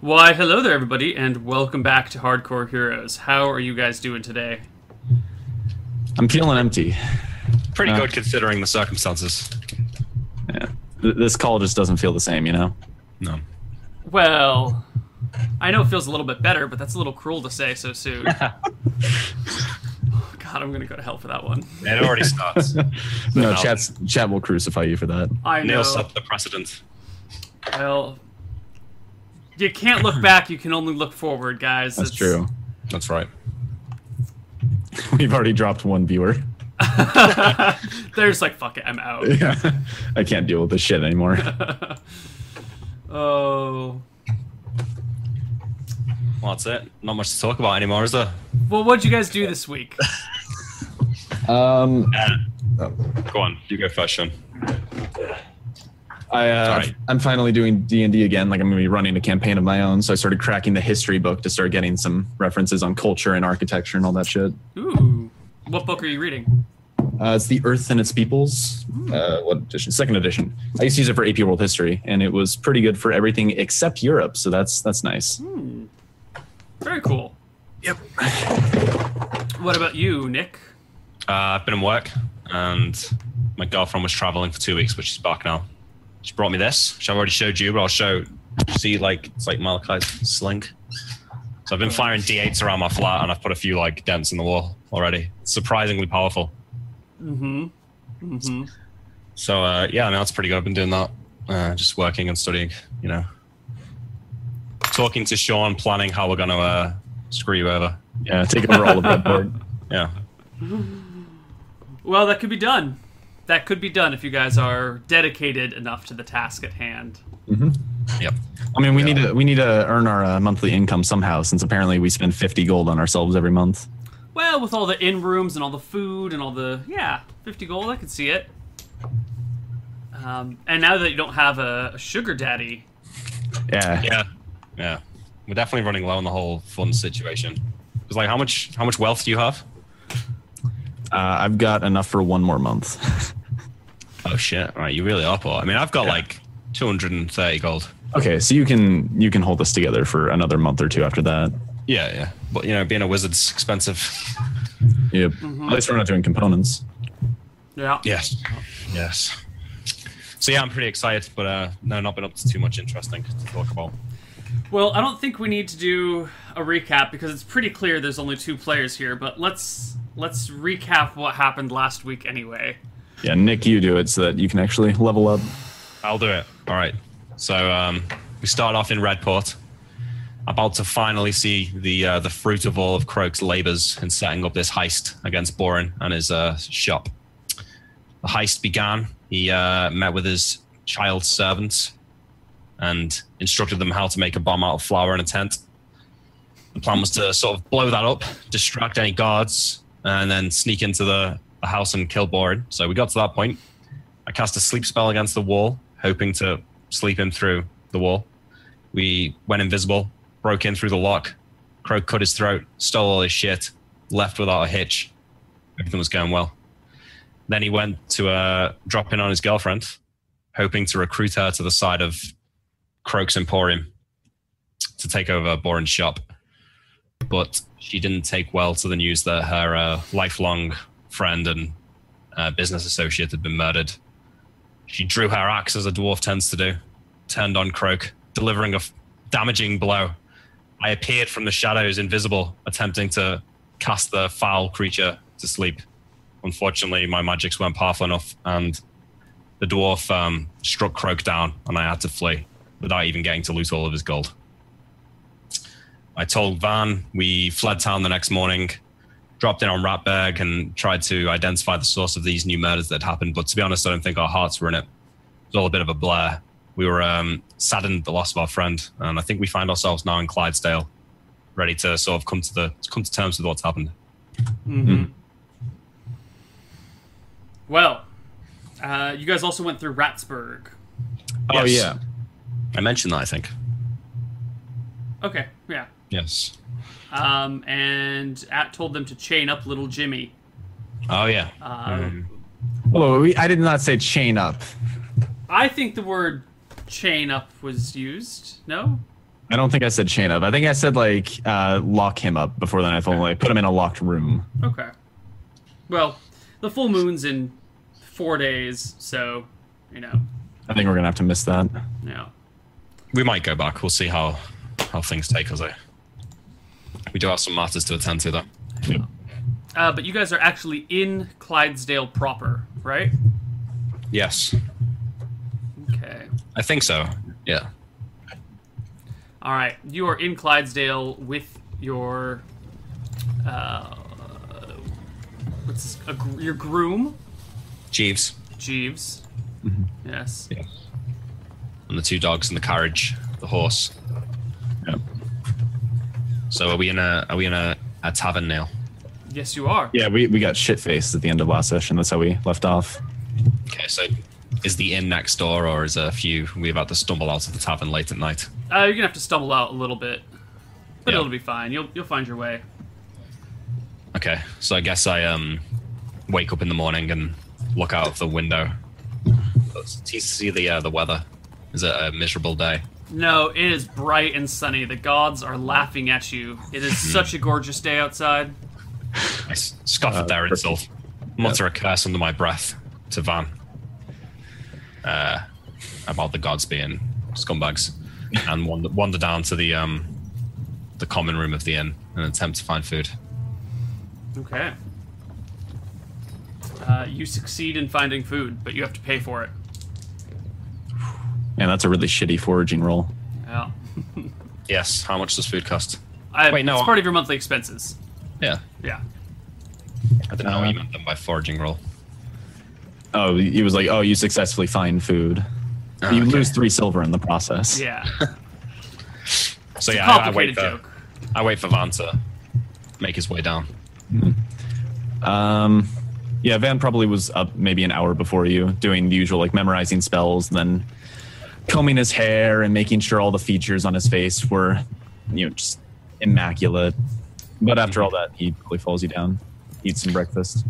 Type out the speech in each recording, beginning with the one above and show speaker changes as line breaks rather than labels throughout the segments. Why, hello there, everybody, and welcome back to Hardcore Heroes. How are you guys doing today?
I'm feeling empty.
Pretty
Uh,
good considering the circumstances.
Yeah. Th- This call just doesn't feel the same, you know?
No.
Well, I know it feels a little bit better, but that's a little cruel to say so soon. God, I'm gonna go to hell for that one.
It already starts.
No,
No.
chat's, chat will crucify you for that.
I know.
Nail set the precedent.
Well, you can't look back; you can only look forward, guys.
That's
It's-
true.
That's right.
We've already dropped one viewer.
They're just like, "Fuck it, I'm out."
Yeah. I can't deal with this shit anymore.
oh.
Well, that's it. Not much to talk about anymore, is there?
Well, what'd you guys do this week?
Um,
Uh,
Oh.
Go on, you go first, Sean.
I, uh,
Sorry.
I'm finally doing D and D again. Like I'm going to be running a campaign of my own. So I started cracking the history book to start getting some references on culture and architecture and all that shit.
Ooh, what book are you reading?
Uh, it's the Earth and its Peoples. Uh, what edition? Second edition. I used to use it for AP World History, and it was pretty good for everything except Europe. So that's that's nice.
Very cool. Yep. What about you, Nick?
Uh, I've been in work, and my girlfriend was traveling for two weeks, but she's back now. She brought me this, which I've already showed you, but I'll show. See, like it's like Malachi's sling. So I've been firing D8s around my flat, and I've put a few like dents in the wall already. It's surprisingly powerful.
Mm-hmm. Mm-hmm.
So uh, yeah, I mean that's pretty good. I've been doing that, uh, just working and studying. You know, talking to Sean, planning how we're gonna uh, screw you over.
Yeah, take over all of that board.
Yeah,
Well, that could be done. That could be done if you guys are dedicated enough to the task at hand.
yep.
I mean, we need to we need to earn our uh, monthly income somehow, since apparently we spend fifty gold on ourselves every month.
Well, with all the in rooms and all the food and all the yeah, fifty gold, I could see it. Um, and now that you don't have a, a sugar daddy,
Yeah,
Yeah, yeah. We're definitely running low on the whole fund situation. Because like, how much how much wealth do you have?
Uh, I've got enough for one more month.
Oh shit! Right, you really are poor. I mean, I've got like two hundred and thirty gold.
okay, so you can you can hold this together for another month or two after that.
Yeah, yeah. But you know, being a wizard's expensive.
Yep. At least we're not doing components.
yeah,
yes, yes. So yeah, I'm pretty excited, but uh, no, not been up to too much interesting to talk about.
Well, I don't think we need to do a recap because it's pretty clear there's only two players here. But let's let's recap what happened last week anyway.
Yeah, Nick, you do it so that you can actually level up.
I'll do it. All right. So um, we start off in Redport, about to finally see the uh, the fruit of all of Croak's labors in setting up this heist against Boren and his uh, shop. The heist began. He uh, met with his child servants and instructed them how to make a bomb out of flour in a tent. The plan was to sort of blow that up, distract any guards, and then sneak into the, the house and kill Boren. So we got to that point. I cast a sleep spell against the wall, hoping to sleep him through the wall. We went invisible, broke in through the lock. Croak cut his throat, stole all his shit, left without a hitch. Everything was going well. Then he went to uh, drop in on his girlfriend, hoping to recruit her to the side of Croak's Emporium to take over Boren's shop. But she didn't take well to the news that her uh, lifelong friend and uh, business associate had been murdered. She drew her axe as a dwarf tends to do, turned on Croak, delivering a f- damaging blow. I appeared from the shadows, invisible, attempting to cast the foul creature to sleep. Unfortunately, my magics weren't powerful enough, and the dwarf um, struck Croak down, and I had to flee without even getting to loot all of his gold. I told Van we fled town the next morning, dropped in on Ratberg, and tried to identify the source of these new murders that happened. But to be honest, I don't think our hearts were in it. It was all a bit of a blur. We were um, saddened at the loss of our friend, and I think we find ourselves now in Clydesdale, ready to sort of come to the come to terms with what's happened.
hmm Well, uh, you guys also went through Ratsburg.
Oh
Yes.
yeah.
I mentioned that. I think
Okay, yeah.
yes.
Um, and At told them to chain up little Jimmy.
Oh yeah.
Uh,
Oh, we, I did not say chain up.
I think the word chain up was used. No?
I don't think I said chain up. I think I said like uh, lock him up before the nightfall, like put him in a locked room.
Okay. Well, the full moon's in four days, so you know,
I think we're gonna have to miss that.
yeah.
We might go back. We'll see how how things take us. Though. We do have some matters to attend to, though.
Uh, but you guys are actually in Clydesdale proper, right?
Yes,
Okay.
I think so. Yeah.
All right. You are in Clydesdale with your uh, what's this, a, gr- your groom
Jeeves
Jeeves.
Mm-hmm.
Yes.
and the two dogs and the carriage, the horse.
Yeah.
So are we in a are we in a, a tavern now?
Yes, you are.
Yeah, we, we got shit faced at the end of last session. That's how we left off.
Okay, so is the inn next door, or is a few we about to stumble out of the tavern late at night?
Uh, you're gonna have to stumble out a little bit, but
Yeah.
it'll be fine. You'll you'll find your way.
Okay, so I guess I um wake up in the morning and look out of the window to see the uh, the weather. Is it a miserable day?
No, it is bright and sunny. The gods are laughing at you. It is
Hmm.
such a gorgeous day outside.
I s- scoff
Uh,
at their
perfect.
insult, mutter a curse under my breath to Van uh, about the gods being scumbags, and wander, wander down to the um the common room of the inn and attempt to find food.
Okay. Uh, you succeed in finding food, but you have to pay for it.
Man, that's a really shitty foraging roll.
Yeah.
Yes, how much does food cost?
I,
Wait, no,
It's
I-
part of your monthly expenses.
Yeah,
Yeah.
I don't know what
Uh,
you meant them by foraging roll.
Oh, he was like, oh, you successfully find food.
Ah,
you
okay.
lose three silver in the process.
Yeah.
So yeah, I, I
Complicated
wait for
joke.
I wait for Van to make his way down.
Um, yeah, Van probably was up maybe an hour before you, doing the usual like memorizing spells, and then combing his hair and making sure all the features on his face were, you know, just immaculate. But after all that, he probably follows you down, eats some breakfast.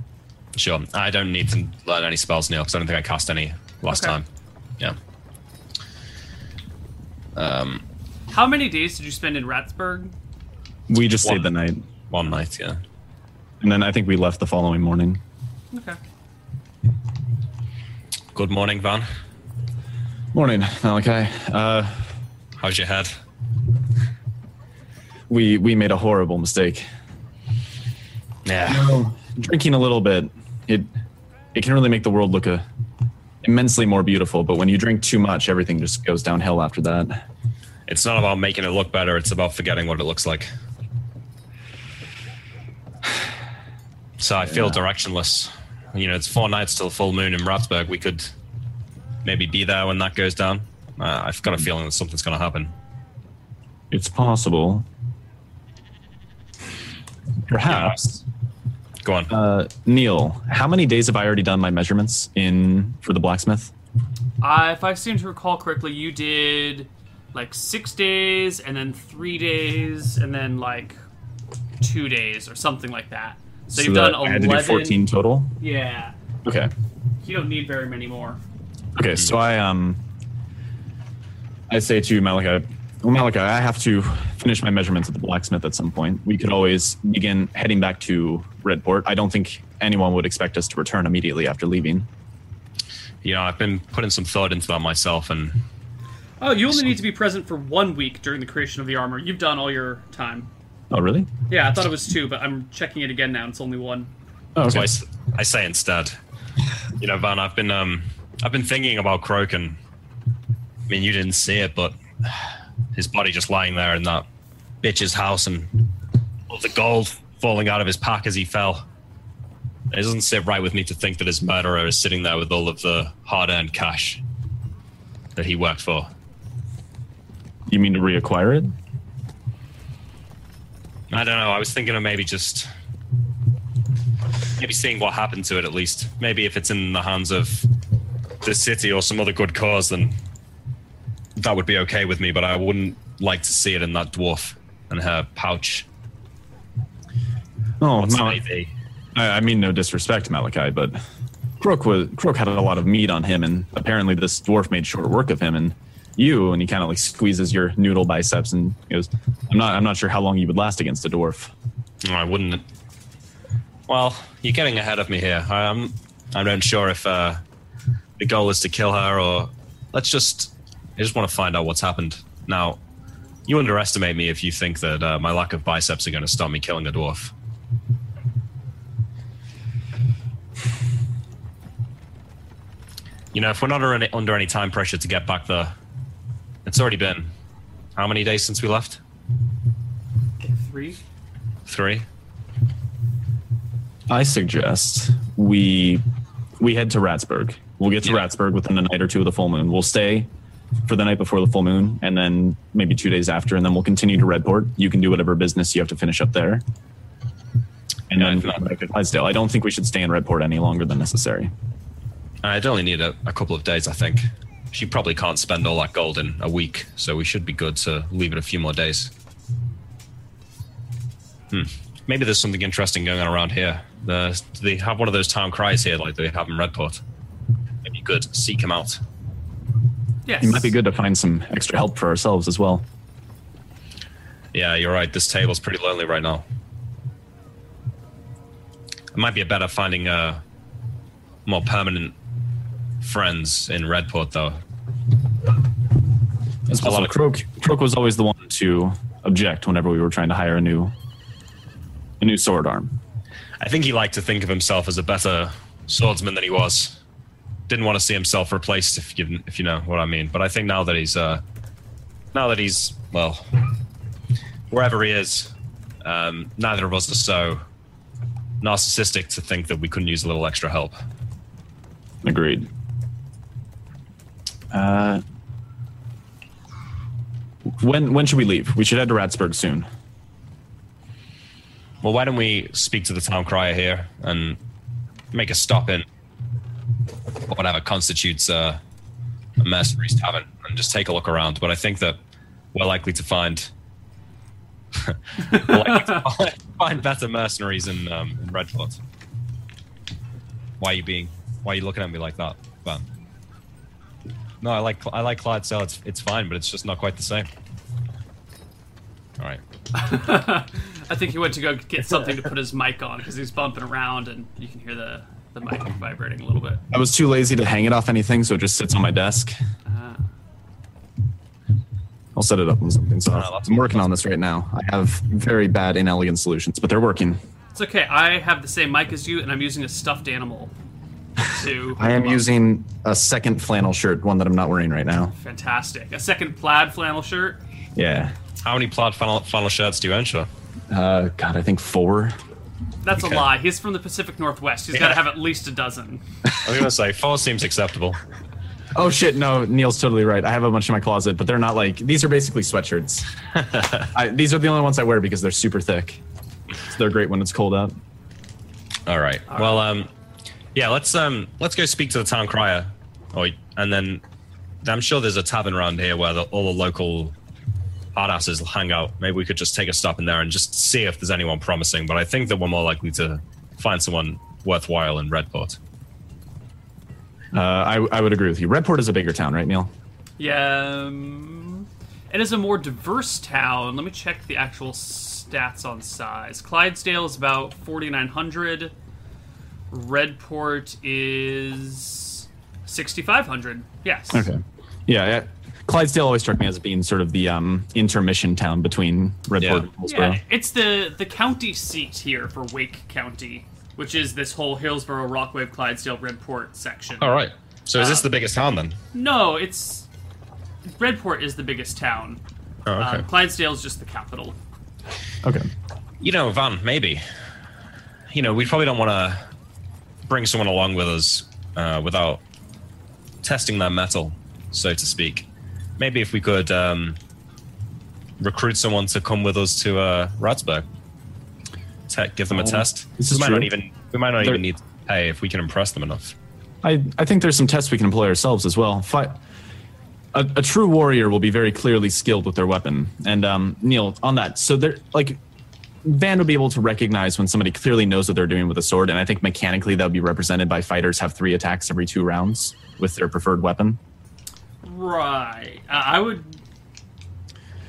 Sure. I don't need to learn any spells, Neil, because I don't think I cast any last
Okay.
time. Yeah. Um,
How many days did you spend in Ratsburg?
We just
One.
stayed the night,
one night, yeah.
and then I think we left the following morning.
Okay.
Good morning, Van.
Morning, Malachi. Uh,
How's your head?
we we made a horrible mistake.
Yeah.
No, drinking a little bit, it it can really make the world look a, immensely more beautiful. But when you drink too much, everything just goes downhill after that.
It's not about making it look better, it's about forgetting what it looks like. So I feel
Yeah.
directionless. You know, it's four nights till full moon in Ratsburg. We could maybe be there when that goes down. Uh, I've
Mm.
got a feeling that something's going to happen.
It's possible. Perhaps.
Go on.
Uh, Neil, how many days have I already done my measurements in for the blacksmith?
Uh, if I seem to recall correctly, you did like six days, and then three days, and then like two days, or something like that. So, you've
that
done
I
eleven.
had to do fourteen total.
Yeah.
Okay.
You don't need very many more.
Okay, so I um, I say to Malachi, well, Malachi, I have to finish my measurements at the blacksmith at some point. We could always begin heading back to Redport. I don't think anyone would expect us to return immediately after leaving.
you know, I've been putting some thought into that myself, and
Oh, you only need to be present for one week during the creation of the armor. You've done all your time.
Oh, really?
Yeah, I thought it was two, but I'm checking it again now. and It's only one.
Oh,
so I,
okay.
s- I say instead, you know, Van, I've been um, I've been thinking about Croken. I mean, you didn't see it, but his body just lying there in that bitch's house, and all the gold falling out of his pack as he fell. It doesn't sit right with me to think that his murderer is sitting there with all of the hard-earned cash that he worked for.
You mean to reacquire it?
I don't know. I was thinking of maybe just maybe seeing what happened to it at least. Maybe if it's in the hands of the city or some other good cause, then that would be okay with me. But I wouldn't like to see it in that dwarf and her pouch.
Oh,
What's
Mal-
the name?
I, I mean no disrespect, Malachi, but Crook was Crook had a lot of meat on him, and apparently this dwarf made short work of him. And you, and he kind of like squeezes your noodle biceps and goes, "I'm not, I'm not sure how long you would last against a dwarf."
No, I wouldn't. Well, you're getting ahead of me here. I'm, I'm not sure if uh, the goal is to kill her or let's just. I just want to find out what's happened. Now, you underestimate me if you think that uh, my lack of biceps are going to stop me killing a dwarf. You know, if we're not under any, under any time pressure to get back there, it's already been how many days since we left?
Three.
Three.
I suggest we we head to Ratsburg. We'll get to
Yeah.
Ratsburg within a night or two of the full moon. We'll stay for the night before the full moon, and then maybe two days after, and then we'll continue to Redport. You can do whatever business you have to finish up there, and
Yeah, I
then
think-
come back to Clydesdale. I don't think we should stay in Redport any longer than necessary.
I'd only need a, a couple of days, I think. She probably can't spend all that gold in a week, so we should be good to leave it a few more days. Hmm. Maybe there's something interesting going on around here. The, do they have one of those town cries here, like they have in Redport? Maybe you could seek him out.
Yes.
It might be good to find some extra help for ourselves as well.
Yeah, you're right. This table's pretty lonely right now. It might be better finding uh, more permanent friends in Redport, though.
As
lot
well,
of-
Croak, Croak was always the one to object whenever we were trying to hire a new a new sword arm.
I think he liked to think of himself as a better swordsman than he was. Didn't want to see himself replaced, if you if you know what I mean. But I think now that he's uh, now that he's well, wherever he is, um, neither of us are so narcissistic to think that we couldn't use a little extra help.
Agreed. Uh, when when should we leave? We should head to Ratsburg soon.
Well, why don't we speak to the town crier here and make a stop in whatever constitutes uh, a mercenary's tavern and just take a look around. But I think that we're likely to find we're likely to find better mercenaries in, um, in Redford. Why are you being? Why are you looking at me like that, Van? No, I like I like Clyde Cell. It's it's fine, but it's just not quite the same. All right.
I think he went to go get something to put his mic on because he's bumping around and you can hear the, the mic vibrating a little bit.
I was too lazy to hang it off anything, so it just sits on my desk.
Uh,
I'll set it up on something. So
that's-
I'm working on this right now. I have very bad, inelegant solutions, but they're working.
it's okay. I have the same mic as you, and I'm using a stuffed animal. To
I am using a second flannel shirt, one that I'm not wearing right now.
fantastic a second plaid flannel shirt.
Yeah.
How many plaid funnel, funnel shirts do you own, Sean?
Uh, God, I think four.
That's
Okay.
a lie. He's from the Pacific Northwest. He's got to
Yeah.
have at least a dozen.
I was gonna say four seems acceptable.
Oh shit! No, Neil's totally right. I have a bunch in my closet, but they're not like these are basically sweatshirts. I, these are the only ones I wear because they're super thick. So they're great when it's cold out.
All right. well, um, yeah, let's um, let's go speak to the town crier, oh, and then I'm sure there's a tavern around here where the, all the local badasses hang out. Maybe we could just take a stop in there and just see if there's anyone promising. But I think that we're more likely to find someone worthwhile in Redport.
Uh, I, I would agree with you. Redport is a bigger town, right, Neil?
Yeah, um, it is a more diverse town. Let me check the actual stats on size. Clydesdale is about 4,900. Redport is 6,500. Yes.
Yeah, yeah. Clydesdale always struck me as being sort of the um, intermission town between Redport
Yeah.
and Hillsborough.
Yeah, it's the the county seat here for Wake County, which is this whole Hillsborough, Rockwave, Clydesdale, Redport section.
All right. So is this
Uh,
the biggest town then?
No, it's Redport is the biggest town.
Oh, okay.
Um, Clydesdale is just the capital.
Okay.
You know, Van, maybe. You know, we probably don't want to bring someone along with us uh, without testing their metal, so to speak. Maybe if we could um, recruit someone to come with us to uh, Ratsburg, Te- give them a test.
Oh, this
we
is
might
true.
not even we might not
They're-
even need to pay if we can impress them enough.
I, I think there's some tests we can employ ourselves as well. Fi- a, a true warrior will be very clearly skilled with their weapon. And um, Neil, on that, so they're like Van would be able to recognize when somebody clearly knows what they're doing with a sword, and I think mechanically that would be represented by fighters have three attacks every two rounds with their preferred weapon.
Right. Uh, I would.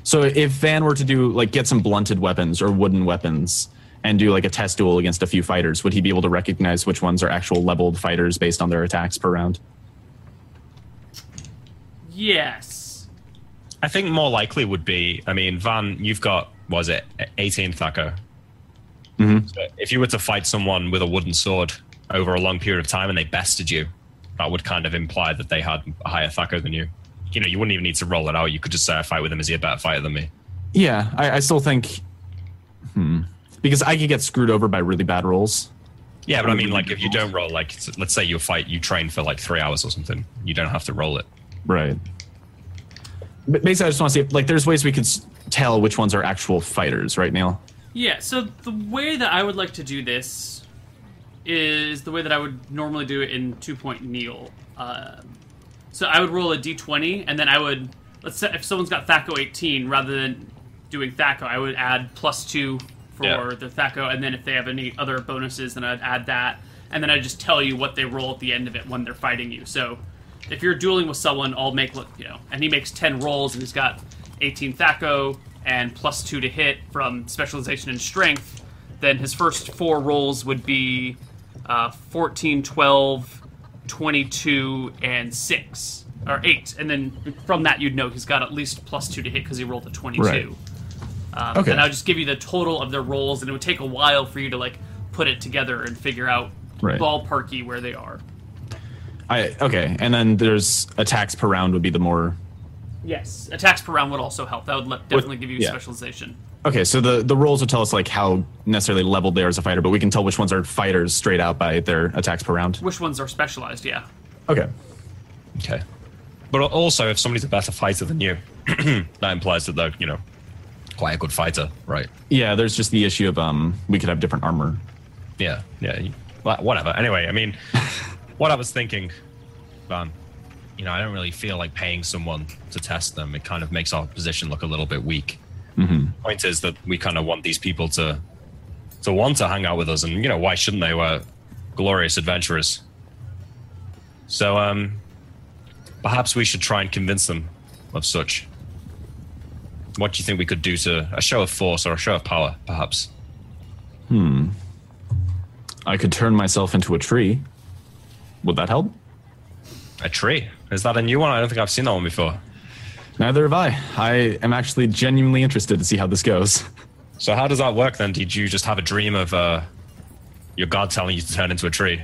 So if Van were to do like get some blunted weapons or wooden weapons and do like a test duel against a few fighters, would he be able to recognize which ones are actual leveled fighters based on their attacks per round?
Yes.
I think more likely would be, I mean, Van, you've got, was it 18 Thaco? So if you were to fight someone with a wooden sword over a long period of time and they bested you, that would kind of imply that they had a higher Thaco than you. You know, you wouldn't even need to roll it out. You could just say, I fight with him. Is he a better fighter than me?
Yeah, I, I still think, hmm, because I could get screwed over by really bad rolls.
Yeah, but I mean, like, if you don't roll, like, s- let's say you fight, you train for like three hours or something, you don't have to roll it.
Right. But basically, I just want to see if, like, there's ways we could s- tell which ones are actual fighters, right, Neil?
Yeah, so the way that I would like to do this is the way that I would normally do it in two point Neil. Um, so I would roll a d20, and then I would, let's say if someone's got Thaco 18, rather than doing Thaco, I would add plus two for
Yeah.
their Thaco, and then if they have any other bonuses, then I'd add that, and then I'd just tell you what they roll at the end of it when they're fighting you. So if you're dueling with someone, I'll make, look, you know, and he makes 10 rolls, and he's got 18 Thaco and plus two to hit from specialization and strength, then his first four rolls would be uh, 14, 12, 22 and 6 or 8 and then from that you'd know he's got at least plus 2 to hit because he rolled a 22
Right.
um,
Okay.
and i'll just give you the total of their rolls and it would take a while for you to like put it together and figure out
Right.
ballparky where they are
I okay, and then there's attacks per round would be the more
yes attacks per round would also help that would le- definitely give you
yeah.
specialization
okay. So the the rolls would tell us like how necessarily leveled they are as a fighter, but we can tell which ones are fighters straight out by their attacks per round.
which ones are specialized yeah
Okay,
Okay. But al- also, if somebody's a better fighter than you, that implies that they're, you know, quite a good fighter, right?
yeah. There's just the issue of um we could have different armor.
Yeah, yeah. you- wha- Whatever. Anyway, I mean, what I was thinking, um, you know, I don't really feel like paying someone to test them. It kind of makes our position look a little bit weak. Mm-hmm. Point is that we kind of want these people to to want to hang out with us, and you know, why shouldn't they? We're glorious adventurers. So, um, perhaps we should try and convince them of such. What do you think we could do to a show of force or a show of power, perhaps?
I could turn myself into a tree. Would that help?
A tree? Is that a new one? I don't think I've seen that one before.
Neither have I. I am actually genuinely interested to see how this goes.
So how does that work then? Did you just have a dream of uh, your god telling you to turn into a tree,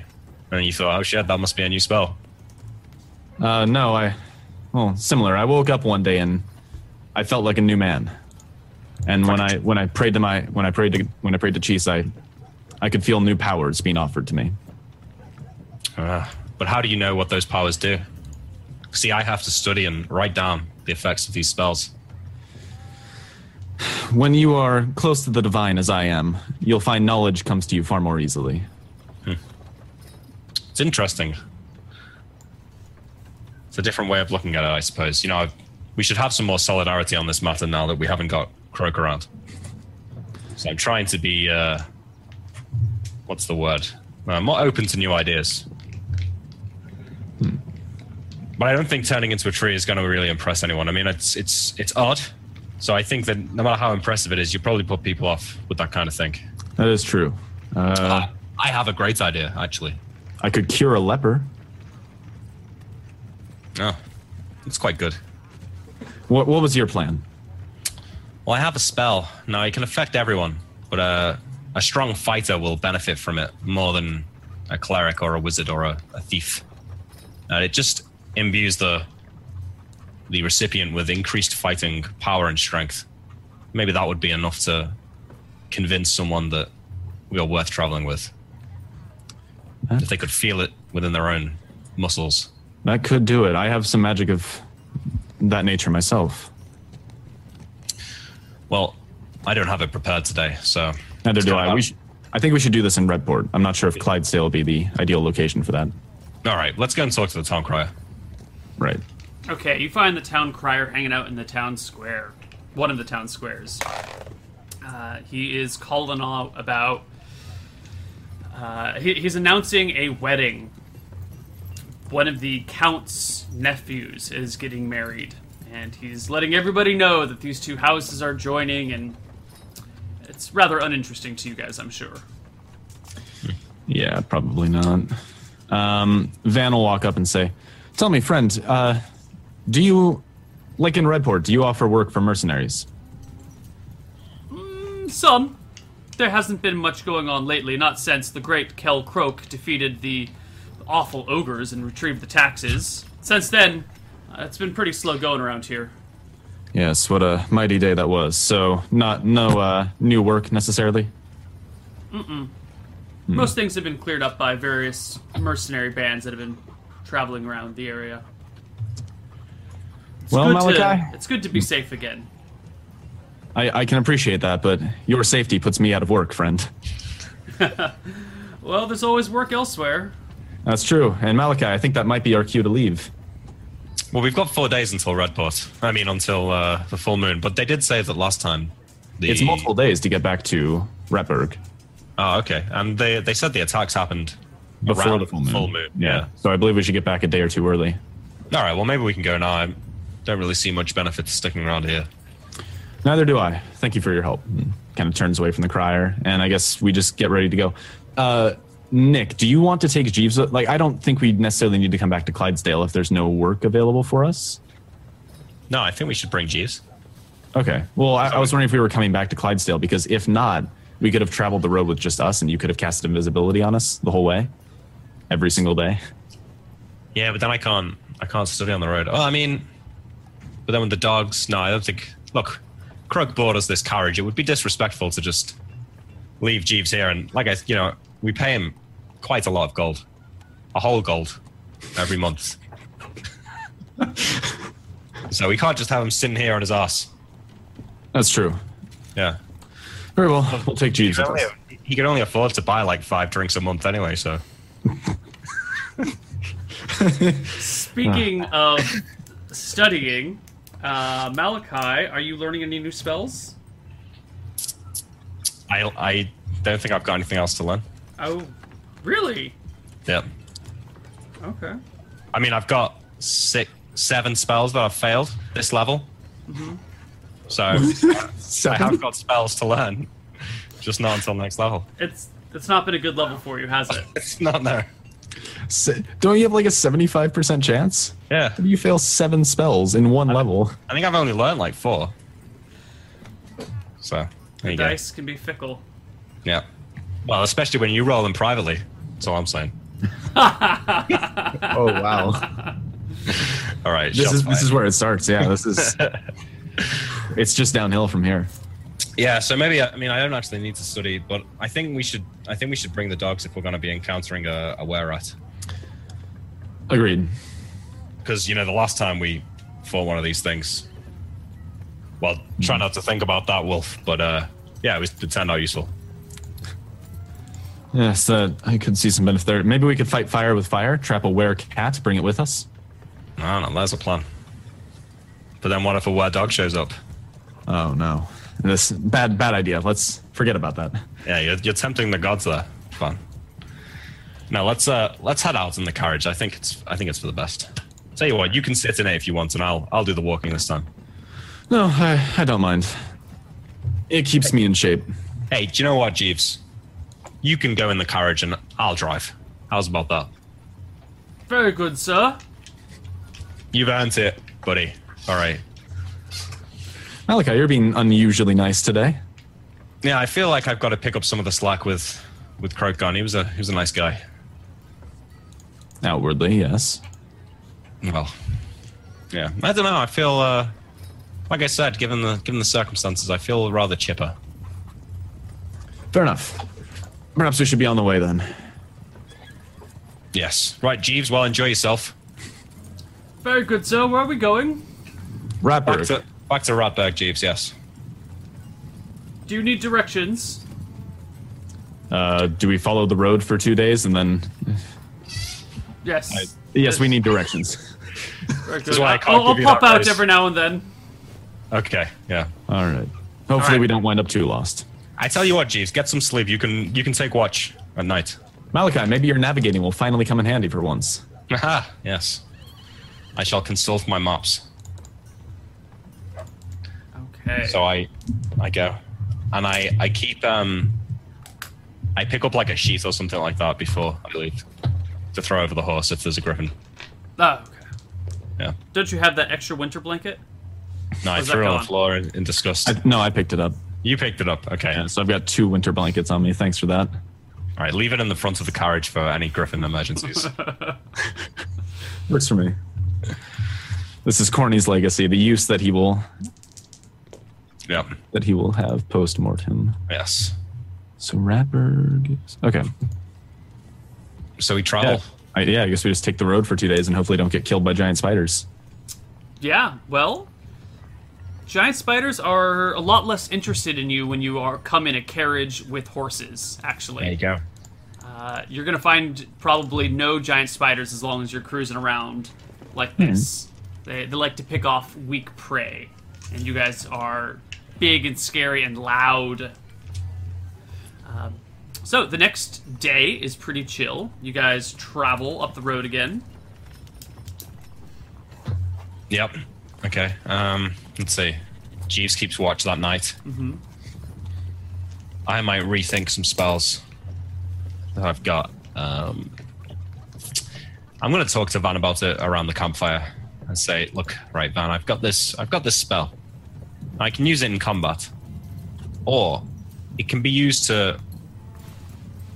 and you thought, oh shit, that must be a new spell?
Uh, no, I. Well, similar. I woke up one day and I felt like a new man. And when I when I prayed to my when I prayed to when I prayed to Cheese, I I could feel new powers being offered to me.
Uh, but how do you know what those powers do? See, I have to study and write down the effects of these spells.
When you are close to the divine, as I am, you'll find knowledge comes to you far more easily.
It's interesting. It's a different way of looking at it, I suppose. You know, I've, we should have some more solidarity on this matter now that we haven't got Croak around. So I'm trying to be, uh, what's the word? I'm more open to new ideas. Hmm. But I don't think turning into a tree is going to really impress anyone. I mean, it's it's it's odd. So I think that no matter how impressive it is, you probably put people off with that kind of thing.
That is true. Uh,
I- I have a great idea, actually.
I could cure a leper.
Oh, it's quite good.
What what was your plan?
Well, I have a spell. Now it can affect everyone, but uh, a strong fighter will benefit from it more than a cleric or a wizard or a, a thief. Uh, it just imbues the the recipient with increased fighting power and strength. Maybe that would be enough to convince someone that we are worth traveling with. If they could feel it within their own muscles.
That could do it. I have some magic of that nature myself.
Well, I don't have it prepared today, so
Neither
It's
do
kind of
I. We
up-
sh- I think we should do this in Redport. I'm not sure if Clydesdale will be the ideal location for that.
all right. Let's go and talk to the town crier.
Right.
Okay, you find the town crier hanging out in the town square, one of the town squares. Uh, he is calling all about. Uh, he, he's announcing a wedding. one of the count's nephews is getting married, and he's letting everybody know that these two houses are joining, and it's rather uninteresting to you guys, I'm sure.
Yeah, probably not. Um, Van will walk up and say, "Tell me, friend, uh, do you, like in Redport, do you offer work for mercenaries?"
Some. There hasn't been much going on lately, not since the great Kel Croak defeated the awful ogres and retrieved the taxes. Since then, uh, it's been pretty slow going around here.
Yes, what a mighty day that was. So, not no uh, new work necessarily. Hmm.
Most things have been cleared up by various mercenary bands that have been traveling around the area. It's
Well,
good to-
Malachi?
it's good to be safe again.
I, I can appreciate that, but your safety puts me out of work, friend.
Well, there's always work elsewhere.
That's true. And Malachi, I think that might be our cue to leave.
Well, we've got four days until Redport. I mean, until uh, the full moon. But they did say that last time. The...
It's multiple days to get back to Retberg
Oh, okay. And they they said the attacks happened
before
around
the full moon.
Full moon.
Yeah. So I believe we should get back a day or two early.
All right. Well, maybe we can go now. I don't really see much benefit to sticking around here.
Neither do I. Thank you for your help.
Hmm.
Kind of turns away from the crier, and I guess we just get ready to go. Uh, Nick, do you want to take Jeeves? Like, I don't think we necessarily need to come back to Clydesdale if there's no work available for us.
No, I think we should bring Jeeves.
Okay. Well, I, I was wondering if we were coming back to Clydesdale because if not, we could have traveled the road with just us, and you could have casted invisibility on us the whole way, every single day.
Yeah, but then I can't. I can't study on the road. Well, I mean, but then with the dogs, no, I don't think. Look, Krug bought us this carriage. It would be disrespectful to just leave Jeeves here. And like I, you know, we pay him quite a lot of gold, a whole gold every month. so we can't just have him sitting here on his ass.
That's true.
Yeah,
Very well. We'll take Jeeves. with us.
he can only afford to buy like five drinks a month anyway. So
Speaking of studying, uh, Malachi, are you learning any new spells?
I, I don't think I've got anything else to learn.
Oh, really?
Yeah.
Okay.
I mean, I've got six, seven spells that I've failed this level. Mm-hmm. So I have got spells to learn, just not until next level.
It's it's not been a good level for you, has it?
It's not there.
Se- Don't you have like a 75% chance?
Yeah,
You fail seven spells in one level.
I think I've only learned like four. So there you
Dice can be fickle.
go. Yeah. Well, especially when you roll them privately. That's all I'm saying.
Oh wow.
All right.
this
shots
is this
fired.
is where it starts. Yeah, this is It's just downhill from here.
Yeah, so maybe I mean I don't actually need to study, but I think we should I think we should bring the dogs if we're going to be encountering a, a were rat
Agreed.
because you know the last time we fought one of these things. Well, try not to think about that wolf, but uh, yeah, it was it turned out useful.
Yes, uh, I could see some benefit there. Maybe we could fight fire with fire, trap a were cat, bring it with us.
I don't know. There's a plan. But then what if a were dog shows up?
Oh no. This bad bad idea. Let's forget about that.
Yeah, you're, you're tempting the gods there. Fun. Now let's uh let's head out in the carriage. I think it's I think it's for the best. Tell you what, you can sit in it if you want, and I'll I'll do the walking this time.
No, I, I don't mind. It keeps me in shape.
Hey, do you know what, Jeeves? You can go in the carriage and I'll drive. How's about that?
Very good, sir.
You've earned it, buddy. All right.
Malachi, you're being unusually nice today.
Yeah, I feel like I've got to pick up some of the slack with with Croak gone. He was a he was a nice guy.
Outwardly, yes.
Well, yeah. I don't know. I feel uh, like I said, given the given the circumstances, I feel rather chipper.
Fair enough. Perhaps we should be on the way then.
Yes. Right, Jeeves. Well, enjoy yourself.
Very good, sir. Where are we going?
Back
Ratberg.
to back to Ratberg, Jeeves. Yes.
Do you need directions?
Uh, do we follow the road for two days and then?
Yes.
Yes, we need directions.
Very good.
is why I can't
I'll, I'll
give you
pop
that
out
price.
every now and then.
Okay. Yeah.
All right. Hopefully,
right.
we don't wind up too lost.
I tell you what, Jeeves. Get some sleep. You can you can take watch at night.
Malachi, maybe your navigating will finally come in handy for once.
Aha, yes. I shall consult my maps.
Okay.
So I, I go, and I I keep um. I pick up like a sheath or something like that before I leave to throw over the horse if there's a griffin.
oh, okay.
Yeah.
Don't you have that extra winter blanket?
No, I
How's that
threw it on the
going?
floor in, in disgust.
I, no, I picked it up.
you picked it up. Okay.
Yeah, so I've got two winter blankets on me. Thanks for that.
All right. Leave it in the front of the carriage for any griffin emergencies.
Works for me. This is Corny's legacy, the use that he will
yep.
that he will have post mortem.
Yes.
So Ratberg. is- Okay.
So we
Yeah.
travel.
I, yeah, I guess we just take the road for two days and hopefully don't get killed by giant spiders.
Yeah, well, giant spiders are a lot less interested in you when you are come in a carriage with horses. Actually,
go.
Uh, you're gonna find probably no giant spiders as long as you're cruising around like this. They, they like to pick off weak prey, and you guys are big and scary and loud. Um, so the next day is pretty chill. You guys travel up the road again.
Yep. Okay. Um, let's see. Jeeves keeps watch that night. Mm-hmm. I might rethink some spells that I've got. Um, I'm going to talk to Van about it around the campfire and say, "Look, right, Van, I've got this. I've got this spell. I can use it in combat, or it can be used to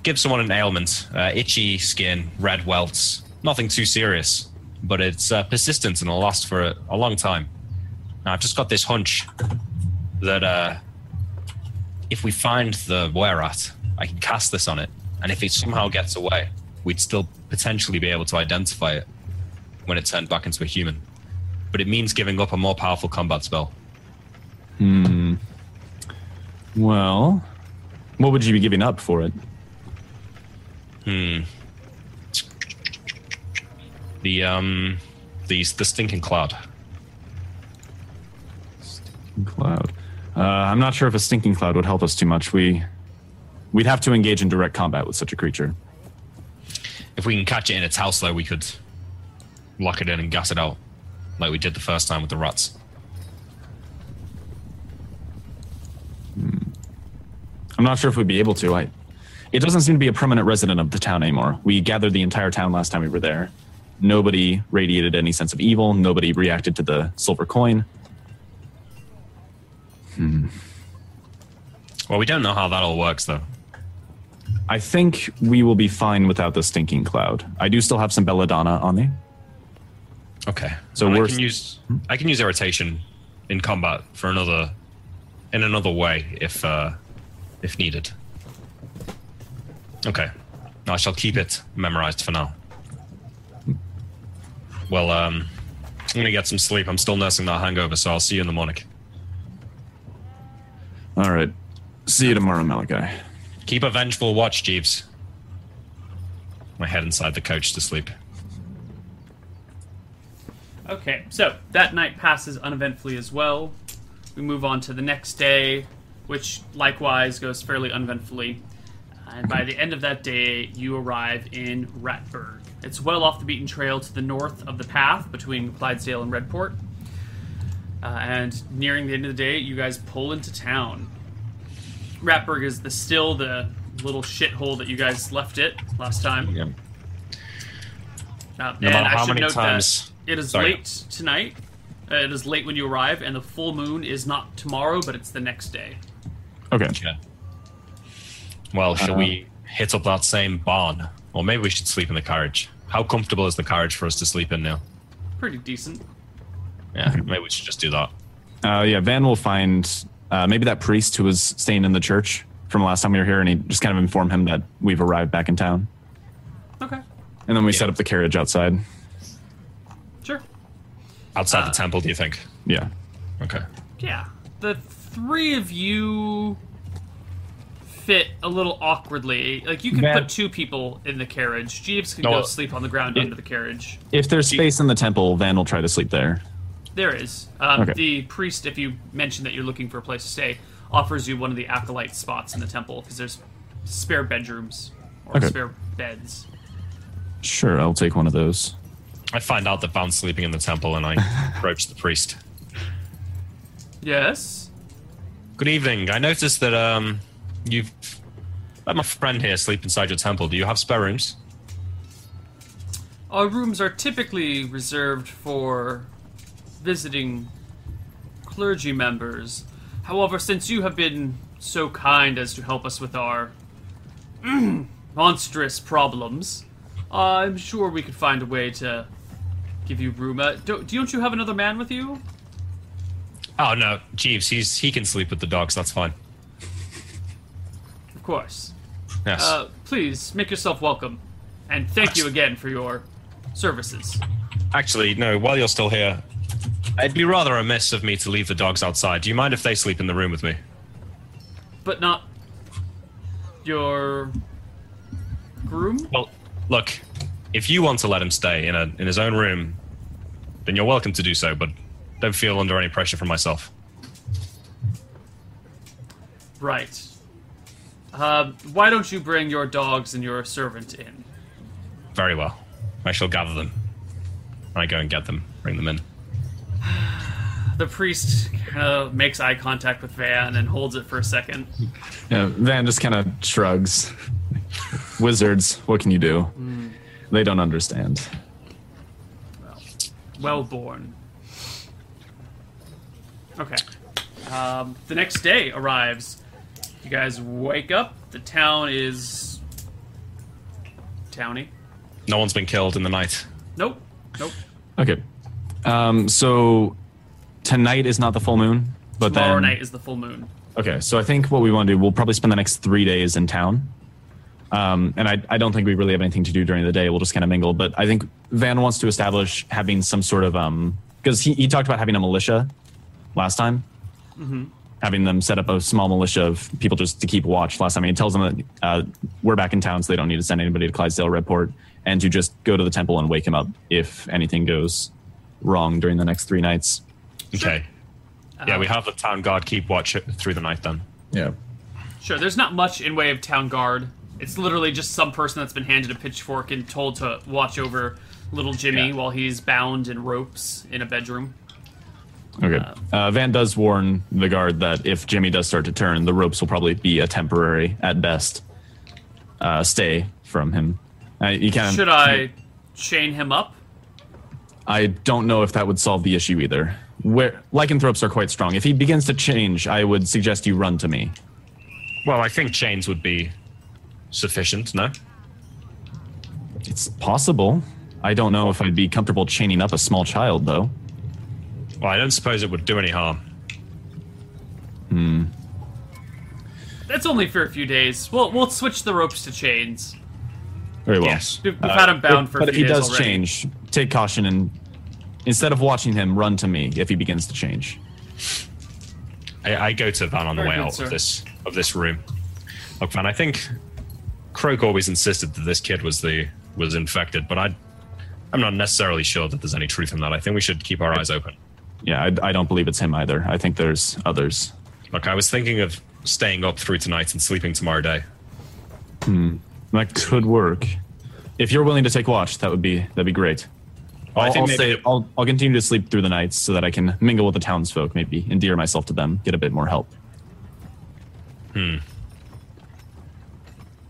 give someone an ailment, uh, itchy skin, red welts, nothing too serious, but it's uh, persistent and it'll last for a, a long time. Now, I've just got this hunch that uh, if we find the where at, I can cast this on it, and if it somehow gets away, we'd still potentially be able to identify it when it turned back into a human. But it means giving up a more powerful combat spell.
Well, what would you be giving up for it?
The um, the the stinking cloud.
Cloud. Uh, I'm not sure if a stinking cloud would help us too much. We we'd have to engage in direct combat with such a creature.
If we can catch it in its house, though, we could lock it in and gas it out, like we did the first time with the rats.
I'm not sure if we'd be able to. I it doesn't seem to be a permanent resident of the town anymore. We gathered the entire town last time we were there. Nobody radiated any sense of evil. Nobody reacted to the silver coin.
Well, we don't know how that all works, though.
I think we will be fine without the stinking cloud. I do still have some belladonna on me.
Okay.
So
And I
we're-
can use I can use irritation in combat for another in another way if uh, if needed. Okay. I shall keep it memorized for now. Well, um, I'm gonna get some sleep. I'm still nursing that hangover, so I'll see you in the morning.
All right. See you tomorrow, Malachi.
Keep a vengeful watch, Jeeves. My head inside the coach to sleep.
Okay, so that night passes uneventfully as well. We move on to the next day, which likewise goes fairly uneventfully. And by the end of that day, you arrive in Ratburg. It's well off the beaten trail to the north of the path between Clydesdale and Redport. Uh, and nearing the end of the day, you guys pull into town. Ratburg is the still the little shithole that you guys left it last time.
Yeah.
Uh,
No
and
matter
I
how
should
many
note
times-
that it is
Sorry.
late tonight. Uh, it is late when you arrive, and the full moon is not tomorrow, but it's the next day.
Okay.
Yeah. Well, shall we hit up that same barn? Or maybe we should sleep in the carriage. How comfortable is the carriage for us to sleep in now?
Pretty decent.
Yeah, maybe we should just do that.
Uh, yeah, Van will find uh, maybe that priest who was staying in the church from last time we were here, and he just kind of inform him that we've arrived back in town.
Okay,
And then we
Yeah.
set up the carriage outside.
sure.
Outside the temple, do you think?
Yeah.
Uh. Okay.
Yeah, the three of you fit a little awkwardly. Like you could
Bad.
put two people in the carriage. Jeeves could
No,
go
uh,
sleep on the ground under the carriage.
If there's space in the temple, Van will try to sleep there.
There is um,
Okay.
the priest. If you mention that you're looking for a place to stay, offers you one of the acolyte spots in the temple because there's spare bedrooms or
Okay.
spare beds.
Sure, I'll take one of those.
I find out that Van's sleeping in the temple and I approach the priest.
Yes.
Good evening. I noticed that um, you've let my friend here sleep inside your temple. Do you have spare rooms?
Our rooms are typically reserved for visiting clergy members. However, since you have been so kind as to help us with our monstrous problems, I'm sure we could find a way to give you room. Uh, don't, don't you have another man with you?
Oh no, Jeeves. He's he can sleep with the dogs. That's fine.
Of course.
Yes.
Uh, please make yourself welcome, and thank you again for your services.
Actually, no. While you're still here, it'd be rather amiss of me to leave the dogs outside. Do you mind if they sleep in the room with me?
But not your groom?
Well, look, if you want to let him stay in a in his own room, then you're welcome to do so. But don't feel under any pressure from myself.
Right. Um, why don't you bring your dogs and your servant in?
Very well. I shall gather them. I go and get them, bring them in.
The priest kind of makes eye contact with Van and holds it for a second.
Yeah, Van just kind of shrugs. Mm. Wizards, what can you do? They don't understand.
Well born. Okay. Um, the next day arrives. You guys wake up. The town is. Towny?
No one's been killed in the night.
Nope. Nope.
Okay. Um, so tonight is not the full moon, but
Tomorrow
then
night is the full moon.
Okay, so I think what we want to do, we'll probably spend the next three days in town. Um, and I, I don't think we really have anything to do during the day. We'll just kind of mingle. But I think Van wants to establish having some sort of um, because he, he talked about having a militia last time, having them set up a small militia of people just to keep watch. Last time he tells them that uh, we're back in town, so they don't need to send anybody to Clydesdale Redport, and to just go to the temple and wake him up if anything goes wrong during the next three nights.
Okay. Yeah, we have the town guard keep watch through the night then.
Yeah.
Sure, there's not much in way of town guard. It's literally just some person that's been handed a pitchfork and told to watch over little Jimmy
Yeah.
while he's bound in ropes in a bedroom.
Okay. Uh, Van does warn the guard that if Jimmy does start to turn, the ropes will probably be a temporary, at best, uh, stay from him. Uh, you can.
Should I chain him up?
I don't know if that would solve the issue either. Where lycanthropes are quite strong. If he begins to change, I would suggest you run to me.
Well, I think chains would be sufficient, no?
It's possible. I don't know if I'd be comfortable chaining up a small child, though.
Well, I don't suppose it would do any harm.
That's only for a few days. We'll we'll switch the ropes to chains.
Very well.
Yes.
We've, we've had him bound
If-
for.
Uh, but
a
if
few
he
days
does
already.
change, take caution and instead of watching him, run to me if he begins to change.
I, I go to Van on the
Very
way
good,
out
sir.
of this of this room. Look, Van, I think Croak always insisted that this kid was the was infected, but I I'm not necessarily sure that there's any truth in that. I think we should keep our eyes open.
Yeah, I, I don't believe it's him either. I think there's others.
Look, I was thinking of staying up through tonight and sleeping tomorrow day.
That could work. If you're willing to take watch, that would be that'd be great.
Well,
I'll,
I think
I'll
maybe-
stay- I'll- I'll continue to sleep through the nights so that I can mingle with the townsfolk, maybe endear myself to them, get a bit more help.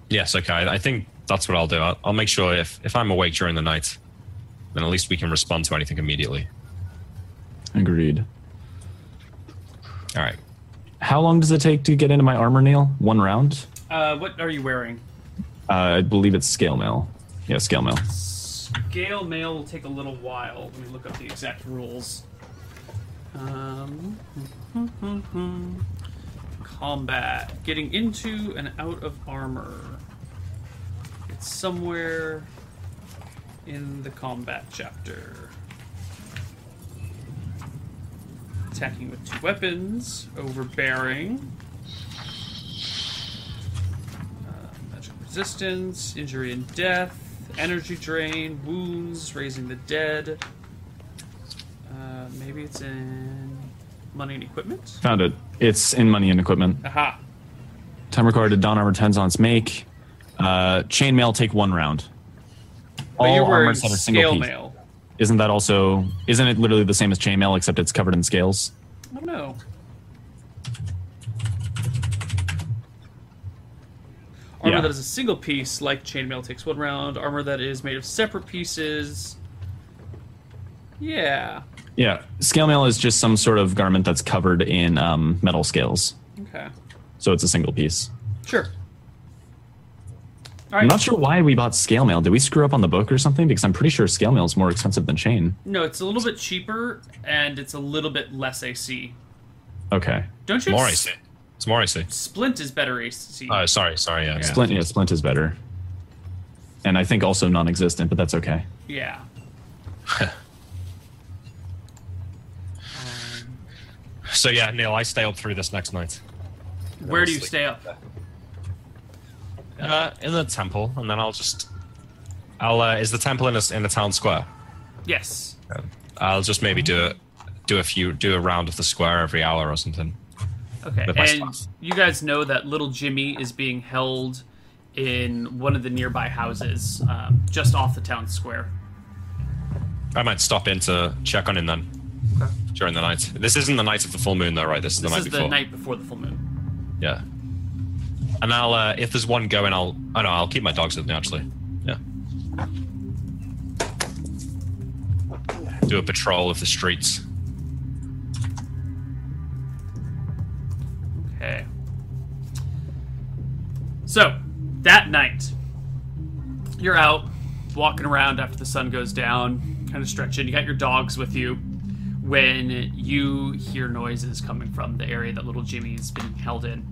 Yes, okay. I I think that's what I'll do. I'll, I'll make sure if, if I'm awake during the night, then at least we can respond to anything immediately.
Agreed.
All right.
How long does it take to get into my armor, Neil? One round?
Uh, what are you wearing?
Uh, I believe it's scale mail. Yeah, scale mail.
Scale mail will take a little while. Let me look up the exact rules. Um, combat. Getting into and out of armor. It's somewhere in the combat chapter. Attacking with two weapons. Overbearing. Magic resistance, injury and death, energy drain, wounds, raising the dead. Uh, maybe it's in money and equipment.
Found it. It's in money and equipment.
Aha!
Time required to don armor 10s on its make. Uh, chain mail take one round.
But
All
you're wearing
armors have a single
scale
piece.
mail.
Isn't that also? Isn't it literally the same as chainmail except it's covered in scales?
I don't know. Armor
Yeah.
that is a single piece, like chainmail, takes one round. Armor that is made of separate pieces. Yeah.
Yeah, scale mail is just some sort of garment that's covered in um, metal scales,
Okay.
so it's a single piece.
Sure. All right.
I'm not sure why we bought scale mail. Did we screw up on the book or something? Because I'm pretty sure scale mail is more expensive than chain.
No, it's a little bit cheaper and it's a little bit less AC.
Okay.
Don't you?
More
s-
AC. It's more AC.
Splint is better AC.
Oh, sorry, sorry. Yeah, yeah.
Splint, yeah, splint is better, and I think also non-existent, but that's okay.
Yeah. Um,
So yeah, Neil, I stay up through this next night.
where do you
Honestly.
stay up?
Uh, in the temple, and then I'll just. I'll. Uh, is the temple in the in the town square?
Yes.
I'll just maybe do it. Do a few. Do a round of the square every hour or something.
Okay.
With my
And
staff.
you guys know that little Jimmy is being held in one of the nearby houses, um, just off the town square.
I might stop in to check on him then during the night. This isn't the night of the full moon though, right? This is the
This
night
is
before.
the night before the full moon.
Yeah. And I'll. Uh, if there's one going, I'll. I know. I'll keep my dogs with me actually. Yeah. Do a patrol of the streets.
Okay. So, that night, you're out walking around after the sun goes down, kind of stretching. You got your dogs with you when you hear noises coming from the area that little Jimmy's been held in.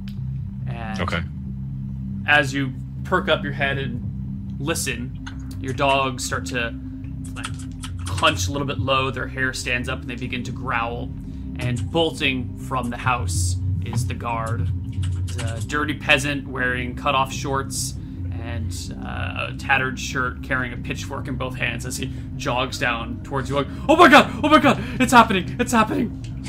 And
Okay.
as you perk up your head and listen, your dogs start to like, hunch a little bit low, their hair stands up, and they begin to growl. And bolting from the house is the guard. He's a dirty peasant wearing cut off shorts and uh, a tattered shirt, carrying a pitchfork in both hands as he jogs down towards you. Like, oh my god! Oh my god! It's happening! It's happening!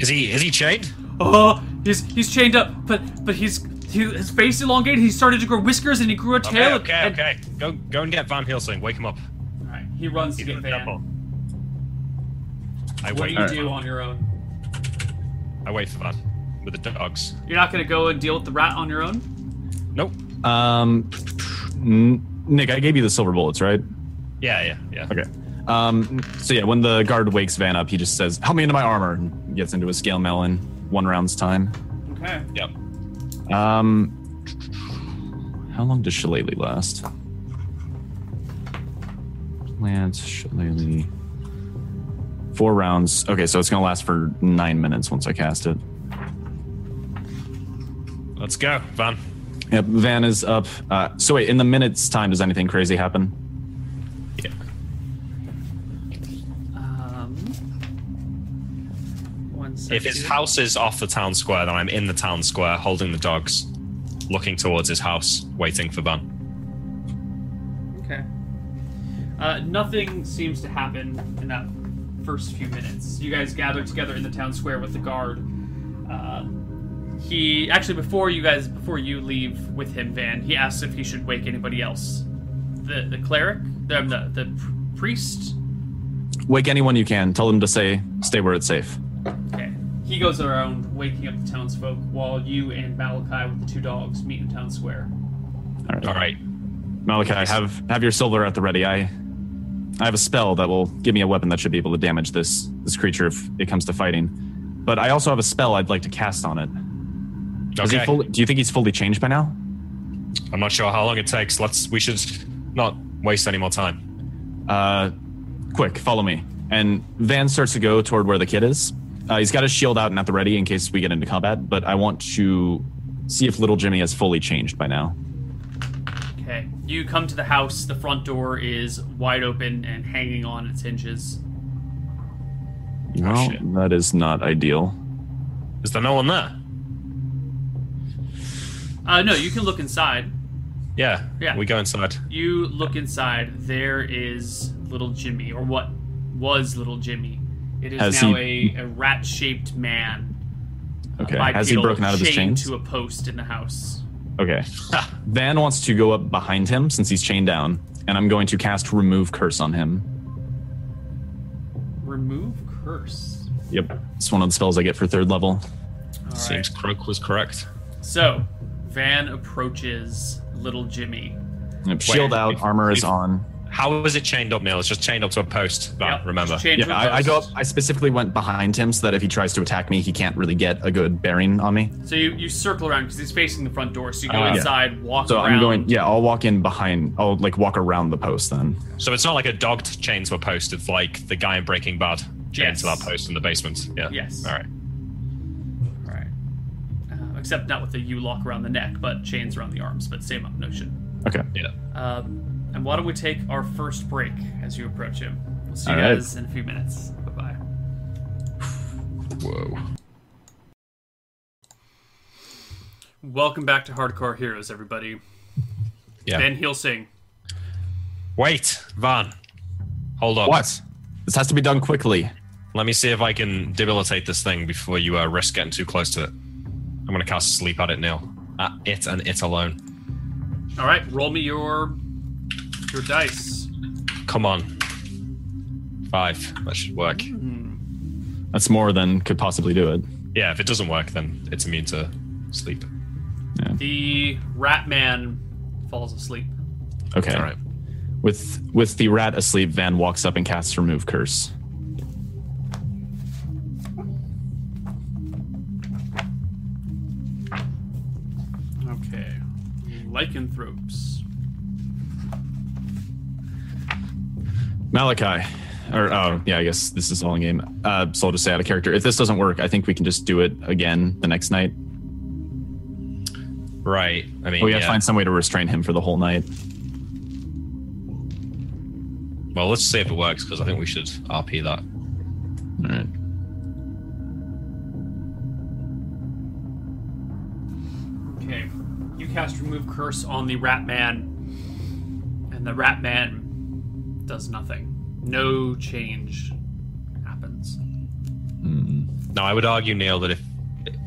Is he? Is he chained?
Oh, he's he's chained up, but but he's he, his face elongated. He started to grow whiskers, and he grew a tail.
Okay,
and-
okay,
and-
okay. Go, go and get Van Helsing. Wake him up.
Alright, he runs to
He's in
get
the temple.
Van.
I
What do
wait.
you do on your own?
I wait for Van with the dogs.
You're not gonna go and deal with the rat on your own.
Nope.
Um, n- Nick, I gave you the silver bullets, right?
Yeah, yeah, yeah.
Okay. Um, so yeah, when the guard wakes Van up, he just says, "Help me into my armor," and gets into his scale mail in one round's time.
Okay.
Yep.
Um, how long does Shillelagh last? Plant Shillelagh. Four rounds. Okay, so it's gonna last for nine minutes once I cast it.
Let's go, Van.
Yep, Van is up. Uh, so wait, in the minute's time, does anything crazy happen?
Yeah.
Um. One second.
If his house is off the town square, then I'm in the town square holding the dogs, looking towards his house, waiting for Van.
Okay. Uh, nothing seems to happen in that first few minutes. You guys gather together in the town square with the guard. Uh, he actually before you guys before you leave with him, Van. He asks if he should wake anybody else. The the cleric, the um, the, the pr- priest.
Wake anyone you can. Tell them to say, "Stay where it's safe."
Okay. He goes around waking up the townsfolk while you and Malachi with the two dogs meet in town square.
All right.
All right.
Malachi, have have your silver at the ready. I I have a spell that will give me a weapon that should be able to damage this this creature if it comes to fighting. But I also have a spell I'd like to cast on it. Is
Okay.
he fully, do you think he's fully changed by now?
I'm not sure how long it takes. Let's. We should not waste any more time.
Uh, quick, follow me. And Van starts to go toward where the kid is. Uh, he's got his shield out and at the ready in case we get into combat. But I want to see if little Jimmy has fully changed by now.
Okay. You come to the house. The front door is wide open and hanging on its hinges.
Well,
shit.
that is not ideal.
Is there no one there?
Uh, no, you can look inside.
Yeah.
Yeah.
We go inside.
You look inside. There is little Jimmy, or what was little Jimmy. It is
Has
now
he-
a, a rat-shaped man. uh,
Okay. Has he
bipedal,
broken out of his
chained
chains?
To a post in the house.
Okay. Van wants to go up behind him since he's chained down, and I'm going to cast Remove Curse on him.
remove curse.
Yep. It's one of the spells I get for third level.
All right.
Seems Croak was correct.
So, Van approaches little Jimmy.
Yep. Shield
Wait,
out,
if-
armor is
if-
on.
How was it chained up, Neil? It's just chained up to a post. That,
Yep,
remember.
just chain to
Ah, Yeah,
a
I, I go up.
post.
I specifically went behind him so that if he tries to attack me, he can't really get a good bearing on me.
So you, you circle around because he's facing the front door. So you go
Uh, yeah.
inside, walk
Ah, So
around.
I'm going. Yeah, I'll walk in behind. I'll like walk around the post then.
So it's not like a dogged chain to a post. It's like the guy in Breaking Bad chained
Yes.
to that post in the basement. Yeah.
Yes.
All right.
All right. Uh, except not with the U lock around the neck, but chains around the arms. But same notion.
Okay.
Yeah.
Um, and why don't we take our first break as you approach him? We'll see you
All right.
guys in a few minutes. Bye bye.
Whoa.
Welcome back to Hardcore Heroes, everybody.
Yeah.
Ben Heelsing.
Wait, Van. Hold up.
What? This has to be done quickly.
Let me see if I can debilitate this thing before you uh, risk getting too close to it. I'm gonna cast sleep at it, Neil. At it and it alone.
All right, roll me your your dice.
Come on. Five. That should work.
That's more than could possibly do it.
Yeah. If it doesn't work, then it's immune to sleep.
The rat man falls asleep.
Okay.
All right.
With with the rat asleep, Van walks up and casts remove curse.
Okay. Lycanthropes.
Malachi, or oh yeah, I guess this is all in game. Uh, so I'll just say out of character. If this doesn't work, I think we can just do it again the next night.
Right. I mean,
But we have to
yeah.
find some way to restrain him for the whole night.
well, let's see if it works because I think we should RP that.
All right.
Okay. You cast remove curse on the rat man, and the rat man does nothing. No change happens.
Now, I would argue, Neil, that if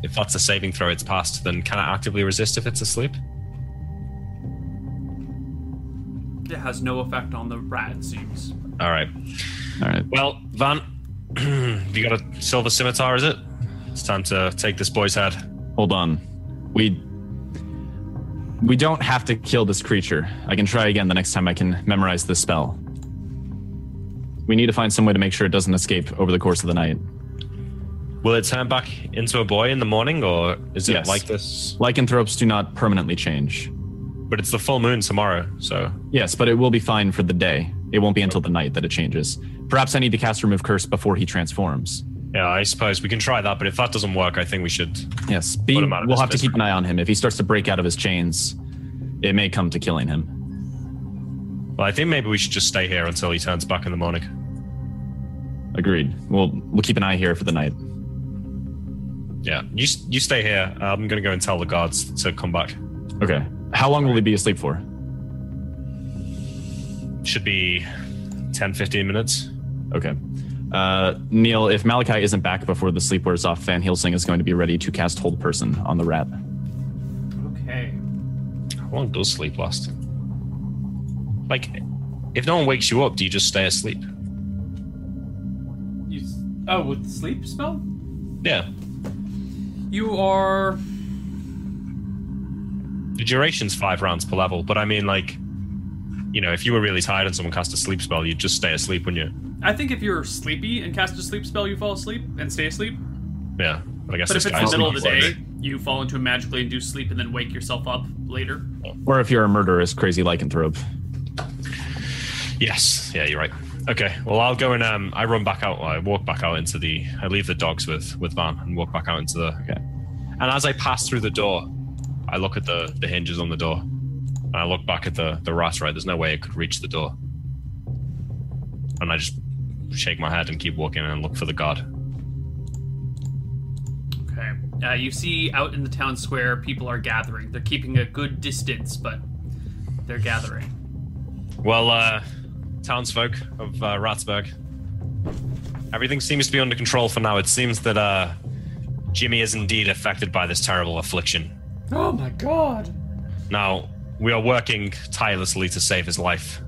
if that's a saving throw, it's passed. Then can I actively resist if it's asleep?
It has no effect on the rat, it seems.
All right.
All right.
Well, Van, have you got a silver scimitar? Is it? It's time to take this boy's head.
Hold on. We we don't have to kill this creature. I can try again the next time I can memorize this spell. We need to find some way to make sure it doesn't escape over the course of the night.
Will it turn back into a boy in the morning, or is it
Yes.
like this?
Lycanthropes do not permanently change.
But it's the full moon tomorrow, so
Yes, but it will be fine for the day. It won't be until the night that it changes. Perhaps I need to cast remove curse before he transforms.
yeah, I suppose we can try that. But if that doesn't work, I think we should.
Yes, be,
Put him out of
we'll
his
have to
misery.
keep an eye on him. If he starts to break out of his chains, it may come to killing him.
Well, I think maybe we should just stay here until he turns back in the morning.
Agreed. We'll we'll keep an eye here for the night.
Yeah, you s- you stay here. I'm gonna go and tell the guards to come back.
Okay. How long will he be asleep for?
Should be 10, 15 minutes.
Okay. Uh, Neil, if Malachi isn't back before the sleep wears off, Van Helsing is going to be ready to cast Hold Person on the rat.
Okay.
How long does sleep last? Like, if no one wakes you up, do you just stay asleep?
You, s- oh, with the sleep spell?
Yeah.
You are.
The duration's five rounds per level, but I mean, like, you know, if you were really tired and someone cast a sleep spell, you'd just stay asleep, wouldn't you?
I think if you're sleepy and cast a sleep spell, you fall asleep and stay asleep.
Yeah. But I guess
But if
this
it's
guy's
the middle of the
sleep
day, you fall into a magically induced sleep and then wake yourself up later.
Or if you're a murderous, crazy lycanthrope.
Yes. Yeah, you're right. Okay. Well, I'll go and um, I run back out. I walk back out into the. I leave the dogs with with Van and walk back out into the.
Okay.
And as I pass through the door, I look at the the hinges on the door, and I look back at the the rat. Right, there's no way it could reach the door. And I just shake my head and keep walking and look for the guard.
Okay. Uh, you see out in the town square, people are gathering. They're keeping a good distance, but they're gathering.
Well, uh, townsfolk of uh, Ratsburg, everything seems to be under control for now. It seems that uh, Jimmy is indeed affected by this terrible affliction.
Oh my god!
Now, we are working tirelessly to save his life,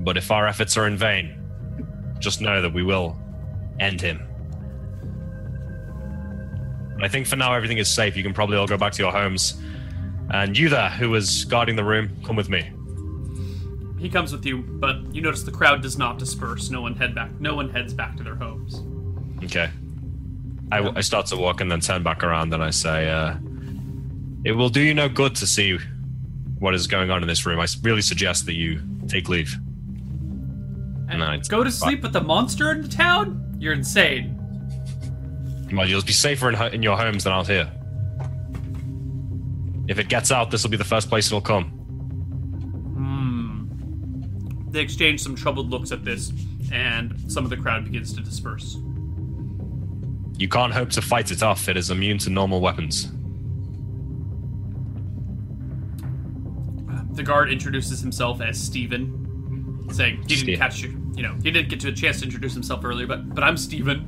but if our efforts are in vain, just know that we will End him. I think for now everything is safe. You can probably all go back to your homes. And you there, who was guarding the room, come with me.
He comes with you, but you notice the crowd does not disperse. No one head back. No one heads back to their homes.
Okay. I, I start to walk and then turn back around and I say, uh, It will do you no good to see what is going on in this room. I s- really suggest that you take leave.
And
No, it's-
go to sleep with the monster in the town? You're insane.
Well, you'll be safer in, ho- in your homes than out here. If it gets out, this will be the first place it'll come.
They exchange some troubled looks at this, and some of the crowd begins to disperse.
You can't hope to fight it off. It is immune to normal weapons.
The guard introduces himself as Steven, saying he didn't
Ste-
catch you. You know, he didn't get to a chance to introduce himself earlier, but but I'm Steven.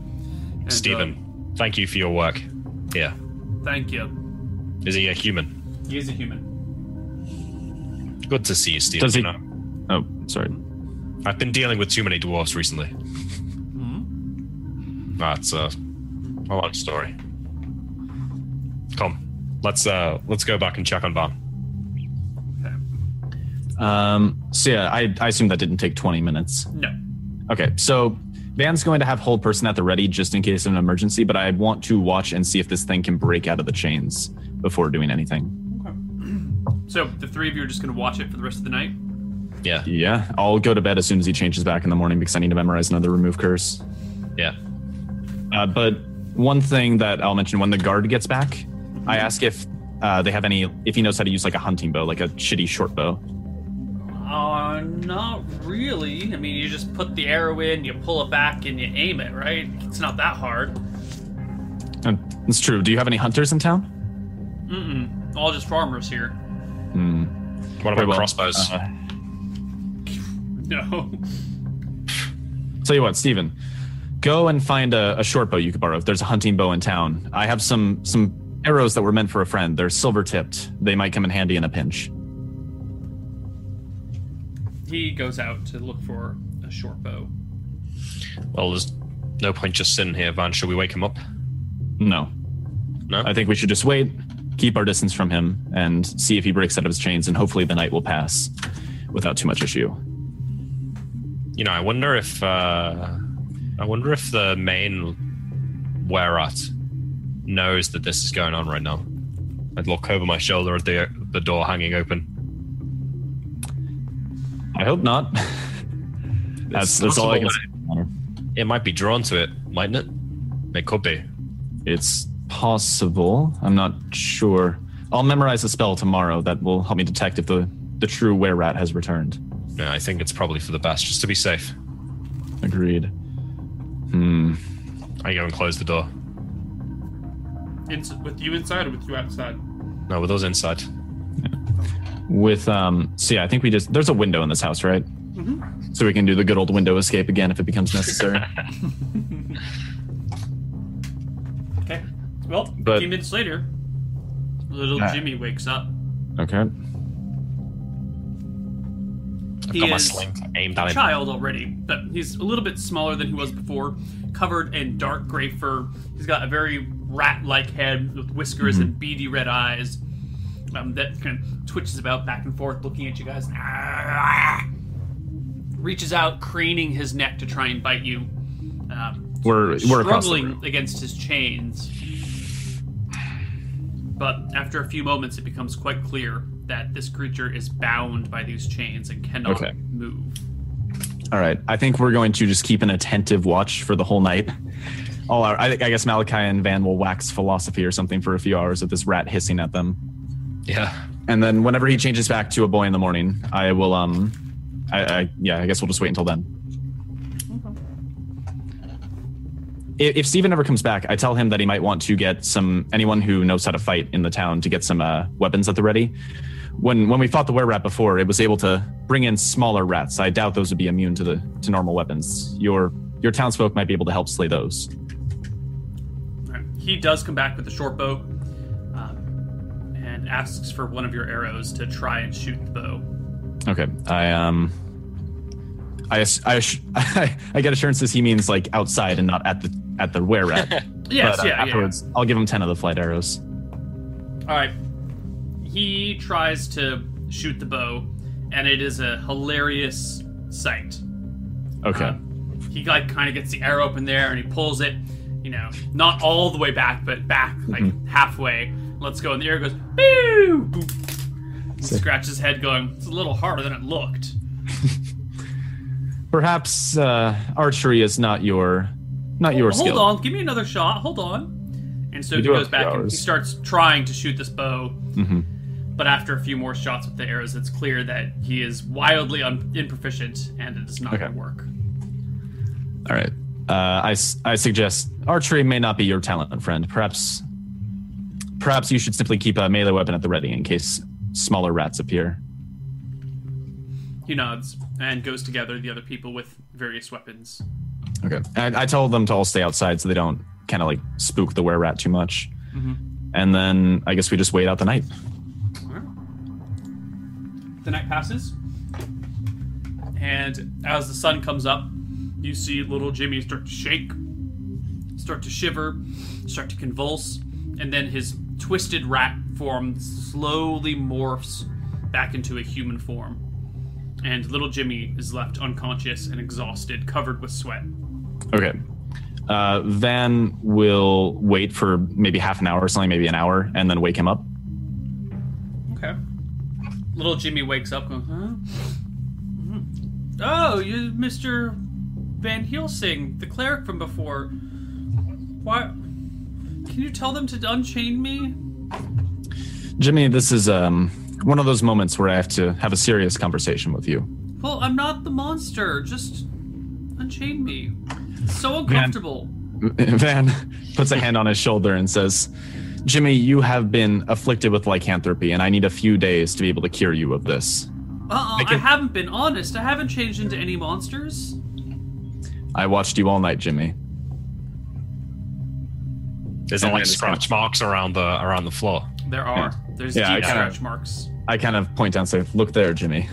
And, uh,
Stephen, thank you for your work. Here.
thank you.
Is he a human?
He is a human.
Good to see you, Stephen.
Does he-
You know,
Oh, sorry.
I've been dealing with too many dwarfs recently. That's uh, a long story. Come, let's uh, let's go back and check on Van.
Okay.
Um, so yeah, I, I assume that didn't take 20 minutes.
No.
Okay, so Van's going to have hold person at the ready just in case of an emergency, but I want to watch and see if this thing can break out of the chains before doing anything.
So the three of you are just going to watch it for the rest of the night.
Yeah,
Yeah, I'll go to bed as soon as he changes back in the morning because I need to memorize another remove curse.
yeah.
Uh, but one thing that I'll mention when the guard gets back, I ask if uh, they have any, if he knows how to use like a hunting bow, like a shitty short bow.
Uh, not really. I mean, you just put the arrow in, you pull it back, and you aim it. Right? It's not that hard.
Uh, It's true. Do you have any hunters in town?
Mm-mm. All just farmers here.
What
Very
about
well.
crossbows?
Uh,
No.
Tell you what, Steven, go and find a, a short bow you could borrow. If there's a hunting bow in town, I have some some arrows that were meant for a friend. They're silver tipped. They might come in handy in a pinch.
He goes out to look for a short bow.
Well, there's no point just sitting here, Van. Should we wake him up?
No,
No.
I think we should just wait, keep our distance from him, and see if he breaks out of his chains. And hopefully, the night will pass without too much issue.
you know, I wonder if uh, I wonder if the main we're at knows that this is going on right now. I'd look over my shoulder at the the door hanging open.
I hope not. that's that's all I can.
possible
Say.
It might be drawn to it, mightn't it? It could be.
It's possible. I'm not sure. I'll memorize a spell tomorrow that will help me detect if the the true were rat has returned.
Yeah, I think it's probably for the best, just to be safe.
Agreed. Hmm.
I go and close the door.
Ins- with you inside or with you outside?
No, with us inside.
With um. So yeah, I think we just there's a window in this house, right? So we can do the good old window escape again if it becomes necessary.
Okay. Well, a
But-
few minutes later, little
Yeah.
Jimmy wakes up.
okay.
I've
He
got my
is
sling aimed at
A
him.
child already, but he's a little bit smaller than he was before, covered in dark gray fur. He's got a very rat like head with whiskers and beady red eyes um, that kind of twitches about back and forth looking at you guys. Reaches out, craning his neck to try and bite you. Um,
We're we're across the room.
struggling against his chains. But after a few moments, it becomes quite clear that this creature is bound by these chains and cannot
Okay.
move.
All right. I think we're going to just keep an attentive watch for the whole night. All our, I, think- I guess Malachi and Van will wax philosophy or something for a few hours with this rat hissing at them,
Yeah.
and then whenever he changes back to a boy in the morning, I will um, I, I yeah, I guess we'll just wait until then. If, if Steven ever comes back, I tell him that he might want to get some anyone who knows how to fight in the town to get some uh, weapons at the ready. When when we fought the were rat before, it was able to bring in smaller rats. I doubt those would be immune to the to normal weapons. Your your townsfolk might be able to help slay those.
Alright, He does come back with a short bow um, and asks for one of your arrows to try and shoot the bow.
Okay, I um, I ass- I, ass- I, get assurances he means like outside and not at the at the where rat.
Yes,
but,
yeah,
uh,
yeah.
afterwards, I'll give him ten of the flight arrows.
All right. He tries to shoot the bow, and it is a hilarious sight.
Okay.
Uh, he like kind of gets the arrow up in there, and he pulls it. You know, not all the way back, but back like
Mm-hmm.
halfway. Let's go, and the arrow goes. Boo! Boop. He scratches his head, going, "It's a little harder than it looked."
Perhaps uh, archery is not your not your
Hold
skill.
on, give me another shot. Hold on. And so
We
he
do have
goes
two
back and he
hours.
starts trying to shoot this bow.
Mhm.
But after a few more shots with the arrows, it's clear that he is wildly un- improficient and it is not
Okay.
going to work.
All right. Uh, I, s- I suggest archery may not be your talent, friend. Perhaps perhaps you should simply keep a melee weapon at the ready in case smaller rats appear.
He nods and goes to gather the other people with various weapons.
Okay. And I tell them to all stay outside so they don't kind of like spook the were rat too much. And then I guess we just wait out the night.
The night passes, and as the sun comes up, you see little Jimmy start to shake, start to shiver, start to convulse, and then his twisted rat form slowly morphs back into a human form. And little Jimmy is left unconscious and exhausted, covered with sweat.
Okay. Uh, Van will wait for maybe half an hour or something, maybe an hour, and then wake him up.
Okay. Little Jimmy wakes up going, huh? Mhm. Oh, you Mr. Van Helsing, the cleric from before. Why? Can you tell them to unchain me?
Jimmy, this is um, one of those moments where I have to have a serious conversation with you.
Well, I'm not the monster. Just unchain me. It's so uncomfortable.
Van puts a hand on his shoulder and says, Jimmy, you have been afflicted with lycanthropy, and I need a few days to be able to cure you of this.
Uh-uh,
I
I,
can-
haven't been honest. I haven't changed into any monsters.
I watched you all night, Jimmy.
There's
Yeah, I
like
understand.
scratch marks around the around the floor.
There are. There's
Yeah, I
deep
kinda-
scratch marks.
I kind of point down and say, Look there, Jimmy.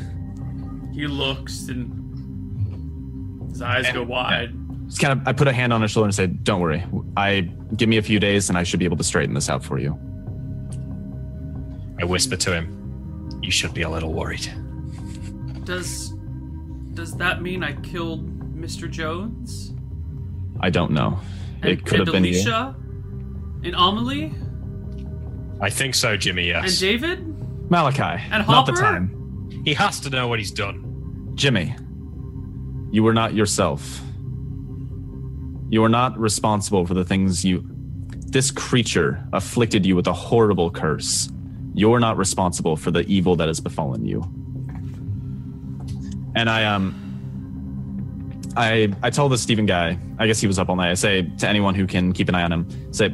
He looks and his eyes go wide.
Just kind of, I put a hand on his shoulder and said, Don't worry. I give me a few days, and I should be able to straighten this out for you.
I whisper to him, "You should be a little worried."
Does does that mean I killed Mr. Jones?
I don't know.
And,
it could
and
have been you.
Alicia? And Amelie?
I think so, Jimmy.
And
Yes,
David?
Malachi. not the
Hopper?
time.
he has to know what he's done.
Jimmy, you were not yourself. You are not responsible for the things you. This creature afflicted you with a horrible curse. You're not responsible for the evil that has befallen you. And I um. I I tell the Stephen guy. I guess he was up all night. I say to anyone who can keep an eye on him. Say.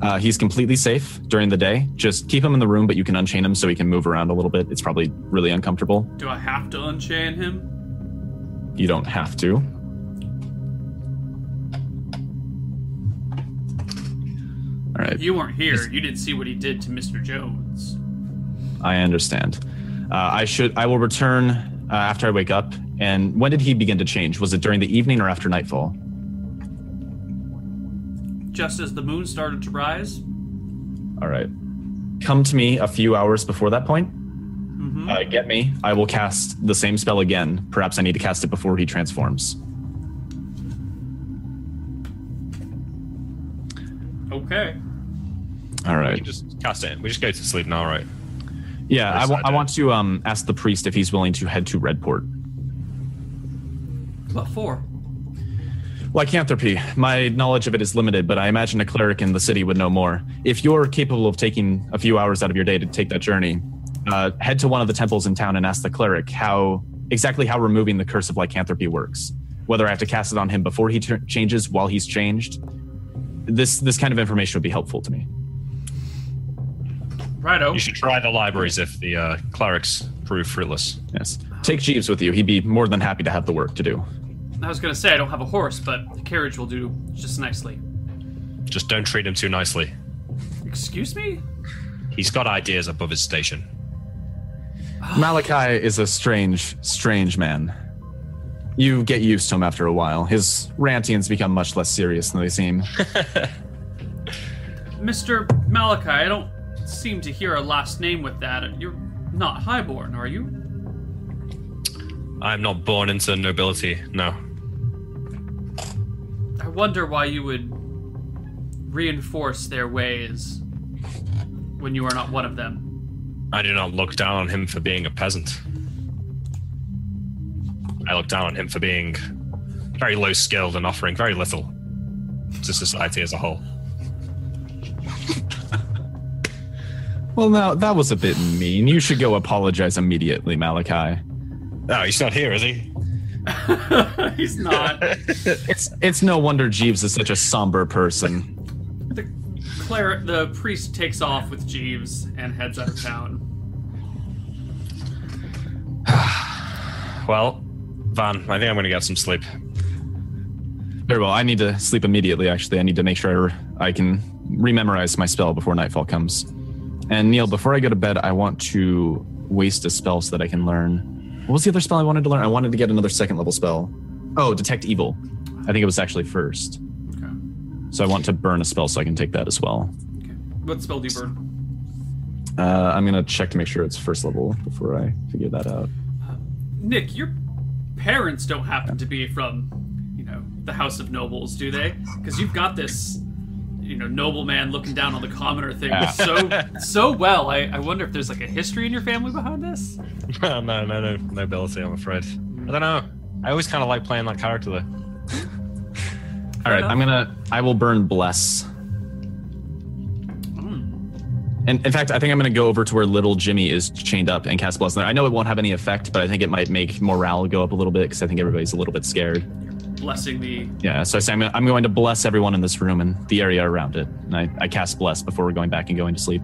Uh, he's completely safe during the day. Just keep him in the room, but you can unchain him so he can move around a little bit. It's probably really uncomfortable.
Do I have to unchain him?
You don't have to. All right,
You weren't here. You didn't see what he did to Mr. Jones.
I understand. Uh, I should. I will return uh, after I wake up. And when did he begin to change? Was it during the evening or after nightfall?
Just as the moon started to rise,
All right. Come to me a few hours before that point. Uh, get me. I will cast the same spell again. Perhaps I need to cast it before he transforms.
okay.
All
We
right.
can just cast it. We just go to sleep now, right?
Yeah, I, wa-
Yes, I
I
do.
want to um, ask the priest if he's willing to head to Redport.
What for?
Lycanthropy. My knowledge of it is limited, but I imagine a cleric in the city would know more. If you're capable of taking a few hours out of your day to take that journey, uh, head to one of the temples in town and ask the cleric how exactly how removing the curse of lycanthropy works. Whether I have to cast it on him before he tur changes, while he's changed. This this kind of information would be helpful to me.
Righto.
You should try the libraries if the uh, clerics prove fruitless.
Yes. Take Jeeves with you. He'd be more than happy to have the work to do.
I was gonna say I don't have a horse, but a carriage will do just nicely.
Just don't treat him too nicely.
Excuse me?
He's got ideas above his station.
Malachi is a strange, strange man. You get used to him after a while. His rantings become much less serious than they seem.
Mr. Malachi, I don't seem to hear a last name with that. You're not highborn, are you?
I'm not born into nobility. No.
I wonder why you would reinforce their ways when you are not one of them.
I do not look down on him for being a peasant. I look down on him for being very low skilled and offering very little to society as a whole.
Well, now that was a bit mean. You should go apologize immediately, Malachi.
No, he's not here, is he?
He's not.
It's it's no wonder Jeeves is such a somber person.
the cleric, the priest takes off with Jeeves and heads out of town.
Well, Van, I think I'm going to get some sleep.
Very well. I need to sleep immediately. Actually, I need to make sure I can rememorize my spell before nightfall comes. And Neil, before I go to bed, I want to waste a spell so that I can learn. What was the other spell I wanted to learn? I wanted to get another second level spell. Oh, detect evil. I think it was actually first.
Okay.
So I want to burn a spell so I can take that as well.
okay. What spell do you burn?
Uh, I'm gonna check to make sure it's first level before I figure that out.
Nick, your parents don't happen to be from, you know, the House of Nobles, do they? Because you've got this, you know, nobleman looking down on the commoner thing
Yeah.
so so well. I, I wonder if there's like a history in your family behind this.
no, no, no nobility, I'm afraid. I don't know. I always kind of like playing that character, though.
All right,
enough.
I'm gonna. I will burn bless. And in fact, I think I'm gonna go over to where little Jimmy is chained up and cast bless on there. I know it won't have any effect, but I think it might make morale go up a little bit because I think everybody's a little bit scared.
Blessing the
Yeah, so I say I'm, I'm going to bless everyone in this room and the area around it, and I, I cast bless before we're going back and going to sleep.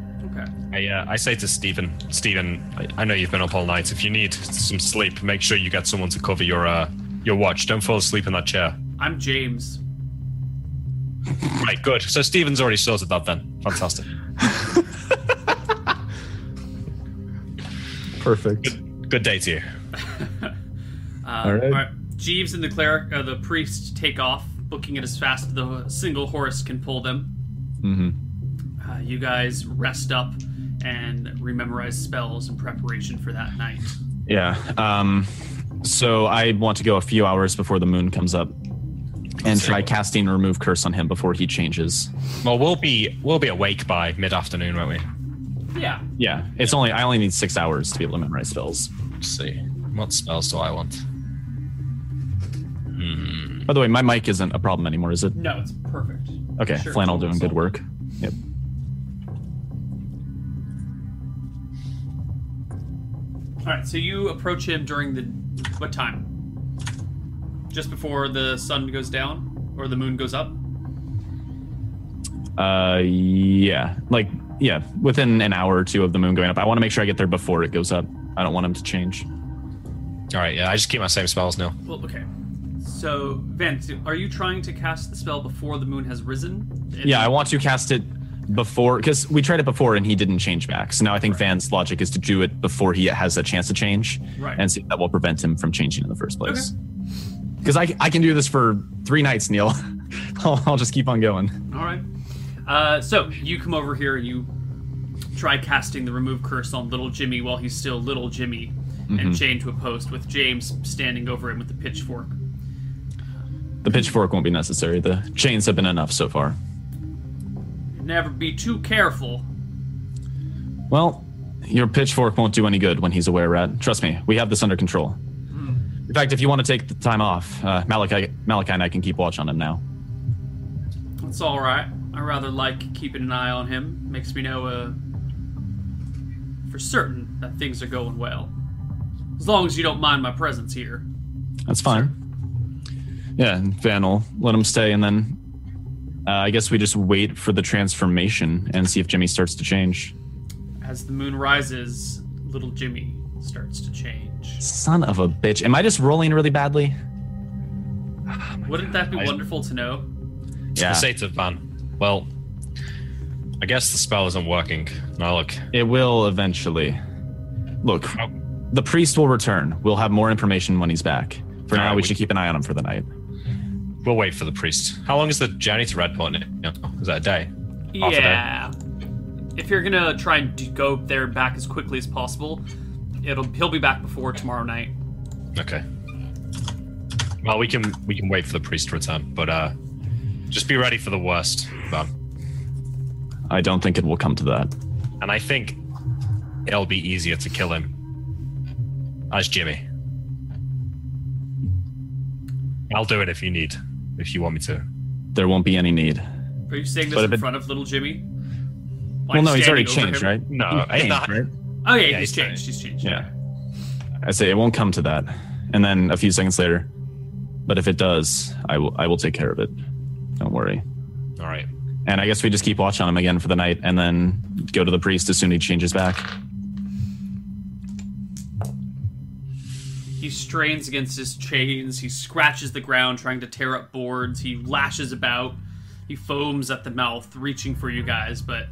okay.
I, uh, I say to Stephen, Stephen, I, I know you've been up all night. If you need some sleep, make sure you get someone to cover your uh, your watch. Don't fall asleep in that chair.
I'm James.
Right, good. So Stephen's already sorted that then. Fantastic.
Perfect.
good day to you.
Um,
All right.
Jeeves and the cleric, uh, the priest, take off, booking it as fast as the single horse can pull them.
Mm-hmm.
Uh, you guys rest up and rememorize spells in preparation for that night.
Yeah. Um, so I want to go a few hours before the moon comes up, and try casting remove curse on him before he changes.
Well, we'll be we'll be awake by mid afternoon, won't we?
Yeah.
Yeah, it's only I only need six hours to be able to memorize spells.
Let's see. What spells do I want?
By the way, my mic isn't a problem anymore, is it?
No, it's perfect.
Okay,
Sure,
flannel doing
totally
good
solid.
work. Yep.
All right, so you approach him during the what time? Just before the sun goes down or the moon goes up.
Uh, yeah, like yeah, within an hour or two of the moon going up, I want to make sure I get there before it goes up. I don't want him to change.
All right, yeah, I just keep my same spells now.
Well, okay. So, Van, are you trying to cast the spell before the moon has risen?
Yeah, I want to cast it before because we tried it before and he didn't change back. So now I think Van's logic is to do it before he has a chance to change,
Right.
and see if that will prevent him from changing in the first place. Because I I can do this for three nights, Neil. I'll, I'll just keep on going.
All right. Uh, so you come over here and you try casting the remove curse on little Jimmy while he's still little Jimmy and chained to a post with James standing over him with a pitchfork.
The pitchfork won't be necessary. The chains have been enough so far.
Never be too careful.
Well, your pitchfork won't do any good when he's aware, Rat. Trust me, we have this under control. In fact, if you want to take the time off, uh, Malachi, Malachi and I can keep watch on him now.
It's all right. I rather like keeping an eye on him. Makes me know uh, for certain that things are going well. As long as you don't mind my presence here.
That's fine. Yeah, and Van will let him stay, and then uh, I guess we just wait for the transformation and see if Jimmy starts to change.
As the moon rises, little Jimmy starts to change.
Son of a bitch. Am I just rolling really badly?
Wouldn't that be
I-
wonderful to know?
I say to Van, well, I guess the spell isn't working. Now look,
It will eventually. Look,
Oh.
the priest will return. We'll have more information when he's back. For now,
Alright,
we
we-
should keep an eye on him for the night.
We'll wait for the priest. How long is the journey to Redport? now? Is that a day? Half a day.
Yeah. If you're gonna try and d- go there and back as quickly as possible, it'll he'll be back before tomorrow night.
Okay. Well, we can we can wait for the priest to return, but uh, just be ready for the worst. Um,
I don't think it will come to that.
and I think it'll be easier to kill him as Jimmy. I'll do it if you need, if you want me to.
There won't be any need.
Are you saying this
But if
in
it-
front of little Jimmy?
well, no, he's already
standing over
changed,
him?
right?
No,
He's
he's not.
changed, right?
Oh yeah,
Yeah,
he's
he's standing.
changed. He's changed.
Yeah. I say it won't come to that. And then a few seconds later, but if it does, I will I will take care of it. Don't worry.
All right.
And I guess we just keep watch on him again for the night and then go to the priest as soon as he changes back.
He strains against his chains. He scratches the ground, trying to tear up boards. He lashes about. He foams at the mouth, reaching for you guys, but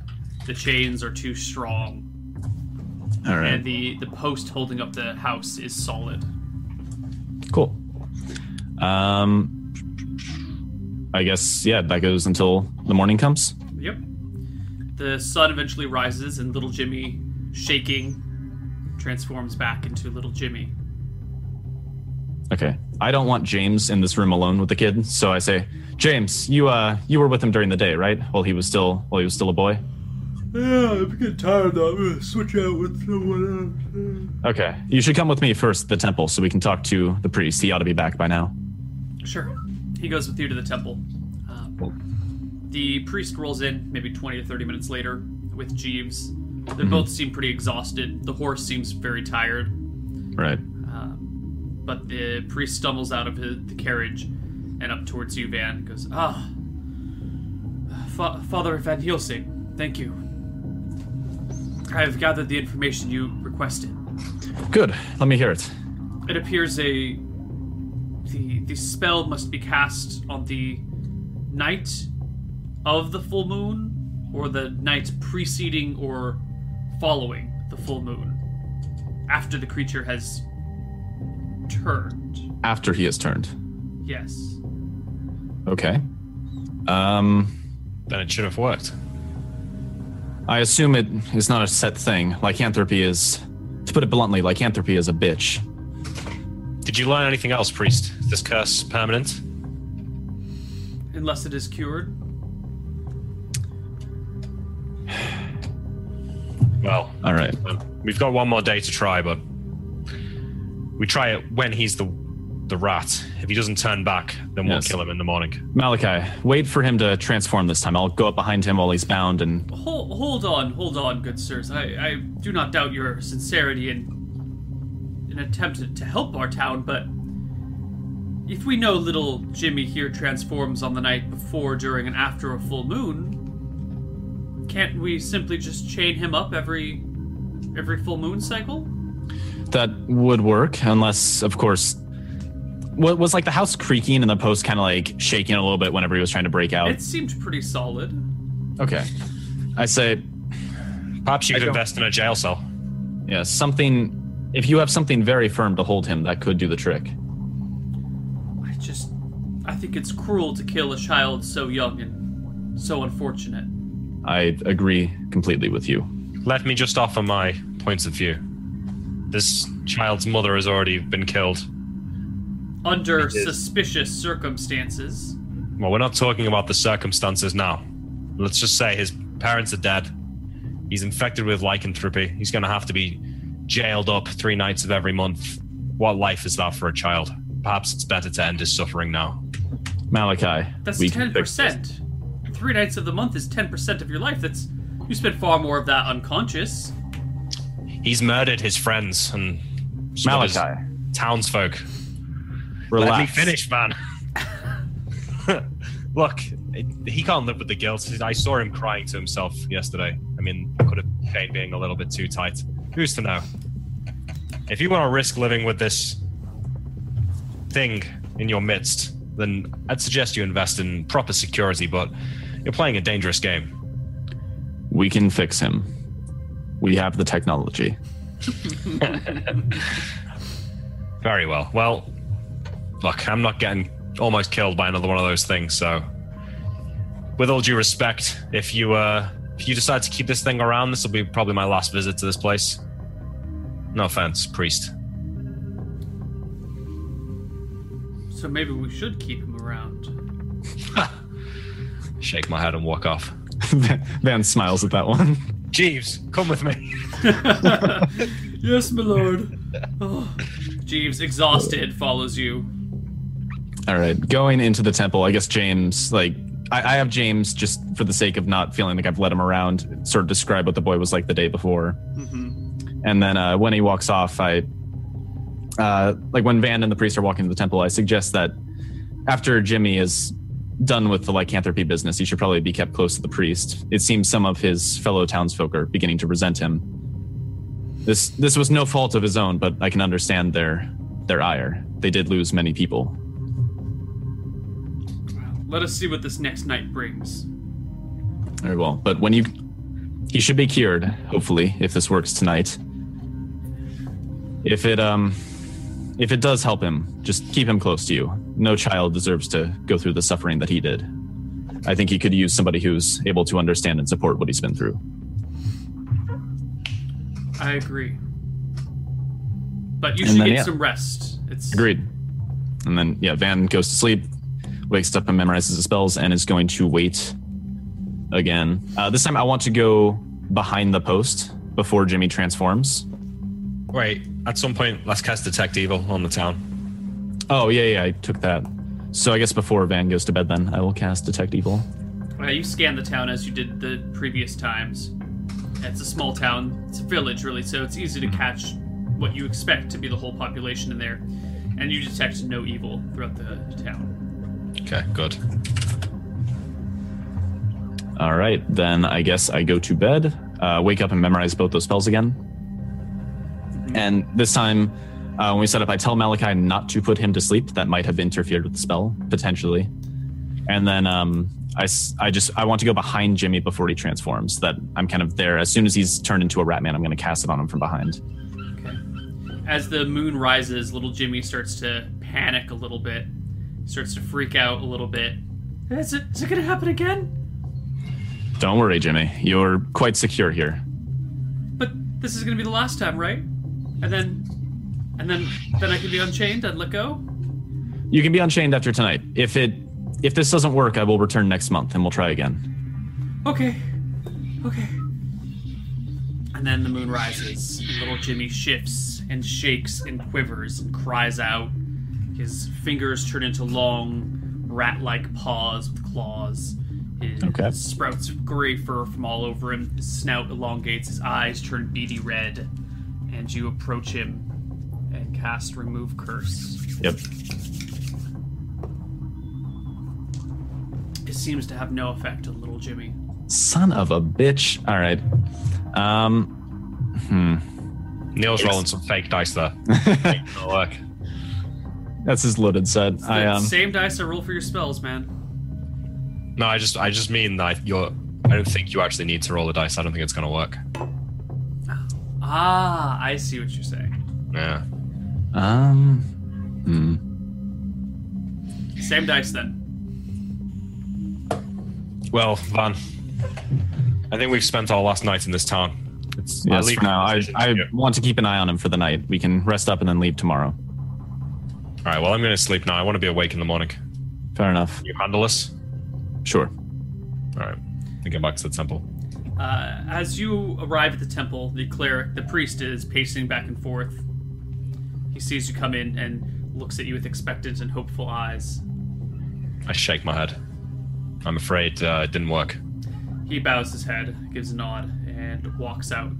the chains are too strong,
All right.
and the the post holding up the house is solid.
Cool. Um, I guess yeah, that goes until the morning comes.
Yep. The sun eventually rises, and little Jimmy, shaking, transforms back into little Jimmy.
Okay. I don't want James in this room alone with the kid, so I say, James, you uh, you were with him during the day, right? While he was still while he was still a boy.
Yeah, I'm getting tired now. I'm gonna switch out with someone else.
Okay. You should come with me first to the temple so we can talk to the priest. He ought to be back by now.
Sure. He goes with you to the temple. Um, the priest rolls in maybe 20 to 30 minutes later with Jeeves. They both seem pretty exhausted. The horse seems very tired,
Right.
Um, but the priest stumbles out of his, the carriage and up towards you, Van. and Goes, ah, Fa- Father Van Helsing, thank you. I have gathered the information you requested.
Good. Let me hear it.
It appears a the the spell must be cast on the night of the full moon or the night preceding or following the full moon after the creature has turned.
After he has turned.
Yes.
Okay. Um.
Then it should have worked.
I assume it is not a set thing. Lycanthropy is, to put it bluntly, lycanthropy is a bitch.
Did you learn anything else, priest? Is this curse permanent?
Unless it is cured.
Well,
All right.
Um, We've got one more day to try, but we try it when he's the the rat. If he doesn't turn back, then we'll
Yes.
kill him in the morning.
Malachi, wait for him to transform this time. I'll go up behind him while he's bound and.
Hold, hold on, hold on, good sirs. I, I do not doubt your sincerity in an attempt to, to help our town, but if we know little Jimmy here transforms on the night before, during, and after a full moon, can't we simply just chain him up every every full moon cycle?
That would work, unless, of course. What was like the house creaking and the post kind of like shaking a little bit whenever he was trying to break out?
It seemed pretty solid.
okay. I say,
Perhaps you
I
could
don't-
invest in a jail cell.
yeah, something. If you have something very firm to hold him, that could do the trick.
I just. I think it's cruel to kill a child so young and so unfortunate.
I agree completely with you.
Let me just offer my points of view. This child's mother has already been killed.
Under
is.
suspicious circumstances.
Well, we're not talking about the circumstances now. Let's just say his parents are dead. He's infected with lycanthropy. He's going to have to be jailed up three nights of every month. What life is that for a child? Perhaps it's better to end his suffering now.
Malachi,
That's
we can
ten
fix this.
percent. Three nights of the month is ten percent of your life. That's you spend far more of that unconscious.
He's murdered his friends and some of his
Malachi,
townsfolk.
relax.
Let me finish, man. Look, it, he can't live with the guilt. I saw him crying to himself yesterday. I mean, I could have chain being a little bit too tight. Who's to know? If you want to risk living with this thing in your midst, then I'd suggest you invest in proper security, but you're playing a dangerous game.
We can fix him. We have the technology.
Very well. Well, look, I'm not getting almost killed by another one of those things. So, with all due respect, if you uh, if you decide to keep this thing around, this will be probably my last visit to this place. No offense, priest.
So maybe we should keep him around.
Shake my head and walk off.
Van smiles at that one.
Jeeves, come with me.
yes, my lord. Oh. Jeeves, exhausted, follows you.
All right, going into the temple. I guess James, like, I, I have James just for the sake of not feeling like I've led him around. Sort of describe what the boy was like the day before,
Mm-hmm.
and then uh, when he walks off, I, uh, like, when Van and the priest are walking to the temple, I suggest that after Jimmy is done with the lycanthropy business, he should probably be kept close to the priest. It seems some of his fellow townsfolk are beginning to resent him. This this was no fault of his own, but I can understand their their ire. They did lose many people.
Let us see what this next night brings.
Very well. But when you. He should be cured, hopefully, if this works tonight. If it, um. If it does help him, just keep him close to you. No child deserves to go through the suffering that he did. I think he could use somebody who's able to understand and support what he's been through.
I agree. But you
And
should
then,
get
yeah.
some rest. It's
Agreed. And then, yeah, Van goes to sleep, wakes up and memorizes the spells, and is going to wait again. Uh, this time, I want to go behind the post before Jimmy transforms.
Wait, at some point, let's cast Detect Evil on the town.
Oh, yeah, yeah, I took that. So I guess before Van goes to bed, then I will cast Detect Evil.
Uh, you scan the town as you did the previous times. It's a small town. It's a village, really, so it's easy to catch what you expect to be the whole population in there. And you detect no evil throughout the town.
Okay, good.
All right, then I guess I go to bed, uh, wake up, and memorize both those spells again. And this time, uh, when we set up, I tell Malachi not to put him to sleep. That might have interfered with the spell potentially. And then um, I, s- I just I want to go behind Jimmy before he transforms. That I'm kind of there as soon as he's turned into a rat man. I'm going to cast it on him from behind.
Okay. As the moon rises, little Jimmy starts to panic a little bit. He starts to freak out a little bit. Is it, is it gonna happen again?
Don't worry, Jimmy. You're quite secure here.
But this is gonna be the last time, right? And then, and then, then I can be unchained and let go.
You can be unchained after tonight. If it if this doesn't work, I will return next month and we'll try again.
Okay. Okay. And then the moon rises. and Little Jimmy shifts and shakes and quivers and cries out. His fingers turn into long, rat like paws with claws. His
Okay.
sprouts of gray fur from all over him. His snout elongates. His eyes turn beady red. And you approach him and cast Remove Curse.
Yep.
It seems to have no effect on little Jimmy.
Son of a bitch. All right. Um,
Neil's rolling some fake dice there. It'll work.
that's his loaded set. I
The
um,
Same dice I roll for your spells, man.
No, I just I just mean that you're. I don't think you actually need to roll the dice. I don't think it's gonna work.
Ah, I see what you're saying.
Yeah.
um, hmm.
Same dice then.
Well, Van, I think we've spent our last night in this town. It's I
yes,
leave
for now. I,
decision to
I
you.
want to keep an eye on him for the night. We can rest up and then leave tomorrow.
All right. Well, I'm gonna sleep now. I want to be awake in the morning. Can
Fair enough.
you handle us?
Sure.
All right. I get back to the temple.
Uh, as you arrive at the temple, the cleric, the priest, is pacing back and forth. He sees you come in and looks at you with expectant and hopeful eyes.
I shake my head. I'm afraid uh, it didn't work.
He bows his head, gives a nod, and walks out.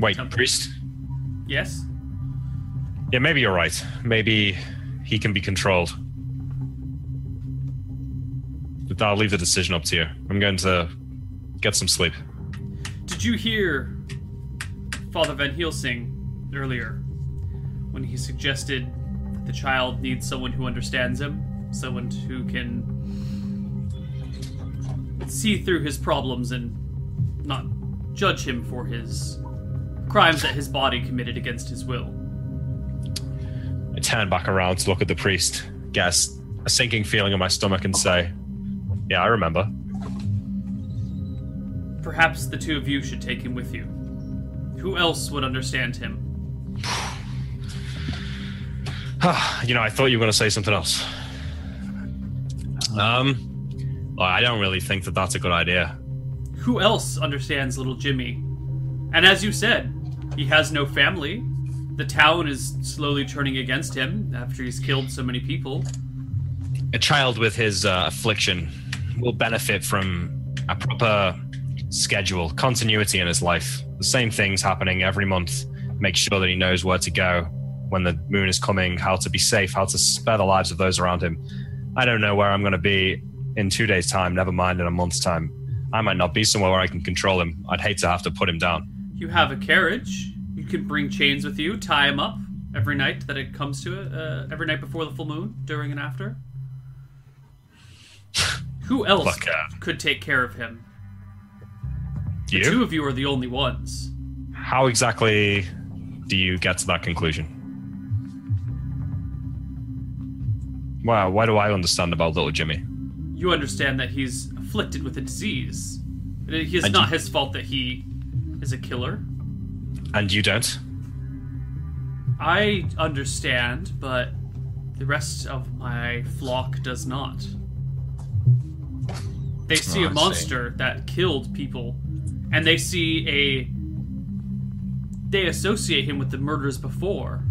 Wait,
Temple.
priest.
Yes?
Yeah, maybe you're right. Maybe he can be controlled. But I'll leave the decision up to you. I'm going to get some sleep.
Did you hear Father Van Helsing earlier when he suggested that the child needs someone who understands him, someone who can see through his problems and not judge him for his crimes that his body committed against his will?
I turn back around to look at the priest, guess, a sinking feeling in my stomach and say, Yeah, I remember.
Perhaps the two of you should take him with you. Who else would understand him?
You know, I thought you were going to say something else. Um, I don't really think that that's a good idea.
Who else understands little Jimmy? And as you said, he has no family. The town is slowly turning against him after he's killed so many people.
a child with his uh, affliction will benefit from a proper schedule, continuity in his life. The same things happening every month. Make sure that he knows where to go when the moon is coming, how to be safe, how to spare the lives of those around him. I don't know where I'm going to be in two days' time, never mind in a month's time. I might not be somewhere where I can control him. I'd hate to have to put him down.
You have a carriage. You can bring chains with you, tie him up every night that it comes to it, uh, every night before the full moon, during and after. Who else
Fuck, uh,
could take care of him? The two
You?
of you are the only ones.
How exactly do you get to that conclusion? Wow, why do I understand about little Jimmy?
You understand that he's afflicted with a disease. It is
And
not
you-
his fault that he is a killer.
And you don't?
I understand, but the rest of my flock does not. They see
Oh, I
a
see.
monster that killed people, and they see a. They associate him with the murders before.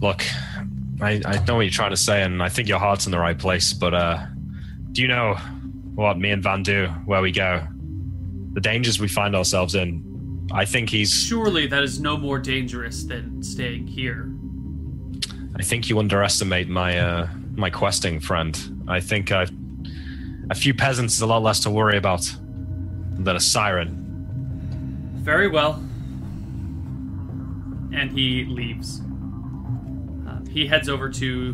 Look, I, I know what you're trying to say, and I think your heart's in the right place, but uh, do you know what me and Van do, where we go? The dangers we find ourselves in. I think he's.
Surely that is no more dangerous than staying here.
I think you underestimate my uh, my questing friend. I think I've, a few peasants is a lot less to worry about than a siren.
Very well. And he leaves. Uh, he heads over to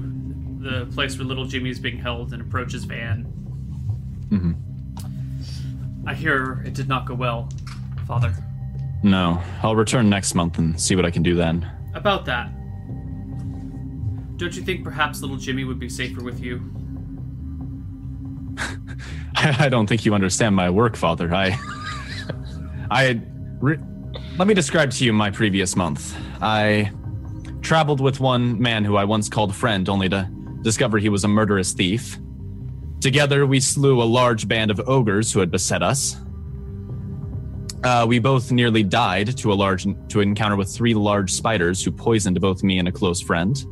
the place where little Jimmy is being held and approaches Van. I hear it did not go well, Father.
No, I'll return next month and see what I can do then.
About that, don't you think perhaps little Jimmy would be safer with you?
I, I don't think you understand my work, Father. I, I, re, let me describe to you my previous month. I traveled with one man who I once called friend, only to discover he was a murderous thief. Together, we slew a large band of ogres who had beset us. Uh, we both nearly died to a large to an encounter with three large spiders who poisoned both me and a close friend.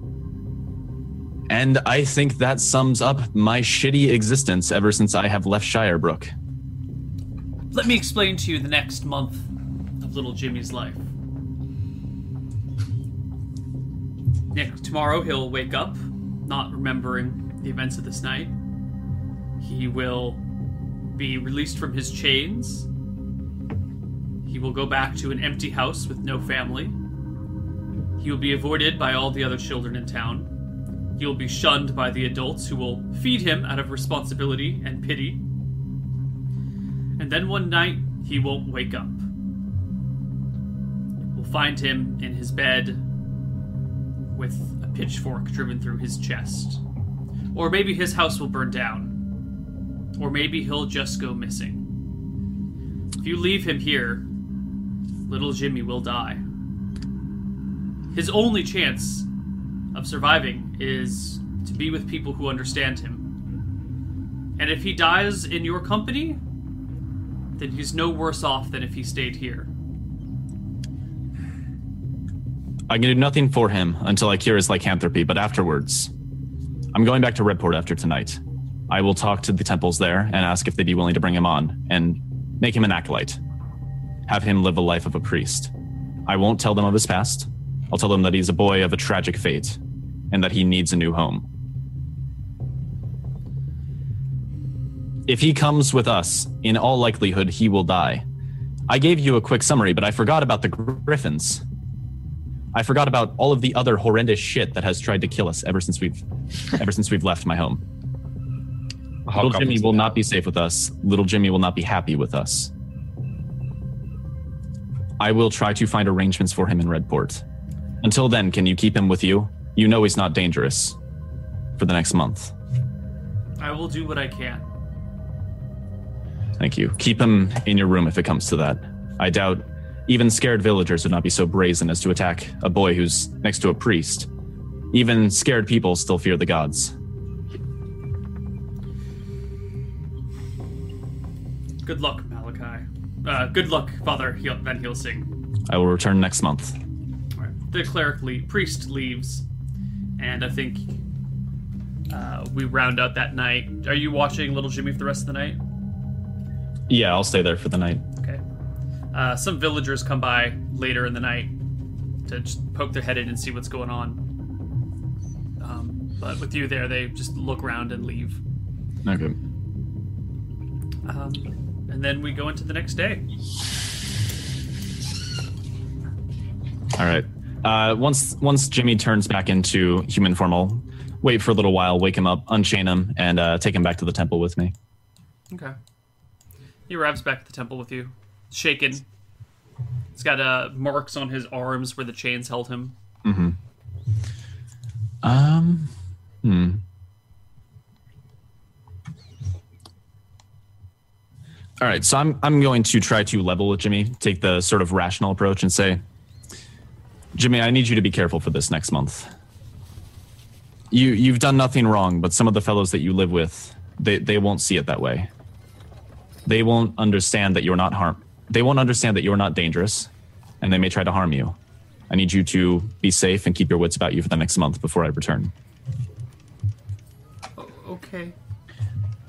And I think that sums up my shitty existence ever since I have left Shirebrook.
Let me explain to you the next month of little Jimmy's life. Next, tomorrow he'll wake up, not remembering the events of this night. He will be released from his chains. He will go back to an empty house with no family. He will be avoided by all the other children in town. He will be shunned by the adults who will feed him out of responsibility and pity and then one night he won't wake up. We'll find him in his bed with a pitchfork driven through his chest. Or maybe his house will burn down. Or maybe he'll just go missing. If you leave him here, little Jimmy will die. His only chance of surviving is to be with people who understand him. And if he dies in your company, then he's no worse off than if he stayed here.
I can do nothing for him until I cure his lycanthropy, but afterwards, I'm going back to Redport after tonight. I will talk to the temples there and ask if they'd be willing to bring him on and make him an acolyte. Have him live a life of a priest. I won't tell them of his past. I'll tell them that he's a boy of a tragic fate and that he needs a new home. If he comes with us, in all likelihood, he will die. I gave you a quick summary, but I forgot about the griffins. I forgot about all of the other horrendous shit that has tried to kill us ever since we've ever since we've left my home. Little Jimmy will not be safe with us. Little Jimmy will not be happy with us. I will try to find arrangements for him in Redport. Until then, can you keep him with you? You know he's not dangerous for the next month.
I will do what I can.
Thank you. Keep him in your room if it comes to that. I doubt even scared villagers would not be so brazen as to attack a boy who's next to a priest. Even scared people still fear the gods.
Good luck, Malachi. Uh, good luck, Father. He'll, then he'll sing.
I will return next month.
All right. The cleric le- priest leaves, and I think uh, we round out that night. Are you watching Little Jimmy for the rest of the night?
Yeah, I'll stay there for the night.
Okay. Uh, some villagers come by later in the night to just poke their head in and see what's going on. Um, but with you there, they just look around and leave.
Okay.
Um, and then we go into the next day.
All right. Uh, once once Jimmy turns back into human form, I'll wait for a little while, wake him up, unchain him, and uh, take him back to the temple with me.
Okay. He arrives back at the temple with you, shaken. He's got uh, marks on his arms where the chains held him.
Um, hmm. All right, so I'm I'm going to try to level with Jimmy, take the sort of rational approach, and say, Jimmy, I need you to be careful for this next month. You you've done nothing wrong, but some of the fellows that you live with, they they won't see it that way. They won't understand that you're not harm. They won't understand that you're not dangerous, and they may try to harm you. I need you to be safe and keep your wits about you for the next month before I return.
Okay.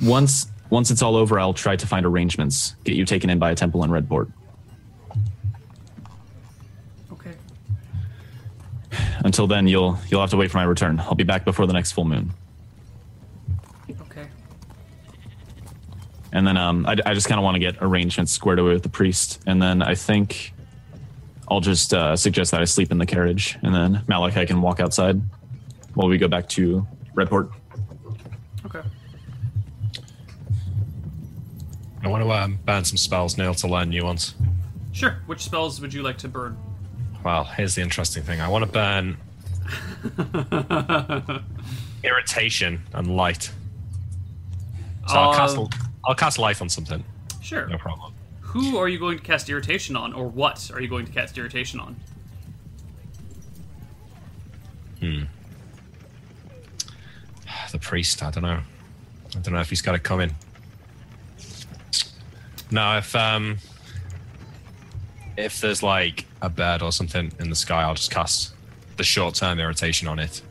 Once once it's all over, I'll try to find arrangements, get you taken in by a temple in Redport.
Okay.
Until then, you'll you'll have to wait for my return. I'll be back before the next full moon.
Okay.
And then um, I, I just kind of want to get arrangements squared away with the priest. And then I think I'll just uh, suggest that I sleep in the carriage. And then Malachi can walk outside while we go back to Redport.
Okay.
I want to um, burn some spells, Neil, to learn new ones.
Sure. Which spells would you like to burn?
Well, here's the interesting thing. I want to burn irritation and light. So I'll, cast,
Um,
I'll cast light on something.
Sure.
No problem.
Who are you going to cast irritation on, or what are you going to cast irritation on?
The priest, I don't know. I don't know if he's got to come in. No, if um, if there's like a bird or something in the sky, I'll just cast the short-term irritation on it.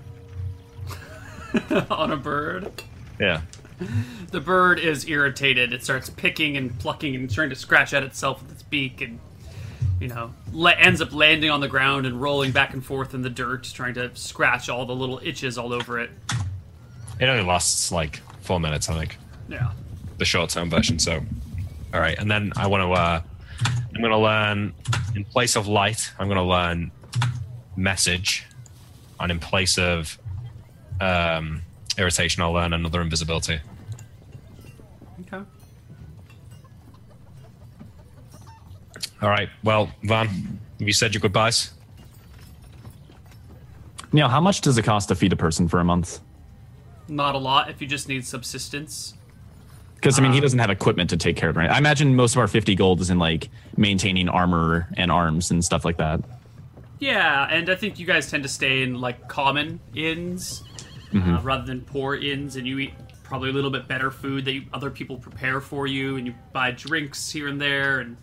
on a bird?
Yeah.
The bird is irritated. It starts picking and plucking and trying to scratch at itself with its beak and, you know, la- ends up landing on the ground and rolling back and forth in the dirt, trying to scratch all the little itches all over it.
It only lasts like four minutes, I think.
Yeah.
the short term version. So, all right, and then I want to. Uh, I'm going to learn in place of light. I'm going to learn message, and in place of um, irritation, I'll learn another invisibility.
Okay.
All right. Well, Van, have you said your goodbyes?
Neil, how much does it cost to feed a person for a month?
Not a lot if you just need subsistence.
Because I mean,
Uh-huh.
he doesn't have equipment to take care of. Right? I imagine most of our fifty gold is in like maintaining armor and arms and stuff like that.
Yeah, and I think you guys tend to stay in like common inns uh, rather than poor inns, and you eat probably a little bit better food that you, other people prepare for you, and you buy drinks here and there, and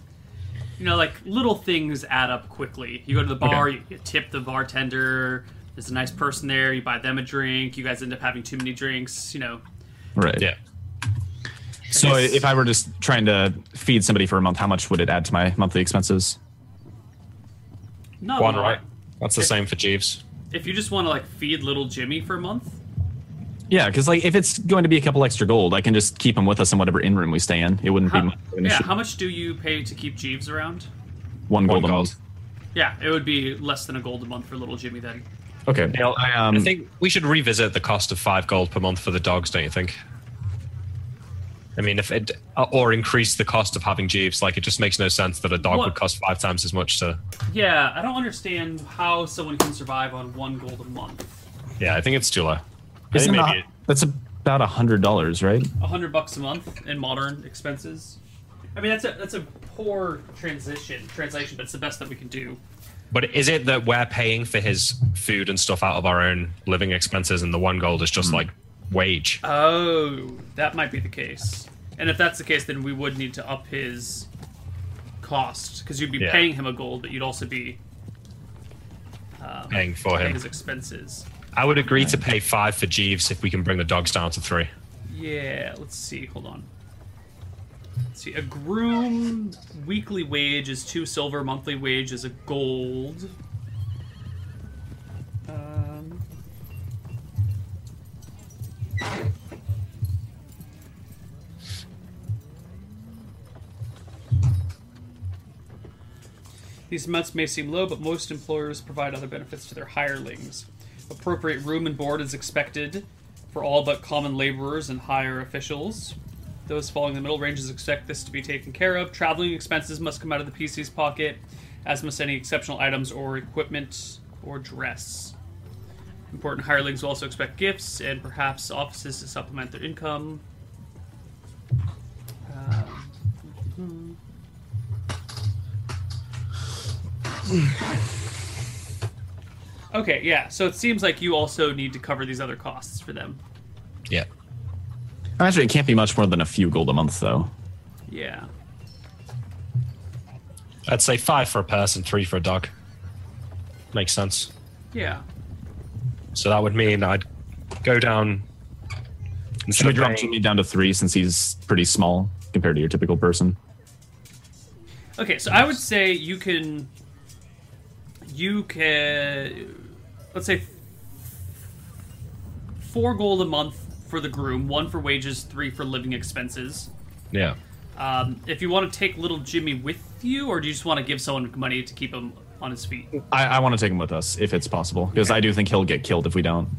you know, like little things add up quickly. You go to the bar, you, you tip the bartender. There's a nice person there. You buy them a drink. You guys end up having too many drinks. You know,
Right.
Yeah.
So
Yes.
if I were just trying to feed somebody for a month, how much would it add to my monthly expenses?
not a
One
lot.
right. That's the same for Jeeves.
If you just want to like feed little Jimmy for a month,
Yeah, because like if it's going to be a couple extra gold, I can just keep him with us in whatever in room we stay in. It wouldn't
how-
be much of an
yeah.
issue.
How much do you pay to keep Jeeves around?
one gold a
One
month.
Yeah, it would be less than a gold a month for little Jimmy then.
Okay.
Neil,
I, um,
I think we should revisit the cost of five gold per month for the dogs, don't you think? I mean, if it or increase the cost of having Jeeves, like it just makes no sense that a dog
What?
would cost five times as much to
Yeah, I don't understand how someone can survive on one gold a month.
Yeah, I think it's too low. I
Isn't
think maybe
that-
it,
that's about a hundred dollars, right?
A hundred bucks a month in modern expenses. I mean, that's a that's a poor transition translation, but it's the best that we can do.
but is it that we're paying for his food and stuff out of our own living expenses, and the one gold is just like wage?
Oh, that might be the case. And if that's the case, then we would need to up his cost because you'd be
Yeah.
paying him a gold, but you'd also be um,
Paying for
paying
him.
his expenses.
I would agree to pay five for Jeeves if we can bring the dogs down to three.
Yeah, let's see. Hold on. Let's see. A groom weekly wage is two silver. Monthly wage is a gold. Um, These amounts may seem low, but most employers provide other benefits to their hirelings. Appropriate room and board is expected for all but common laborers and higher officials. Those falling in the middle ranges expect this to be taken care of. Traveling expenses must come out of the PC's pocket, as must any exceptional items or equipment or dress. Important hirelings will also expect gifts and perhaps offices to supplement their income. Um, Okay, yeah. So it seems like you also need to cover these other costs for them.
Yeah.
Actually, it can't be much more than a few gold a month, though.
Yeah.
I'd say five for a person, three for a dog. Makes sense.
Yeah.
So that would mean I'd go down.
Should we
instead
drop
of paying-
Jimmy down to three since he's pretty small compared to your typical person?
Okay, so I would say you can. You can. Let's say four gold a month for the groom, one for wages, three for living expenses.
Yeah.
Um, if you want to take little Jimmy with you, or do you just want to give someone money to keep him on his feet? Uh,
I, I want to take him with us if it's possible because I do think he'll get killed if we don't.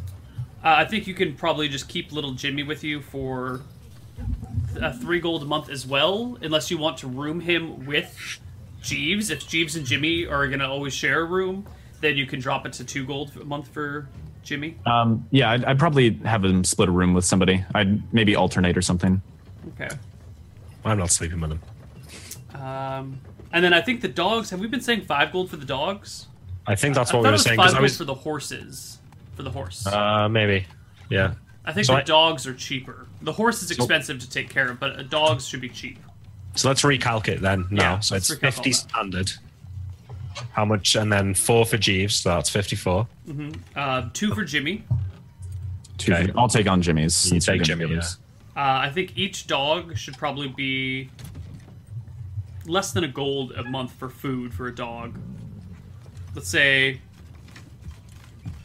Uh, I think you can probably just keep little Jimmy with you for uh, three gold a month as well, unless you want to room him with Jeeves. If Jeeves and Jimmy are going to always share a room, then you can drop it to two gold a month for Jimmy.
Uh.
Um, yeah, I'd, I'd probably have him split a room with somebody. I'd maybe alternate or something.
Okay.
I'm not sleeping with them.
Um, and then I think the dogs. Have we been saying five gold for the dogs?
I think that's
I thought
what we
it
were
was
saying.
five
Because
gold
I was.
for the horses. For the horse.
Uh, maybe. Yeah.
I think
so
the
I-
dogs are cheaper. The horse is expensive to take care of, but uh, dogs should be cheap.
So let's recalc it then now.
Yeah,
so
let's
it's
recalc all
50
that.
standard. How much? And then four for Jeeves. So that's 54.
Uh, two for Jimmy.
Two-
Okay.
I'll take on Jimmy's.
You
since we're
take
gonna
Jimmy.
be
Yeah.
others.
Uh, I think each dog should probably be less than a gold a month for food for a dog. Let's say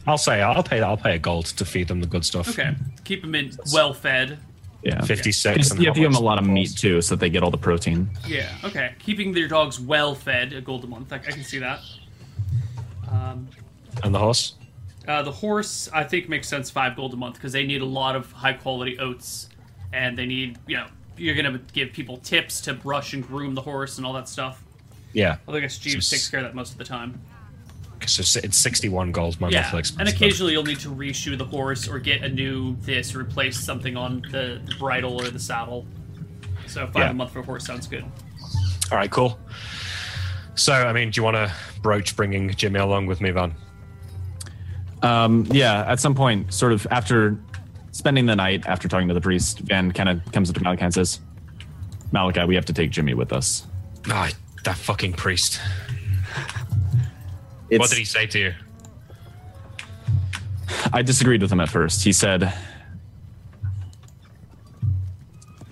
I'll say I'll pay. I'll pay a gold to feed them the good stuff.
okay, keep them in well fed.
Yeah.
56.
Because
and
You
how
have to give
much
them a lot of
balls?
meat too, so that they get all the protein.
Yeah, okay, keeping their dogs well fed a gold a month. I, I can see that. Um,
And the horse.
uh, the horse I think makes sense five gold a month because they need a lot of high quality oats, and they need you know you're gonna give people tips to brush and groom the horse and all that stuff.
Yeah.
Although I guess Jeeves
Just-
takes care of that most of the time.
So s- it's 61 gold my
Yeah,
monthly expense.
and
then.
occasionally you'll need to reshoe the horse or get a new this, replace something on the bridle or the saddle. So five
Yeah.
a month for a horse sounds good.
All right. Cool. So I mean, do you want to broach bringing Jimmy along with me, Van?
Um, yeah, at some point, sort of after spending the night, after talking to the priest, Van kind of comes up to Malachi and says, Malachi, we have to take Jimmy with us.
Ah, that fucking priest. What
It's-
did he say to you?
I disagreed with him at first. He said,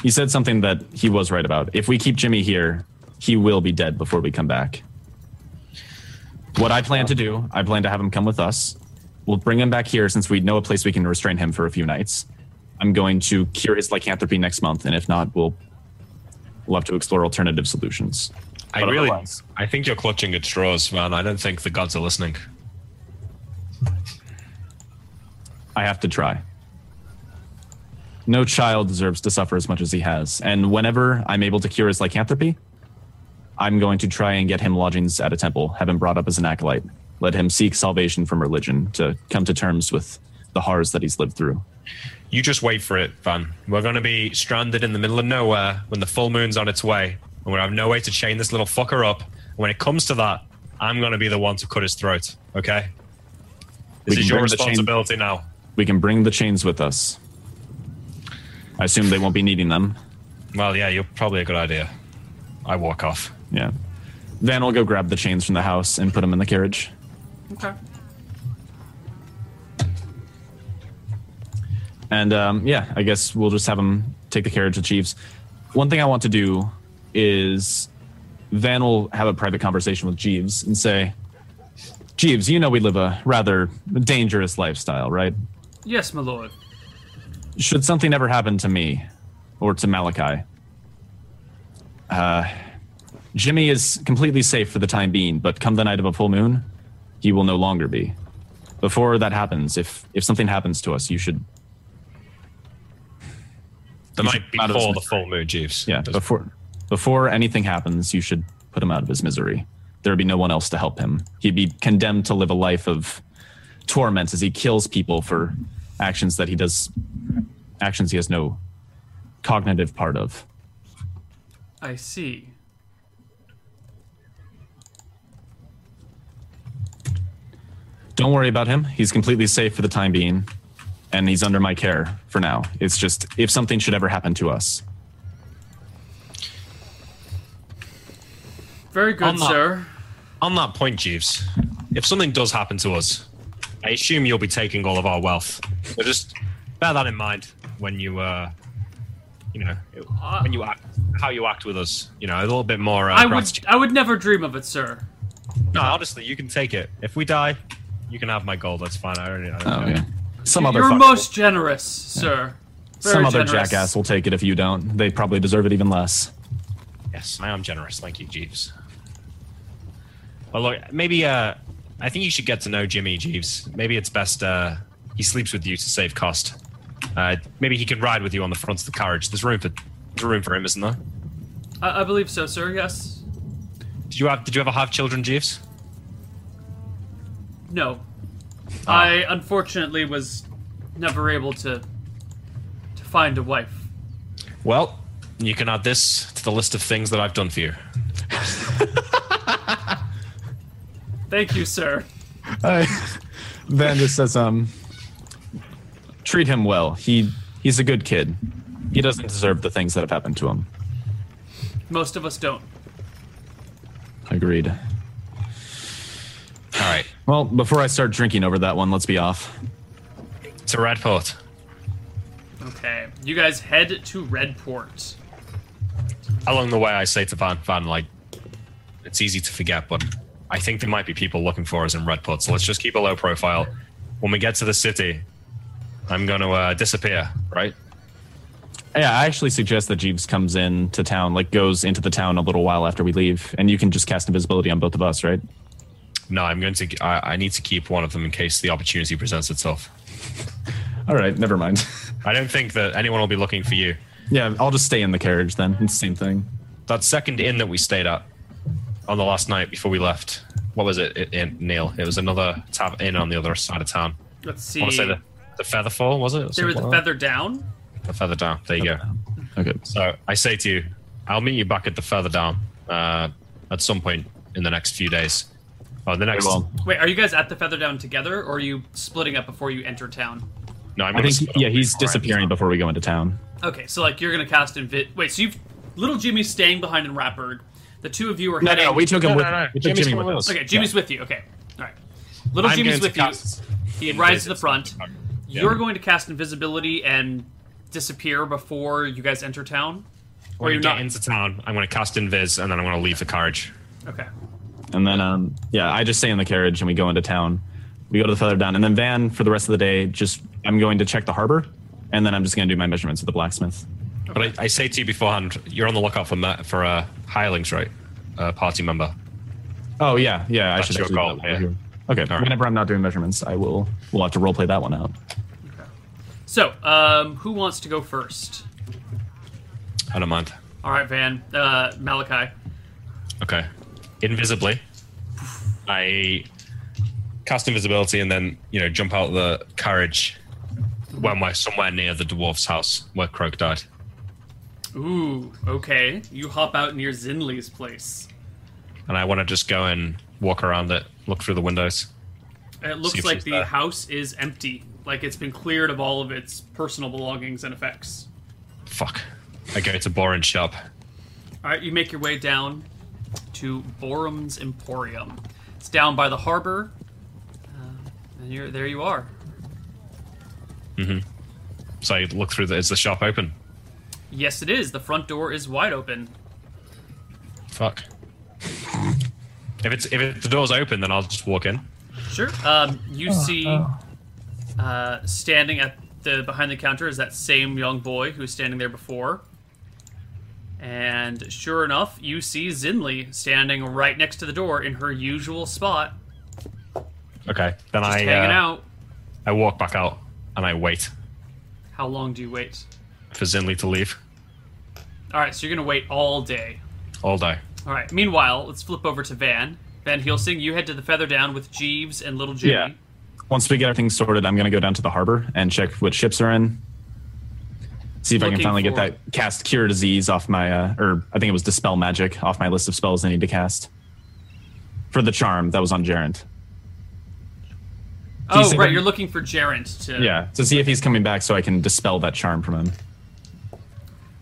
he said something that he was right about. If we keep Jimmy here, he will be dead before we come back. What I plan to do, I plan to have him come with us. We'll bring him back here since we know a place we can restrain him for a few nights. I'm going to cure his lycanthropy next month, and if not, we'll we'll have to explore alternative solutions.
I
But
really,
otherwise-
I think you're clutching at straws, man. I don't think the gods are listening.
I have to try. No child deserves to suffer as much as he has. And whenever I'm able to cure his lycanthropy, I'm going to try and get him lodgings at a temple, have him brought up as an acolyte, let him seek salvation from religion to come to terms with the horrors that he's lived through.
You just wait for it, Van. We're going to be stranded in the middle of nowhere when the full moon's on its way, and we're going to have no way to chain this little fucker up. And when it comes to that, I'm going to be the one to cut his throat, okay?
We
This
can
is your
bring the chain-
responsibility now.
We can bring the chains with us. I assume they won't be needing them.
Well, yeah, you're probably a good idea. I walk off.
Yeah. Van will go grab the chains from the house and put them in the carriage.
Okay.
And um, yeah, I guess we'll just have him take the carriage with Jeeves. One thing I want to do is Van will have a private conversation with Jeeves and say, Jeeves, you know we live a rather dangerous lifestyle, right?
Yes, my lord.
Should something ever happen to me or to Malachi, uh, Jimmy is completely safe for the time being, but come the night of a full moon, he will no longer be. Before that happens, if if something happens to us, you should
The
You
night
should- out
before
of
the
his
full moon, Jeeves.
Yeah,
Just-
before before anything happens, you should put him out of his misery. There would be no one else to help him. He'd be condemned to live a life of torment as he kills people for actions that he does actions he has no cognitive part of.
I see.
Don't worry about him. He's completely safe for the time being and he's under my care for now. It's just if something should ever happen to us.
Very good,
I'm not-
sir.
on that point, Jeeves, if something does happen to us, I assume you'll be taking all of our wealth. So just bear that in mind when you, uh, you know, when you act, how you act with us. You know, a little bit more. Uh,
I would.
gratitude.
I would never dream of it, sir.
No, honestly, you can take it. If we die, you can have my gold. That's fine. I already. I don't
Oh
care.
yeah. Some other
You're
fuck-
most generous, sir. Very
some other
generous.
jackass will take it if you don't. They probably deserve it even less.
Yes, I am generous. Thank you, Jeeves. Well, look, maybe uh, I think you should get to know Jimmy Jeeves. Maybe it's best uh, he sleeps with you to save cost. Uh, maybe he can ride with you on the front of the carriage. There's room for there's room for him, isn't there?
I, I believe so, sir. Yes.
Did you have Did you ever have children, Jeeves?
No.
Ah.
I unfortunately was never able to to find a wife.
Well, you can add this to the list of things that I've done for you.
Thank you, sir.
I, Van just Uh, says, um, treat him well. He he's a good kid. He doesn't deserve the things that have happened to him.
Most of us don't.
Agreed.
All right,
Well, before I start drinking over that one, let's be off.
to Radport.
Okay. You guys head to Redport.
Along the way, I say to Van, Van, like, it's easy to forget, but I think there might be people looking for us in Redport, so let's just keep a low profile. When we get to the city, I'm going to uh, disappear, right?
Yeah, I actually suggest that Jeeves comes in to town, like goes into the town a little while after we leave, and you can just cast invisibility on both of us, right?
No, I'm going to. I, I need to keep one of them in case the opportunity presents itself.
All right, never mind.
I don't think that anyone will be looking for you.
yeah, I'll just stay in the carriage then. It's the same thing.
That second inn that we stayed at on the last night before we left. What was it, it in Neil? It was another tab inn on the other side of town.
Let's
I
see.
want to say the, the Featherfall, was it?
There was the feather down.
the Feather Down. There you go.
Okay.
So I say to you, I'll meet you back at the further down uh, at some point in the next few days. Oh, the next.
Well,
Wait, are you guys at the feather down together, or are you splitting up before you enter town?
No, I'm
I
gonna
think
split up
yeah, he's
before I-
disappearing before we go into town.
Okay, so like you're gonna cast invi- Wait, so you've little Jimmy's staying behind in Ratbird. The two of you are
No,
heading.
no, we took him
No,
with.
no, no.
We took
Jimmy's
Jimmy
coming
with
with
us.
us.
Okay, Jimmy's with you. Okay, all right. Little
I'm
Jimmy's
going
with
to
you.
cast-
He rides to the front.
Yeah.
You're going to cast invisibility and disappear before you guys enter town. Or
When you
you're
get
not.
into town, I'm going to cast Invis and then I'm going to leave the carriage.
Okay.
And then, um, yeah, I just stay in the carriage and we go into town. We go to the feather down, and then Van for the rest of the day. Just I'm going to check the harbor, and then I'm just going to do my measurements with the blacksmith.
But I, I say to you beforehand, you're on the lookout for ma- for uh, hirelings, right? Uh, party member.
Oh yeah, yeah, I
That's
should
your
actually
call,
do that while
yeah.
we're here. Okay,
right.
whenever I'm not doing measurements, I will. We'll have to role play that one out.
So, um, who wants to go first?
I don't mind.
All right, Van. Uh, Malachi.
Okay. Invisibly, I cast invisibility and then you know jump out the carriage when we're somewhere near the dwarf's house where Croak died.
Ooh, okay. You hop out near Zinli's place.
And I want to just go and walk around it, look through the windows.
It
See
looks
if
like
she's
the
there.
house is empty. Like it's been cleared of all of its personal belongings and effects.
Fuck. I go to Borin's shop.
All right, you make your way down to Borum's Emporium. It's down by the harbor, uh, and you're there. You are.
So I look through the. Is the shop open?
Yes, it is. The front door is wide open.
Fuck. if it's if it, the door's open, then I'll just walk in.
Sure. Um, you see, Uh, standing at the behind the counter is that same young boy who was standing there before. And sure enough, you see Zinli standing right next to the door in her usual spot,
Okay. Then
just
I
hanging
uh,
out.
I walk back out and I wait
How long do you wait?
for Zinli to leave
All right, so you're gonna wait all day.
all day.
All right. Meanwhile, let's flip over to Van. Van Helsing, you head to the Feather Down with Jeeves and Little Jimmy.
Yeah. Once we get everything sorted, I'm going to go down to the harbor and check what ships are in. See if I
Looking
can finally
for-
get that cast cure disease off my, uh, or I think it was dispel magic off my list of spells I need to cast for the charm that was on Gerund.
Oh,
Decent.
right. You're looking for Gerent to.
Yeah, to see if he's coming back so I can dispel that charm from him.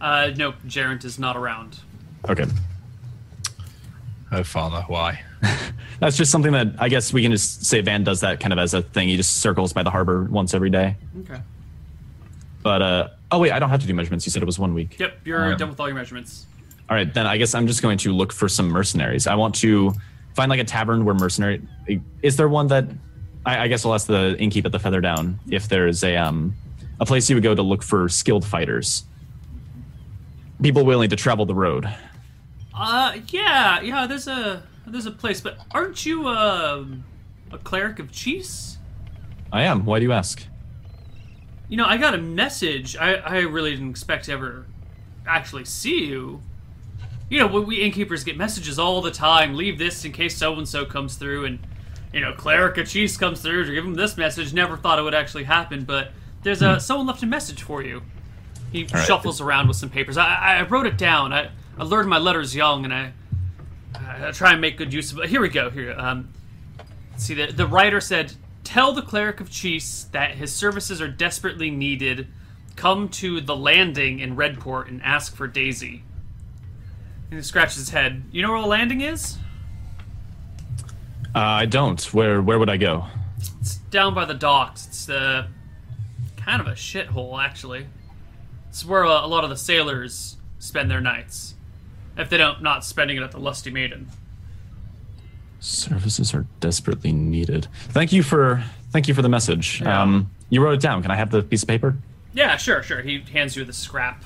Uh, nope. Gerent is not around.
Okay,
Oh father, why?
that's just something that I guess we can just say Van does that kind of as a thing. He just circles by the harbor once every day.
Okay.
But uh, oh wait, I don't have to do measurements. You said it was one week.
Yep. You're
Um,
done with all your measurements.
All right, then I guess I'm just going to look for some mercenaries. I want to find like a tavern where mercenary. Is there one that? I, I guess I'll ask the innkeep at the Feather Down if there is a um a place you would go to look for skilled fighters, people willing to travel the road.
Uh, yeah, yeah. There's a there's a place, but aren't you um a cleric of Cheese?
I am. Why do you ask?
You know, I got a message. I I really didn't expect to ever actually see you. You know, we, we innkeepers get messages all the time. Leave this in case so and so comes through, and you know, cleric of Cheese comes through to give him this message. Never thought it would actually happen, but there's a someone left a message for you. He
right.
shuffles around with some papers. I, I wrote it down. I, I learned my letters young, and I, I try and make good use of it. Here we go. Here, um, see the the writer said, "Tell the cleric of Cheese that his services are desperately needed. Come to the landing in Redport and ask for Daisy." And he scratches his head. You know where the landing is?
Uh, I don't. Where where would I go?
It's down by the docks. It's uh, kind of a shithole, actually. It's where uh, a lot of the sailors spend their nights, if they don't not spending it at the Lusty Maiden.
Services are desperately needed. Thank you for thank you for the message.
Yeah.
Um, you wrote it down. Can I have the piece of paper?
Yeah, sure, sure. He hands you the scrap.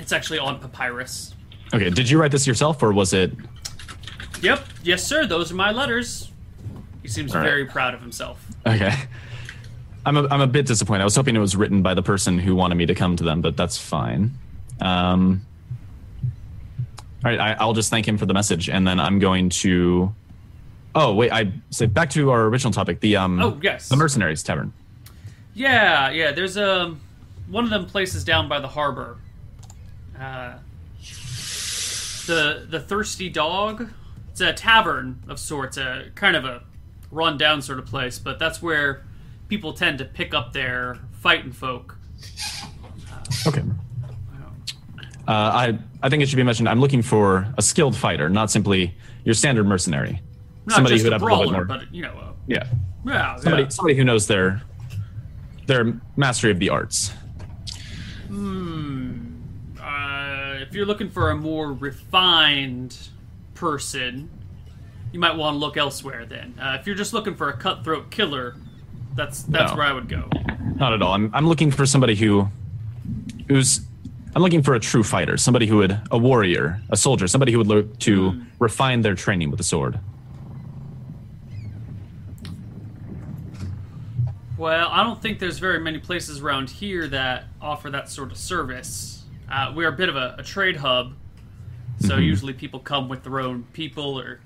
It's actually on papyrus.
Okay. Did you write this yourself, or was it
Yep, yes, sir. Those are my letters. He seems
All right.
very proud of himself.
Okay. I'm a, I'm a bit disappointed. I was hoping it was written by the person who wanted me to come to them, but that's fine. Um, all right, I, I'll just thank him for the message, and then I'm going to. Oh wait, I so back to our original topic. The um.
Oh, yes.
The mercenaries tavern.
Yeah, yeah. There's um, one of them places down by the harbor. Uh, the the thirsty dog. It's a tavern of sorts, a kind of a run-down sort of place, but that's where people tend to pick up their fighting folk.
Okay. Uh, I I think it should be mentioned. I'm looking for a skilled fighter, not simply your standard mercenary.
Not
Somebody
just
who'd
a
have a little bit
brawler,
more-
but you know, uh,
Yeah.
yeah,
Somebody
yeah.
somebody who knows their their mastery of the arts.
Uh, if you're looking for a more refined person, you might want to look elsewhere. Then, uh, if you're just looking for a cutthroat killer, that's that's
No.
where I would go.
Not at all. I'm I'm looking for somebody who who's I'm looking for a true fighter, somebody who would a warrior, a soldier, somebody who would look to refine their training with the sword.
Well, I don't think there's very many places around here that offer that sort of service. Uh, we're a bit of a, a trade hub, so usually people come with their own people or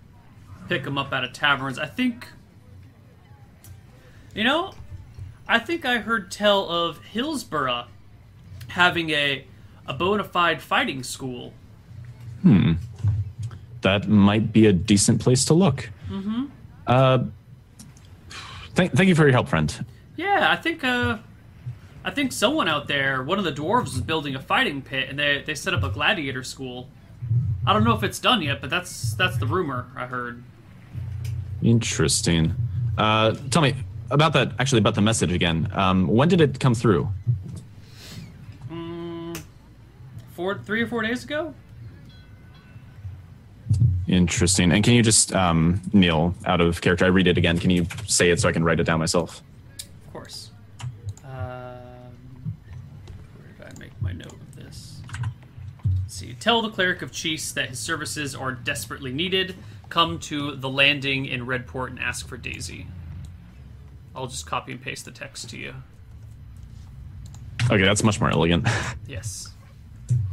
pick them up out of taverns. I think, you know, I think I heard tell of Hillsborough having a a bona fide fighting school.
that might be a decent place to look. Uh, thank, thank you for your help, friend.
Yeah, I think uh, I think someone out there, one of the dwarves, was building a fighting pit, and they they set up a gladiator school. I don't know if it's done yet, but that's that's the rumor I heard.
Interesting. Uh, tell me about that. Actually, about the message again. Um, when did it come through?
Four, three or four days ago.
Interesting. And can you just um, kneel out of character? I read it again. Can you say it so I can write it down myself?
Of course. Um, where did I make my note of this? Let's see. Tell the cleric of Chiefs that his services are desperately needed. Come to the landing in Redport and ask for Daisy. I'll just copy and paste the text to you.
Okay, that's much more elegant.
Yes.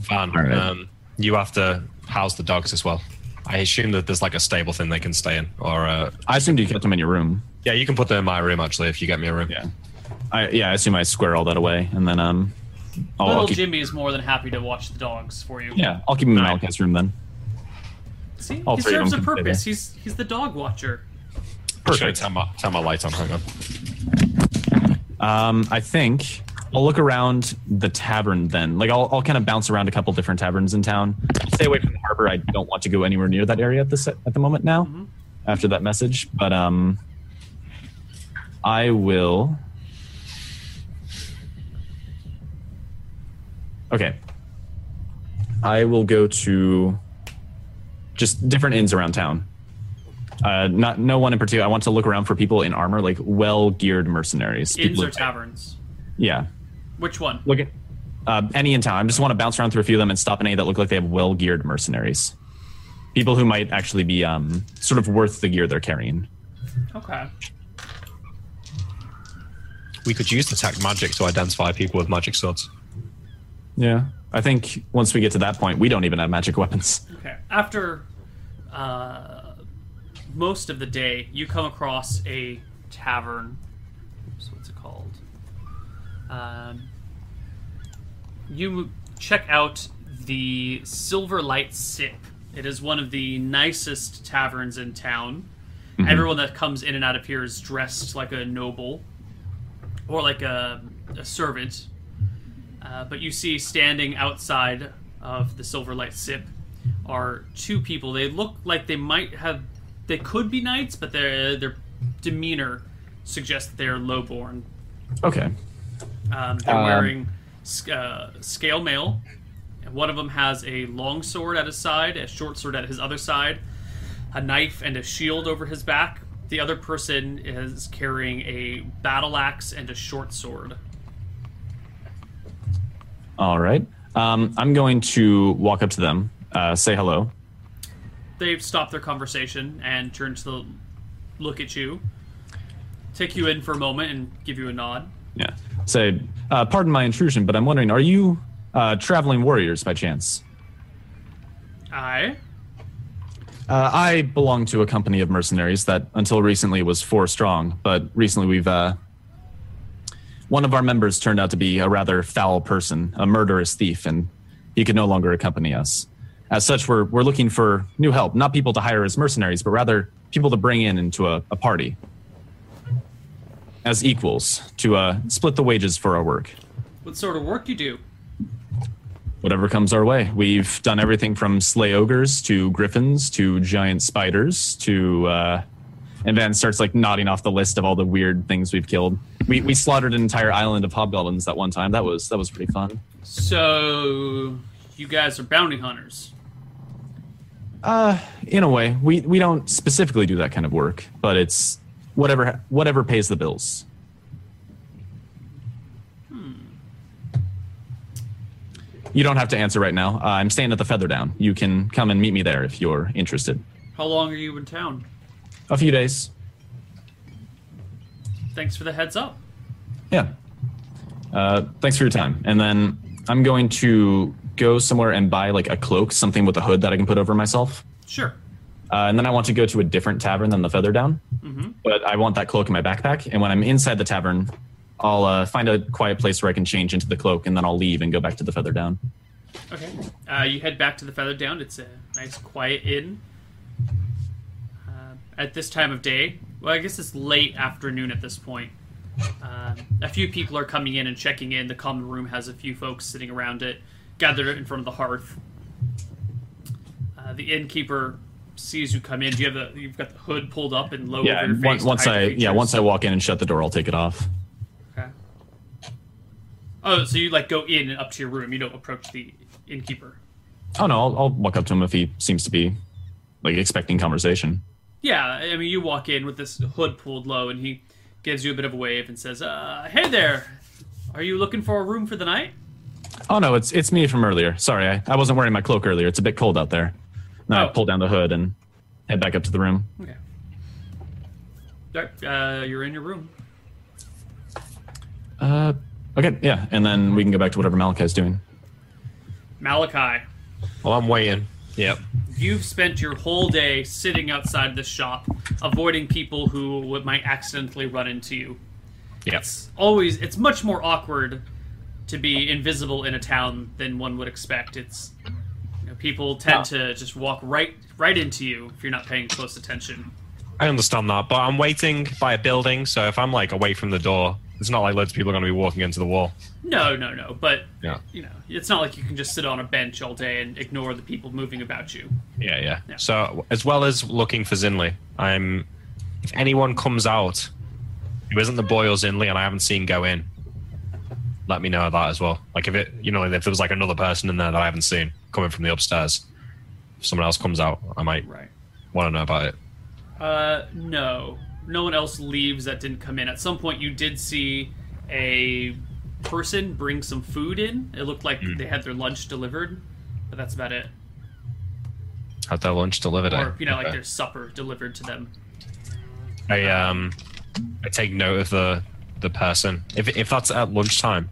Van,
right.
um, you have to house the dogs as well. I assume that there's like a stable thing they can stay in, or uh,
I assumed you kept them in your room.
yeah, you can put them in my room actually if you get me a room.
Yeah. I yeah, I assume I square all that away, and then um, I'll, I'll
Little
keep,
Jimmy is more than happy to watch the dogs for you.
yeah, I'll keep him in Malachi's room then.
See,
All
he
three of
serves a
them can stay
purpose.
there.
He's he's the dog watcher.
Should I turn my turn my light on? Hang on.
Um, I think I'll look around the tavern then. Like I'll, I'll kind of bounce around a couple different taverns in town. Stay away from the harbor. I don't want to go anywhere near that area at this at the moment now.
Mm-hmm.
After that message, but um, I will. Okay. I will go to just different inns around town. Uh, not no one in particular. I want to look around for people in armor, like well geared mercenaries.
Inns
people-
or taverns?
yeah.
Which one?
Look at uh, any in town. I just want to bounce around through a few of them and stop any that look like they have well geared mercenaries. People who might actually be um, sort of worth the gear they're carrying.
Okay.
We could use detect magic to identify people with magic swords.
Yeah. I think once we get to that point, we don't even have magic weapons.
Okay. After uh, most of the day, you come across a tavern. So what's it called? Um, you check out the Silver Light Sip. It is one of the nicest taverns in town. Everyone that comes in and out of here is dressed like a noble or like a, a servant. Uh, but you see standing outside of the Silver Light Sip are two people. They look like they might have, they could be knights, but their their demeanor suggests that they are lowborn.
Okay.
Um, they're
Um,
wearing sc- uh, scale mail. And one of them has a long sword at his side, a short sword at his other side, a knife and a shield over his back. The other person is carrying a battle axe and a short sword.
All right. Um, I'm going to walk up to them, uh, say hello.
They stop their conversation and turn to the, look at you, take you in for a moment, and give you a nod.
Yeah. Say, uh, pardon my intrusion, but I'm wondering, are you uh, traveling warriors by chance?
Aye.
Uh, I belong to a company of mercenaries that until recently was four strong, but recently we've. Uh, one of our members turned out to be a rather foul person, a murderous thief, and he could no longer accompany us. As such, we're, we're looking for new help, not people to hire as mercenaries, but rather people to bring in into a, a party as equals to uh, split the wages for our work
What sort of work you do?
whatever comes our way. We've done everything from slay ogres to griffins to giant spiders to. Uh, and Van starts like nodding off the list of all the weird things we've killed. We, we slaughtered an entire island of hobgoblins that one time. That was that was pretty fun.
So, you guys are bounty hunters.
In a way, we, we don't specifically do that kind of work, but it's whatever whatever pays the bills. Hmm. You don't have to answer right now. Uh, I'm staying at the Featherdown. You can come and meet me there if you're interested.
How long are you in town?
A few days.
Thanks for the heads up.
Yeah. Uh, thanks for your time. And then I'm going to go somewhere and buy like a cloak, something with a hood that I can put over myself.
Sure.
Uh, and then I want to go to a Mm-hmm. different tavern than the Feather Down. But I want that cloak in my backpack. And when I'm inside the tavern, I'll uh, find a quiet place where I can change into the cloak, and then I'll leave and go back to the feather down.
Okay. Uh, you head back to the Feather Down. It's a nice, quiet inn. Uh, at this time of day, well, I guess it's late afternoon at this point. Um, a few people are coming in and checking in. The common room has a few folks sitting around it, gathered in front of the hearth. Uh, the innkeeper sees you come in. Do you have the? You've got the hood pulled up and low
Yeah,
over your
and on-
face. to
once
hide
I
your
yeah
features?
once I walk in and shut the door, I'll take it off.
Okay. Oh, so you like go in and up to your room. You don't approach the innkeeper.
Oh no, I'll, I'll walk up to him if he seems to be like expecting conversation.
Yeah, I mean, you walk in with this hood pulled low, and he gives you a bit of a wave and says, uh, "Hey there, are you looking for a room for the night?"
Oh no, it's it's me from earlier. Sorry, I, I wasn't wearing my cloak earlier. It's a bit cold out there.
Oh.
Now I pull down the hood and head back up to the room.
Okay. Yep, Uh, you're in your room.
Uh, okay, yeah, and then we can go back to whatever Malachi's doing.
Malachi,
Well, I'm waiting. Yep.
you've spent your whole day sitting outside the shop, avoiding people who would, might accidentally run into you.
Yep.
It's always it's much more awkward to be invisible in a town than one would expect. It's you know, people tend to just walk right right into you if you're not paying close attention.
I understand that, but I'm waiting by a building, so if I'm like away from the door, it's not like loads of people are going to be walking into the wall.
No, no, no. But
Yeah.
you know, it's not like you can just sit on a bench all day and ignore the people moving about you.
Yeah, yeah.
Yeah.
So, as well as looking for Zinli, I'm. If anyone comes out who isn't the boy or Zinli and I haven't seen go in, let me know that as well. Like, if it, you know, if there was like another person in there that I haven't seen coming from the upstairs, if someone else comes out, I might
Right.
want to know about it.
Uh, no. No one else leaves that didn't come in. At some point, you did see a person bring some food in. It looked like
Hmm.
they had their lunch delivered, but that's about it.
Had their lunch delivered. eh?
Or, you know, like
Okay.
their supper delivered to them.
I um, I take note of the the person. If if that's at lunchtime,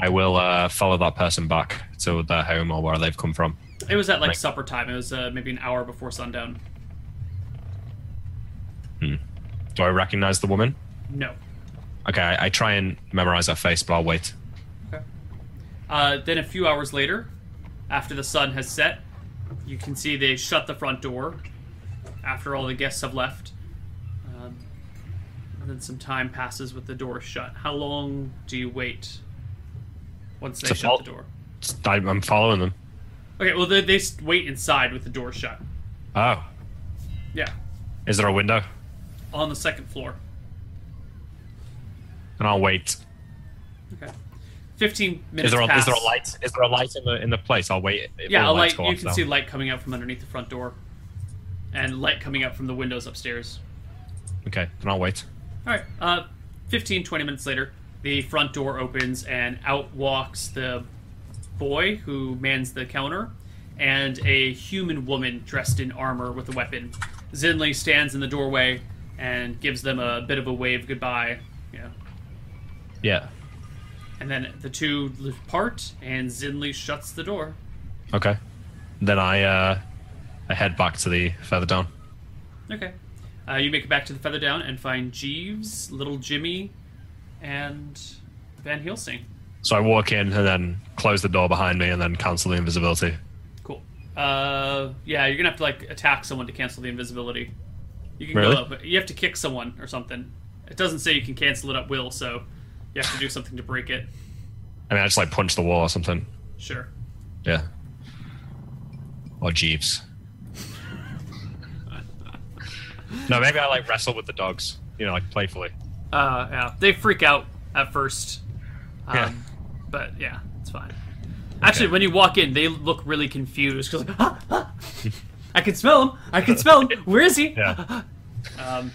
I will uh, follow that person back to their home or where they've come from.
It was at like
Like-
supper time. It was uh, maybe an hour before sundown.
Do I recognize the woman?
No.
Okay, I, I try and memorize her face, but I'll wait.
Uh, then a few hours later, after the sun has set, you can see they shut the front door after all the guests have left. Um, and then some time passes with the door shut. How long do you wait once they
To
shut
fol-
the door?
I, I'm following them.
Okay, well, they, they s- wait inside with the door shut.
Oh,
Yeah,
is there a window?
on the second floor.
And I'll wait.
Okay. 15 minutes
Is there a,
pass.
is there a light? Is there a light in the in the place? I'll wait. if
Yeah, a
all the lights
light.
go
You
off
can
now.
see light coming out from underneath the front door, and light coming out from the windows upstairs.
Okay, then I'll wait.
All right. Uh, 15, 20 minutes later, the front door opens and out walks the boy who mans the counter and a human woman dressed in armor with a weapon. Zinli stands in the doorway and gives them a bit of a wave goodbye, you know.
Yeah.
And then the two part and Zinli shuts the door.
Okay. Then I uh, I head back to the further down.
Okay. Uh, you make it back to the Feather Down and find Jeeves, Little Jimmy, and Van Helsing.
So I walk in and then close the door behind me and then cancel the invisibility.
Cool. Uh, yeah, you're gonna have to like attack someone to cancel the invisibility. You can
Really?
go up, but you have to kick someone or something. It doesn't say you can cancel it at will, so you have to do something to break it.
I mean, I just like punch the wall or something.
Sure.
Yeah. Or Jeeves. no, maybe I like wrestle with the dogs, you know, like playfully.
Uh, yeah, they freak out at first. Um,
Yeah.
But yeah, it's fine. Actually, when you walk in, they look really confused 'cause, like, "Ah, ah, I can smell him. I can smell him. Where is he?
Yeah.
Um,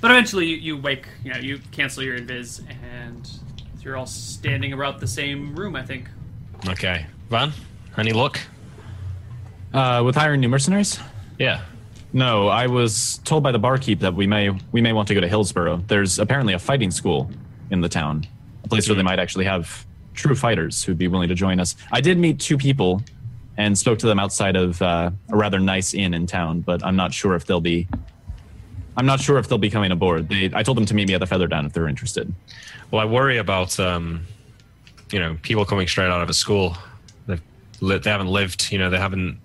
but eventually, you, you wake. You know, you cancel your invis, and you're all standing about the same room. I think.
Okay. Van, any luck?
Uh, with hiring new mercenaries?
Yeah.
No, I was told by the barkeep that we may we may want to go to Hillsboro. There's apparently a fighting school in the town, a place where they might actually have true fighters who'd be willing to join us. I did meet two people and spoke to them outside of uh, a rather nice inn in town, but I'm not sure if they'll be I'm not sure if they'll be coming aboard. They, I told them to meet me at the Feather Down if they're interested.
Well, I worry about um, you know people coming straight out of a school. They've li- they haven't lived. You know, they haven't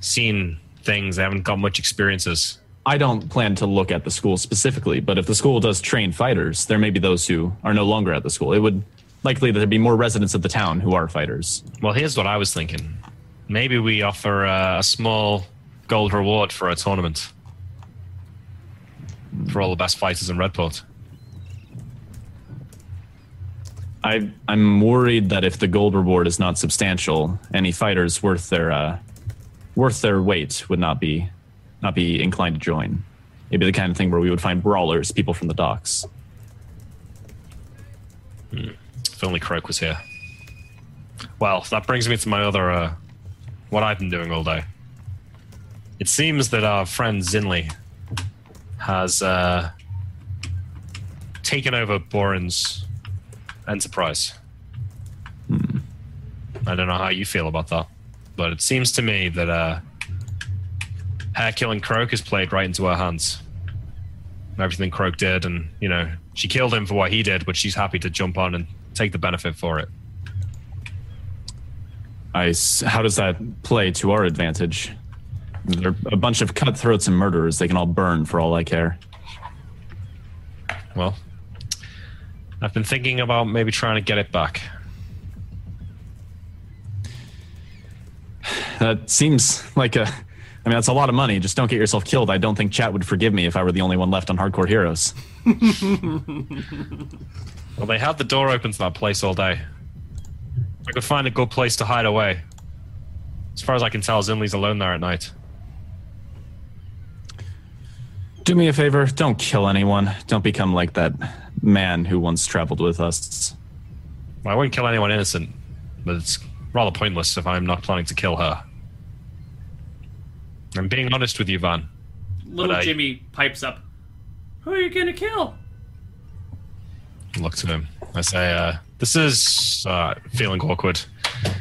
seen things. They haven't got much experiences.
I don't plan to look at the school specifically, but if the school does train fighters, there may be those who are no longer at the school. It would likely that there'd be more residents of the town who are fighters.
Well, here's what I was thinking. Maybe we offer uh, a small gold reward for a tournament for all the best fighters in Redport.
I, I'm worried that if the gold reward is not substantial, any fighters worth their uh, worth their weight would not be not be inclined to join. It'd be the kind of thing where we would find brawlers, people from the docks.
If only Croak was here. Well, that brings me to my other, uh, what I've been doing all day. It seems that our friend Zinli has uh, taken over Boren's enterprise. Hmm. I don't know how you feel about that, but it seems to me that uh, her killing Croak is played right into her hands. Everything Croak did, and you know, she killed him for what he did, but she's happy to jump on and take the benefit for it.
I s how does that play to our advantage? They're a bunch of cutthroats and murderers. They can all burn for all I care.
Well, I've been thinking about maybe trying to get it back.
That seems like a. I mean, that's a lot of money. Just don't get yourself killed. I don't think chat would forgive me if I were the only one left on Hardcore Heroes.
Well, they had the door open to that place all day. I could find a good place to hide away. As far as I can tell, Zinli's alone there at night.
Do me a favor. Don't kill anyone. Don't become like that man who once traveled with us.
I wouldn't kill anyone innocent, but it's rather pointless if I'm not planning to kill her. I'm being honest with you, Van.
Little
I-
Jimmy pipes up. Who are you gonna kill?
look to him. I say, uh, "This is uh, feeling awkward.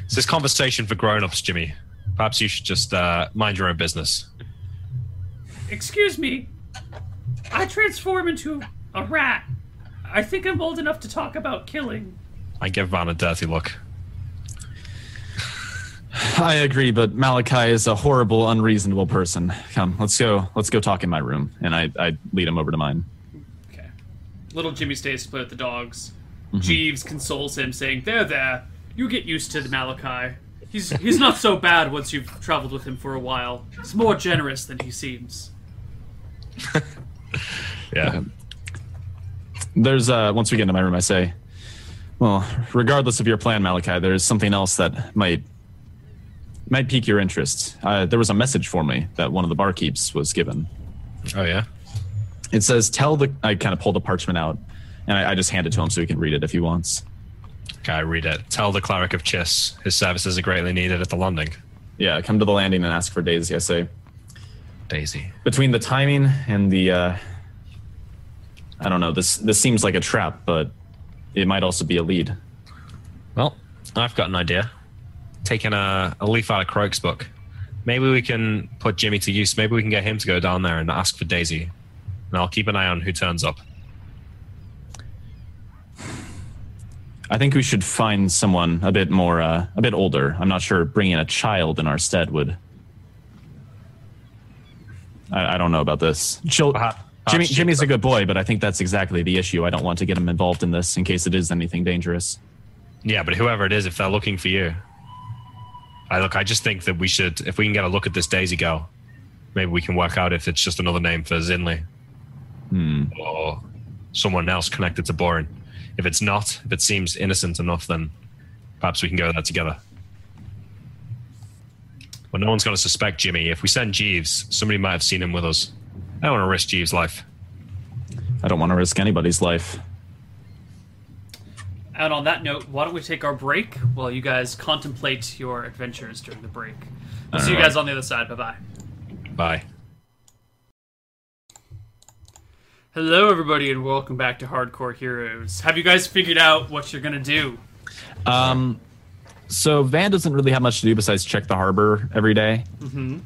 This is conversation for grown-ups, Jimmy. Perhaps you should just uh, mind your own business."
Excuse me. I transform into a rat. I think I'm old enough to talk about killing.
I give Van a dirty look.
I agree, but Malachi is a horrible, unreasonable person. Come, let's go. Let's go talk in my room, and I, I lead him over to mine.
Okay. Little Jimmy stays to play with the dogs. Jeeves consoles him, saying, "There, there. You get used to the Malachi. He's he's not so bad once you've traveled with him for a while. He's more generous than he seems."
Yeah,
There's uh, once we get into my room, I say, well, regardless of your plan, Malachi, there is something else that might might pique your interest. Uh, there was a message for me that one of the barkeeps was given.
Oh yeah.
It says, "Tell the." I kind of pull the parchment out, and I, I just hand it to him so he can read it if he wants.
Okay, I read it. Tell the cleric of Chiss his services are greatly needed at the landing.
Yeah, come to the landing and ask for Daisy. I say,
Daisy.
between the timing and the uh, I don't know. This this seems like a trap, but it might also be a lead.
Well, I've got an idea. Taking a, a leaf out of Croak's book. Maybe we can put Jimmy to use. Maybe we can get him to go down there and ask for Daisy. And I'll keep an eye on who turns up.
I think we should find someone a bit more uh, a bit older. I'm not sure bringing a child in our stead would. I, I don't know about this. Chil-
Perhaps-
Jimmy,
perhaps she-
Jimmy's a good boy, but I think that's exactly the issue. I don't want to get him involved in this in case it is anything dangerous.
Yeah, but whoever it is, if they're looking for you, I look. I just think that we should, if we can get a look at this Daisy girl, maybe we can work out if it's just another name for Zinli or someone else connected to Boren. If it's not, if it seems innocent enough, then perhaps we can go there together. But no one's going to suspect Jimmy. If we send Jeeves, somebody might have seen him with us. I don't want to risk Jeeves' life.
I don't want to risk anybody's life.
And on that note, why don't we take our break while you guys contemplate your adventures during the break? We'll see you guys on the other side. Bye bye.
Bye.
Hello, everybody, and welcome back to Hardcore Heroes. Have you guys figured out what you're gonna do?
Um, so Van doesn't really have much to do besides check the harbor
Mm-hmm.
every day.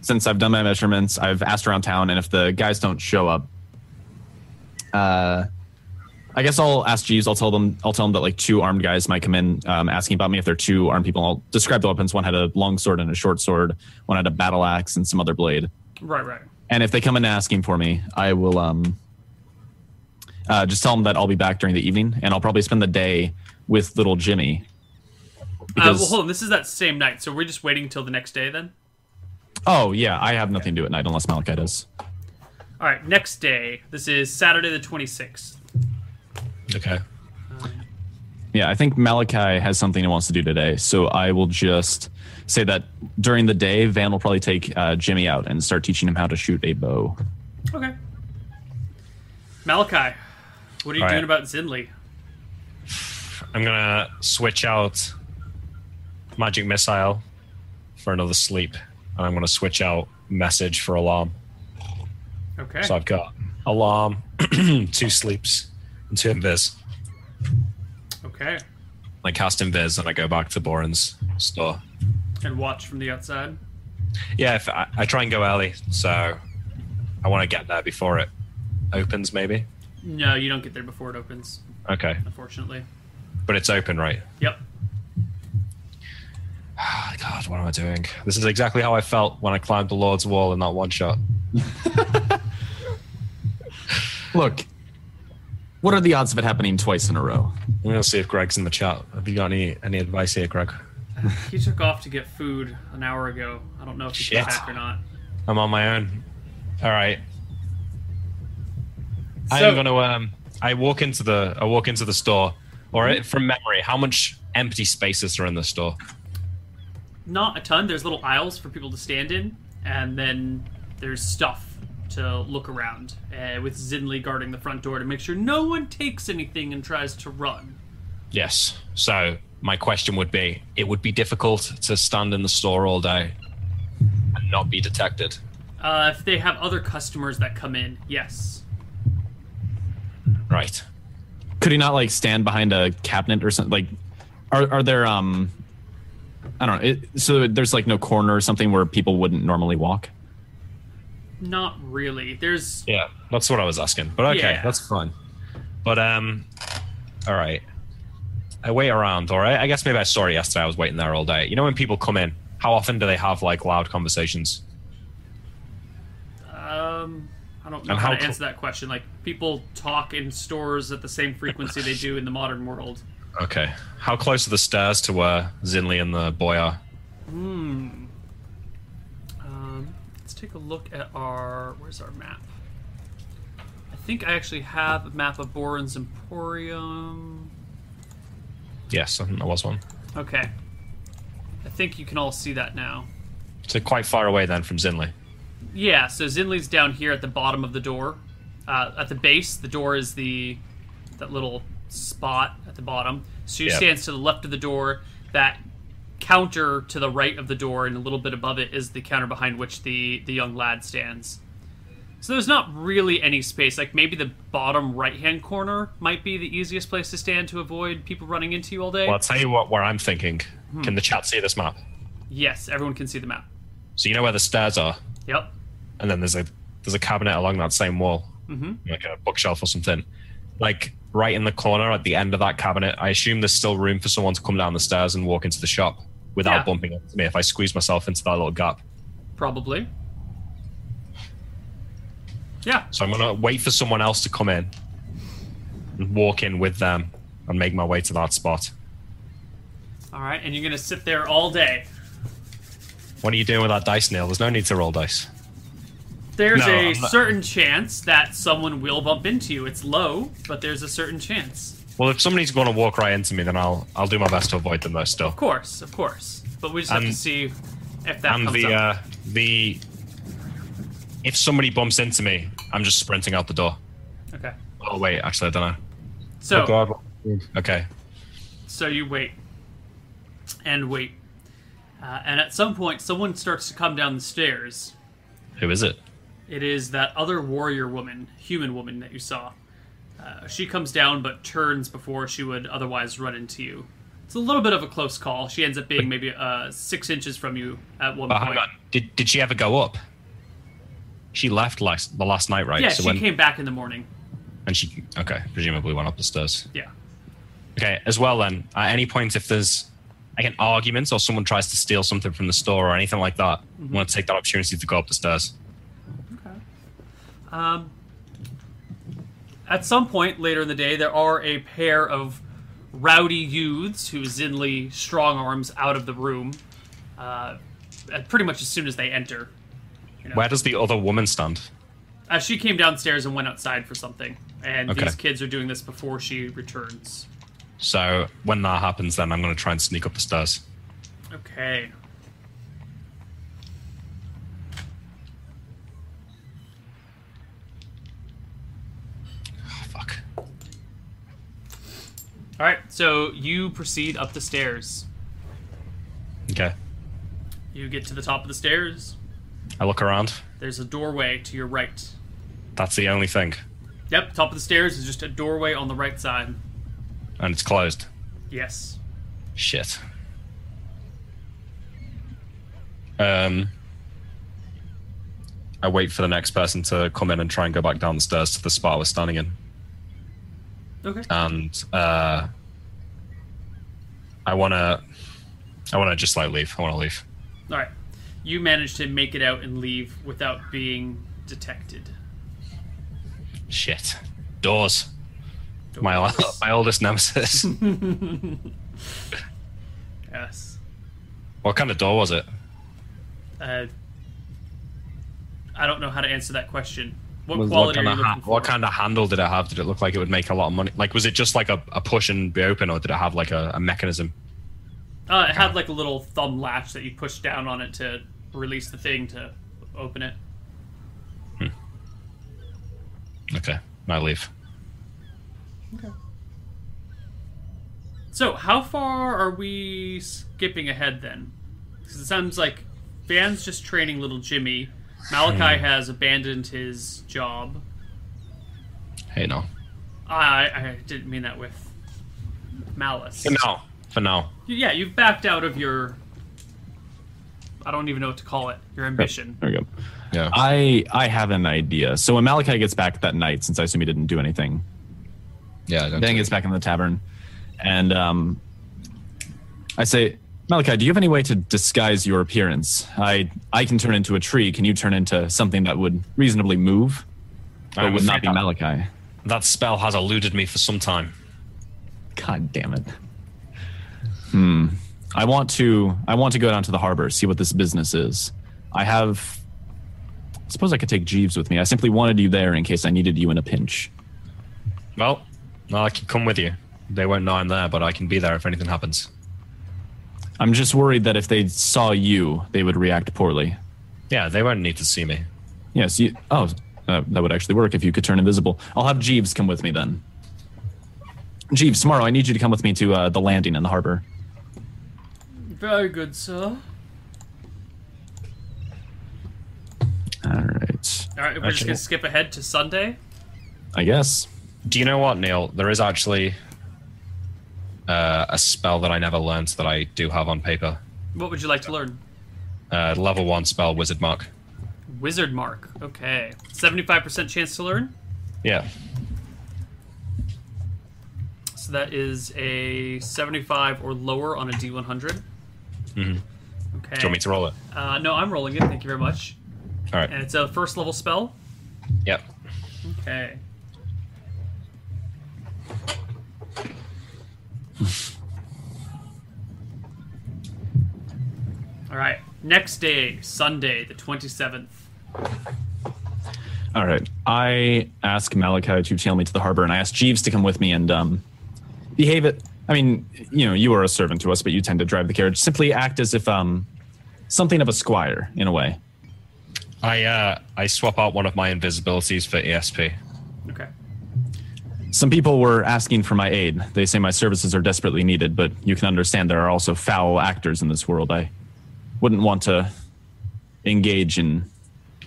Since I've done my measurements, I've asked around town, and if the guys don't show up, Uh, I guess I'll ask Jeeves. I'll tell them. I'll tell them that like two armed guys might come in, um, asking about me if they're two armed people. I'll describe the weapons. One had a long sword and a short sword. One had a battle axe and some other blade.
Right, right. Uh,
And if they come in asking for me, I will um, uh, just tell them that I'll be back during the evening, and I'll probably spend the day with little Jimmy.
Uh,
Because
well, hold on. This is that same night, so we're just waiting till the next day then.
oh yeah, I have nothing to do at night unless Malachi does.
All right, next day. This is Saturday the twenty sixth.
Okay.
Yeah, I think Malachi has something he wants to do today. So I will just say that during the day, Van will probably take uh, Jimmy out and start teaching him how to shoot a bow.
Okay. Malachi, what are you
All right.
doing about Zinli?
I'm gonna switch out magic missile for another sleep, and I'm gonna switch out message for alarm.
Okay.
So I've got alarm, two sleeps, and two invis.
Okay.
I cast invis, and I go back to Boren's store.
And watch from the outside.
Yeah, if I, I try and go early, so I want to get there before it opens, maybe.
No, you don't get there before it opens,
Okay,
unfortunately.
but it's open, right?
Yep.
Ah, God, what am I doing? This is exactly how I felt when I climbed the Lord's Wall in that one shot.
Look, what are the odds of it happening twice in a row?
I'm gonna see if Greg's in the chat. Have you got any any advice here, Greg?
He took off to get food an hour ago. I don't know if he's
Shit.
back or not.
I'm on my own. All right.
So-
I'm gonna um. I walk into the I walk into the store. All right, from memory, how much empty spaces are in the store?
Not a ton. There's little aisles for people to stand in, and then there's stuff to look around, uh, with Zinli guarding the front door to make sure no one takes anything and tries to run.
Yes. So my question would be: It would be difficult to stand in the store all day and not be detected.
Uh, if they have other customers that come in, yes.
Right.
Could he not like stand behind a cabinet or something? Like, are are there um, I don't know. It, so there's like no corner or something where people wouldn't normally walk.
Not really. There's
Yeah, that's what I was asking. But okay,
Yeah.
that's fine. But um, all right. I wait around. All right. I guess maybe I saw it yesterday. I was waiting there all day. You know when people come in, how often do they have like loud conversations?
Um, I don't know
And
how,
how
to
cl-
answer that question. Like people talk in stores at the same frequency they do in the modern world.
Okay. How close are the stairs to where Zinli and the boy are?
Um, let's take a look at our where's our map. I think I actually have a map of Boren's Emporium.
Yes, I think there was one.
Okay, I think you can all see that now.
So quite far away then from Zinli.
Yeah, so Zinli's down here at the bottom of the door. Uh, at the base, the door is the that little spot at the bottom. So you
Yep.
stands to the left of the door. That counter to the right of the door and a little bit above it is the counter behind which the the young lad stands. So there's not really any space. Like maybe the bottom right hand corner might be the easiest place to stand to avoid people running into you all day.
Well, I'll tell you what. Where I'm thinking. Can the chat see this map?
Yes, everyone can see the map.
So you know where the stairs are,
Yep.
and then there's a there's a cabinet along that same wall, like a bookshelf or something. Like right in the corner at the end of that cabinet, I assume there's still room for someone to come down the stairs and walk into the shop without
Yeah.
bumping into me if I squeeze myself into that little gap.
Probably. Yeah.
So I'm gonna wait for someone else to come in and walk in with them and make my way to that spot.
All right, and you're gonna sit there all day.
What are you doing with that dice, Neil? There's no need to roll dice.
There's
No,
a
I'm not-
certain chance that someone will bump into you. It's low, but there's a certain chance.
Well, if somebody's gonna walk right into me, then I'll I'll do my best to avoid them though. Still.
Of course, of course. But we just have to
And-
see if that
and
comes
the
up.
uh, the if somebody bumps into me, I'm just sprinting out the door.
okay.
Oh wait, actually I don't know.
So
Okay,
so you wait and wait, uh, and at some point, someone starts to come down the stairs.
who is it?
It is that other warrior woman, human woman that you saw. Uh, she comes down but turns before she would otherwise run into you. It's a little bit of a close call. She ends up being maybe uh, six inches from you at one
But hang
point.
on, did did she ever go up? She left last the last night, right?
Yeah,
so
she
when
came back in the morning.
And she, okay, presumably went up the stairs.
Yeah.
Okay, as well then, at any point if there's like an argument or someone tries to steal something from the store or anything like that,
Mm-hmm.
I want to take that opportunity to go up the stairs.
Okay. Um, at some point later in the day, there are a pair of rowdy youths who Zinli strong arms out of the room. Uh, at- pretty much as soon as they enter,
Where does the other woman stand?
uh, she came downstairs and went outside for something. And
Okay.
these kids are doing this before she returns.
So when that happens, then I'm going to try and sneak up the stairs.
Okay.
Oh, fuck.
All right. So you proceed up the stairs.
Okay,
You get to the top of the stairs.
I look around.
There's a doorway to your right.
That's the only thing,
Yep, top of the stairs is just a doorway on the right side.
and it's closed.
Yes.
Shit. Um, I wait for the next person to come in and try and go back down the stairs to the spot I was standing in,
Okay.
and uh, I wanna, I wanna just like leave. I wanna leave.
All right. You manage to make it out and leave without being detected.
Shit. Doors. My my oldest nemesis.
Yes.
what kind of door was it?
Uh, I don't know how to answer that question. What
Was-
quality
kind
are you
of
looking
ha-
for?
what kind of handle did it have? Did it look like it would make a lot of money? Like, was it just like a, a push and be open, or did it have like a, a mechanism?
uh, it had like a little thumb latch that you push down on it to release the thing to open it.
Okay, I leave.
So, how far are we skipping ahead then? Because it sounds like Van's just training little Jimmy. Malachi has abandoned his job.
Hey, no.
I, I didn't mean that with malice.
For now. For now.
Yeah, you've backed out of your. I don't even know what to call it. Your ambition.
There we go.
Yeah.
I I have an idea. So when Malachi gets back that night, since I assume he didn't do anything,
yeah. I don't
Dan gets back in the tavern, and um, I say, Malachi, do you have any way to disguise your appearance? I I can turn into a tree. Can you turn into something that would reasonably move, but
I'm
would not
afraid
be
that-
Malachi?
That spell has eluded me for some time.
God damn it. Hmm. I want to I want to go down to the harbor, see what this business is. I have I suppose I could take Jeeves with me. I simply wanted you there in case I needed you in a pinch.
Well, I can come with you. They won't know I'm there, but I can be there if anything happens.
I'm just worried that if they saw you, they would react poorly.
Yeah, they won't need to see me.
Yes, you oh uh, that would actually work if you could turn invisible. I'll have Jeeves come with me then. Jeeves, tomorrow I need you to come with me to uh, the landing in the harbor.
Very good, sir.
All right.
All right, we're just
Okay.
gonna skip ahead to Sunday.
I guess.
Do you know what, Neil? There is actually uh, a spell that I never learned that I do have on paper.
What would you like to learn?
Uh, level one spell, Wizard Mark.
Wizard mark. Okay, seventy-five percent chance to learn.
Yeah.
So that is a seventy-five or lower on a D one hundred.
Mhm.
Okay.
Do you want me to roll it?
Uh, no, I'm rolling it. Thank you very much.
All right.
And it's a first level spell.
Yep.
Okay. All right. Next day, Sunday, the 27th.
All right. I ask Malachi to tail me to the harbor, and I ask Jeeves to come with me and um, behave it. I mean, you know, you are a servant to us, but you tend to drive the carriage. Simply act as if um, something of a squire in a way.
I uh, I swap out one of my invisibilities for E ESP.
Okay.
Some people were asking for my aid. They say my services are desperately needed, but you can understand there are also foul actors in this world. I wouldn't want to engage in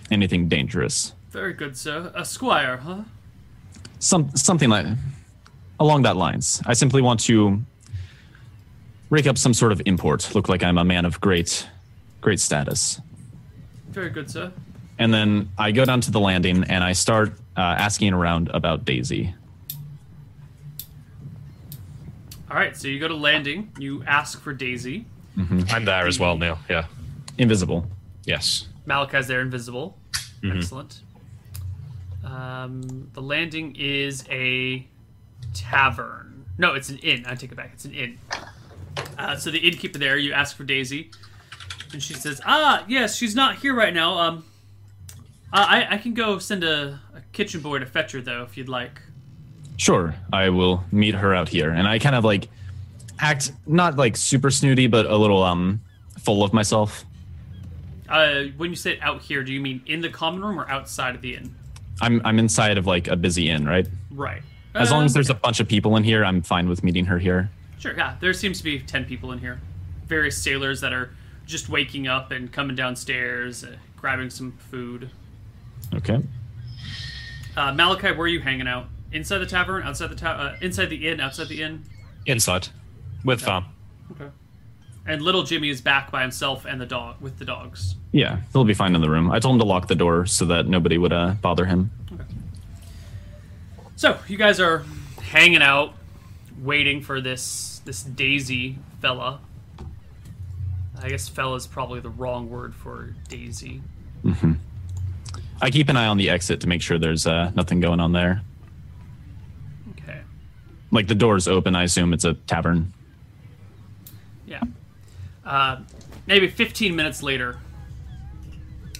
anything dangerous.
Very good, sir. A squire, huh?
some something like along that lines. I simply want to rake up some sort of import, look like I'm a man of great great status.
Very good, sir.
And then I go down to the landing and I start uh, asking around about Daisy.
All right, so you go to landing. You ask for Daisy.
I'm there as well, Neil. Yeah.
Invisible.
Yes.
Malachi's there, invisible.
Mm-hmm.
Excellent. Um, the landing is a tavern. No, it's an inn. I take it back. It's an inn. Uh, so the innkeeper there, you ask for Daisy, and she says, "Ah, yes, she's not here right now. Um, I, I- I can go send a, a kitchen boy to fetch her though, if you'd like."
Sure, I will meet her out here. And I kind of like act not like super snooty, but a little um full of myself.
Uh, when you say out here, do you mean in the common room or outside of the inn?
I'm I'm inside of like a busy inn, right?
Right.
As long as
Um,
there's a bunch of people in here, I'm fine with meeting her here.
Sure, yeah. There seems to be 10 people in here. Various sailors that are just waking up and coming downstairs, uh, grabbing some food.
Okay.
Uh, Malachi, where are you hanging out? Inside the tavern? Outside the ta- uh, Inside the inn? Outside the inn?
Inside. With farm.
Okay. And little Jimmy is back by himself and the dog with the dogs.
Yeah, he'll be fine in the room. I told him to lock the door so that nobody would uh, bother him.
So you guys are hanging out, waiting for this this Daisy fella. I guess fella is probably the wrong word for Daisy.
I keep an eye on the exit to make sure there's uh, nothing going on there.
Okay.
Like the door's open, I assume it's a tavern.
Yeah. Uh, maybe 15 minutes later,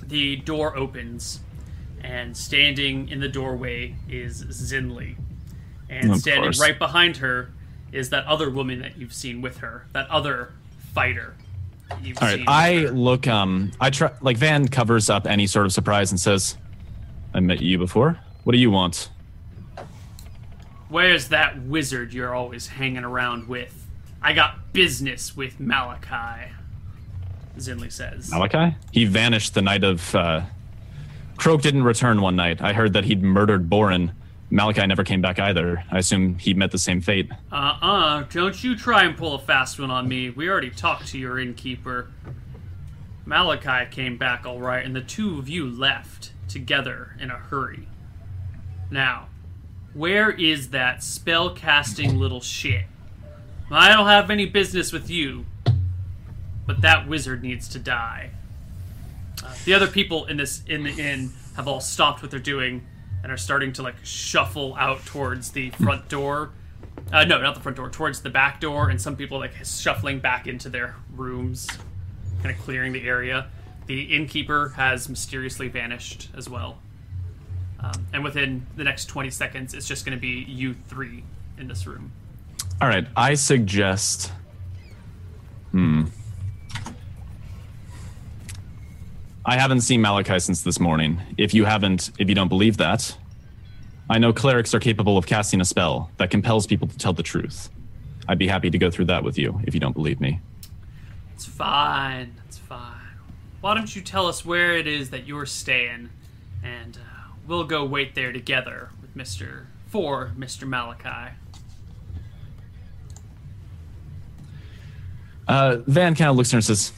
the door opens, and standing in the doorway is Zinli. And
Of
standing
course.
right behind her is that other woman that you've seen with her, that other fighter. that You've
All right,
seen with
I
her.
look. Um, I try. Like Van covers up any sort of surprise and says, "I met you before. What do you want?"
Where's that wizard you're always hanging around with? I got business with Malachi, Zinli says.
Malachi? He vanished the night of. Uh, Croak didn't return one night. I heard that he'd murdered Borin. Malachi never came back either. I assume he met the same fate.
Uh uh-uh, uh, do not you try and pull a fast one on me. We already talked to your innkeeper. Malachi came back alright, and the two of you left together in a hurry. Now, where is that spellcasting little shit? I don't have any business with you, but that wizard needs to die. Uh, the other people in this in the inn have all stopped what they're doing and are starting to like shuffle out towards the front door. Uh, no, not the front door, towards the back door, and some people like shuffling back into their rooms, kind of clearing the area. The innkeeper has mysteriously vanished as well. Um, and within the next 20 seconds, it's just going to be you three in this room.
All right, I suggest. Hmm. I haven't seen Malachi since this morning. If you haven't, if you don't believe that, I know clerics are capable of casting a spell that compels people to tell the truth. I'd be happy to go through that with you if you don't believe me.
It's fine. It's fine. Why don't you tell us where it is that you're staying, and uh, we'll go wait there together with Mister for Mister Malachi.
Uh, Van kind of looks at her and says,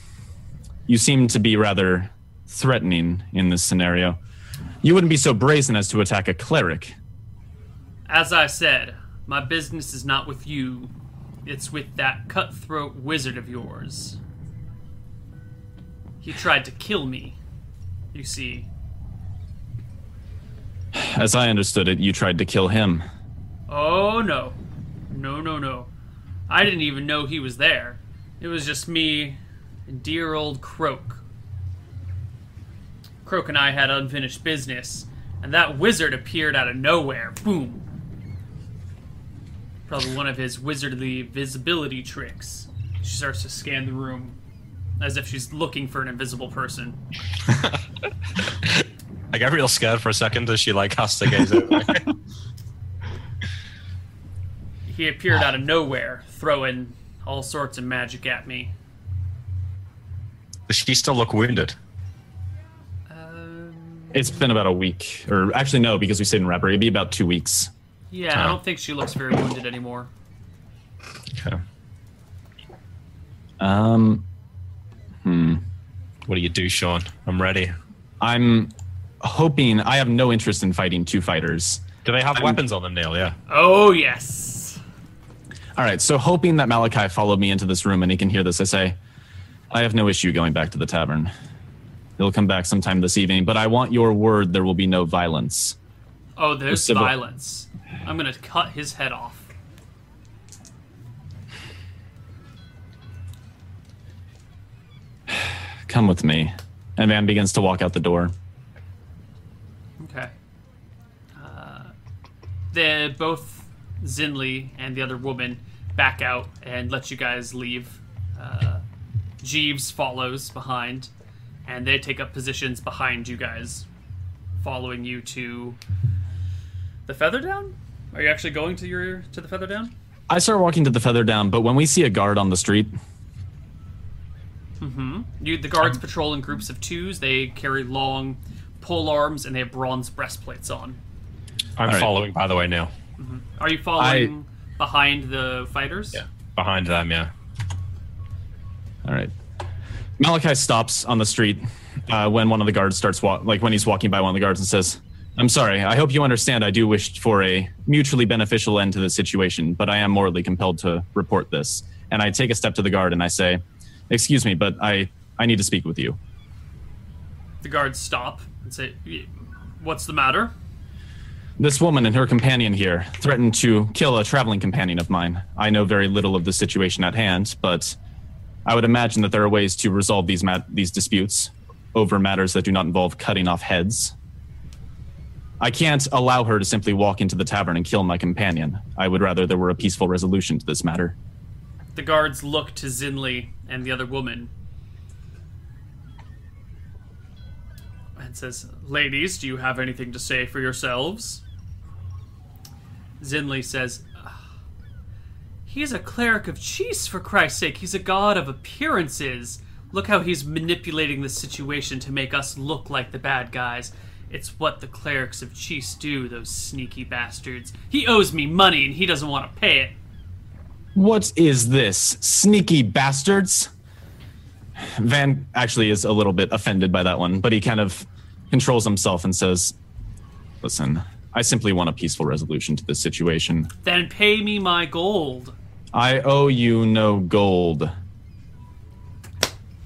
You seem to be rather threatening in this scenario. You wouldn't be so brazen as to attack a cleric.
As I said, my business is not with you. It's with that cutthroat wizard of yours. He tried to kill me. You see.
As I understood it, you tried to kill him.
Oh no. No, no, no. I didn't even know he was there. It was just me and dear old Croak. Croak and I had unfinished business, and that wizard appeared out of nowhere. Boom. Probably one of his wizardly visibility tricks. She starts to scan the room as if she's looking for an invisible person.
I got real scared for a second as she like casts her gaze over. me.
He appeared out of nowhere, throwing all sorts of magic at me.
Does she still look wounded?
Um,
It's been about a week, or actually no, because we stayed in Rapper. It'd be about two weeks.
Yeah, I
Oh.
don't think she looks very wounded anymore.
Okay.
Um,
What do you do, Sean? I'm ready.
I'm hoping I have no interest in fighting two fighters.
Do they have weapons on them, Neil? Yeah.
Oh yes.
All right, so hoping that Malachi followed me into this room and he can hear this, I say, I have no issue going back to the tavern. He'll come back sometime this evening, but I want your word there will be no violence.
Oh, there's
Civil-
violence. I'm gonna cut his head off.
Come with me. And Van begins to walk out the door.
Okay. Uh, the both Zinli and the other woman back out and let you guys leave. Uh, Jeeves follows behind, and they take up positions behind you guys, following you to the Featherdown. Are you actually going to your to the Featherdown?
I start walking to the feather down, but when we see a guard on the street,
You, the guards patrol in groups of twos. They carry long pole arms and they have bronze breastplates on.
All
I'm
right.
following, by the way, Neil.
Are you following behind the fighters?
Behind them, yeah.
all right. Malachi stops on the street uh, when one of the guards starts wa- like when he's walking by one of the guards and says, "I'm sorry. I hope you understand. I do wish for a mutually beneficial end to this situation, but I am morally compelled to report this." And I take a step to the guard and I say, "Excuse me, but I I need to speak with you."
The guards stop and say, "Y- "What's the matter?"
This woman and her companion here threatened to kill a traveling companion of mine. I know very little of the situation at hand, but I would imagine that there are ways to resolve these mat- these disputes over matters that do not involve cutting off heads. I can't allow her to simply walk into the tavern and kill my companion. I would rather there were a peaceful resolution to this matter.
The guards look to Zinli and the other woman and says, "Ladies, do you have anything to say for yourselves?" Zinli says, "Ah, "He's a cleric of cheese, for Christ's sake. He's a god of appearances. Look how he's manipulating the situation to make us look like the bad guys." It's what the clerics of Cheese do, those sneaky bastards. He owes me money and he doesn't want to pay it.
What is this, sneaky bastards? Van actually is a little bit offended by that one, but he kind of controls himself and says, Listen, I simply want a peaceful resolution to this situation.
Then pay me my gold.
I owe you no gold.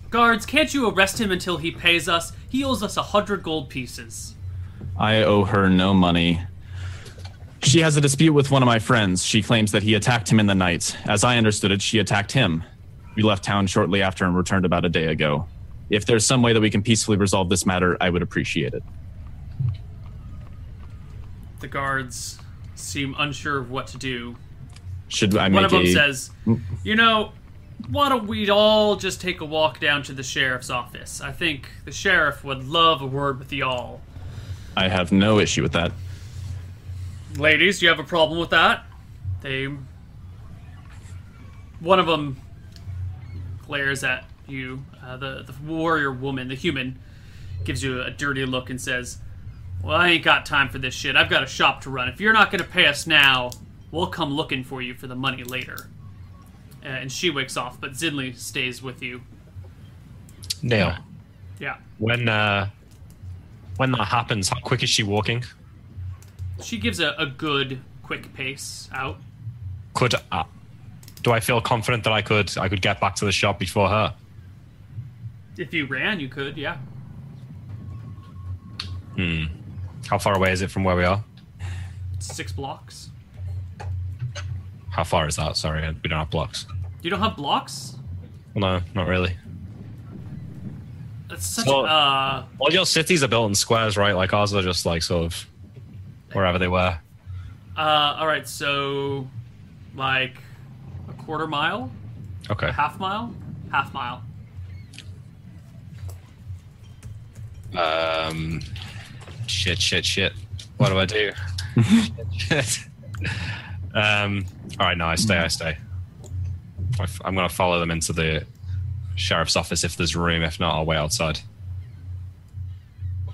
Guards, can't you arrest him until he pays us? He owes us a hundred gold pieces.
I owe her no money. She has a dispute with one of my friends. She claims that he attacked him in the night. As I understood it, she attacked him. We left town shortly after and returned about a day ago. If there's some way that we can peacefully resolve this matter, I would appreciate it.
The guards seem unsure of what to do.
Should I
One
make
of them
a-
says, You know, why don't we all just take a walk down to the sheriff's office? I think the sheriff would love a word with y'all.
I have no issue with that.
Ladies, do you have a problem with that? They. One of them glares at you. Uh, the, the warrior woman, the human, gives you a dirty look and says, Well, I ain't got time for this shit. I've got a shop to run. If you're not going to pay us now, we'll come looking for you for the money later. Uh, and she wakes off, but Zinli stays with you.
Neil,
Yeah.
when uh, when that happens, how quick is she walking?
She gives a, a good, quick pace out.
Could uh, do I feel confident that I could I could get back to the shop before her?
If you ran, you could, yeah.
How far away is it from where we are?
Six blocks.
How far is that? Sorry, we don't have blocks.
You don't have blocks?
Well, no, not really.
That's such
So-
uh
All your cities are built in squares, right? Like ours are just like sort of wherever they were.
uh all right, so like a quarter mile,
Okay.
half mile, half mile.
Um, shit, shit, shit. What do I do? shit, shit. Um, all right, no, I stay, I stay. I f- I'm going to follow them into the sheriff's office if there's room. If not, I'll wait outside.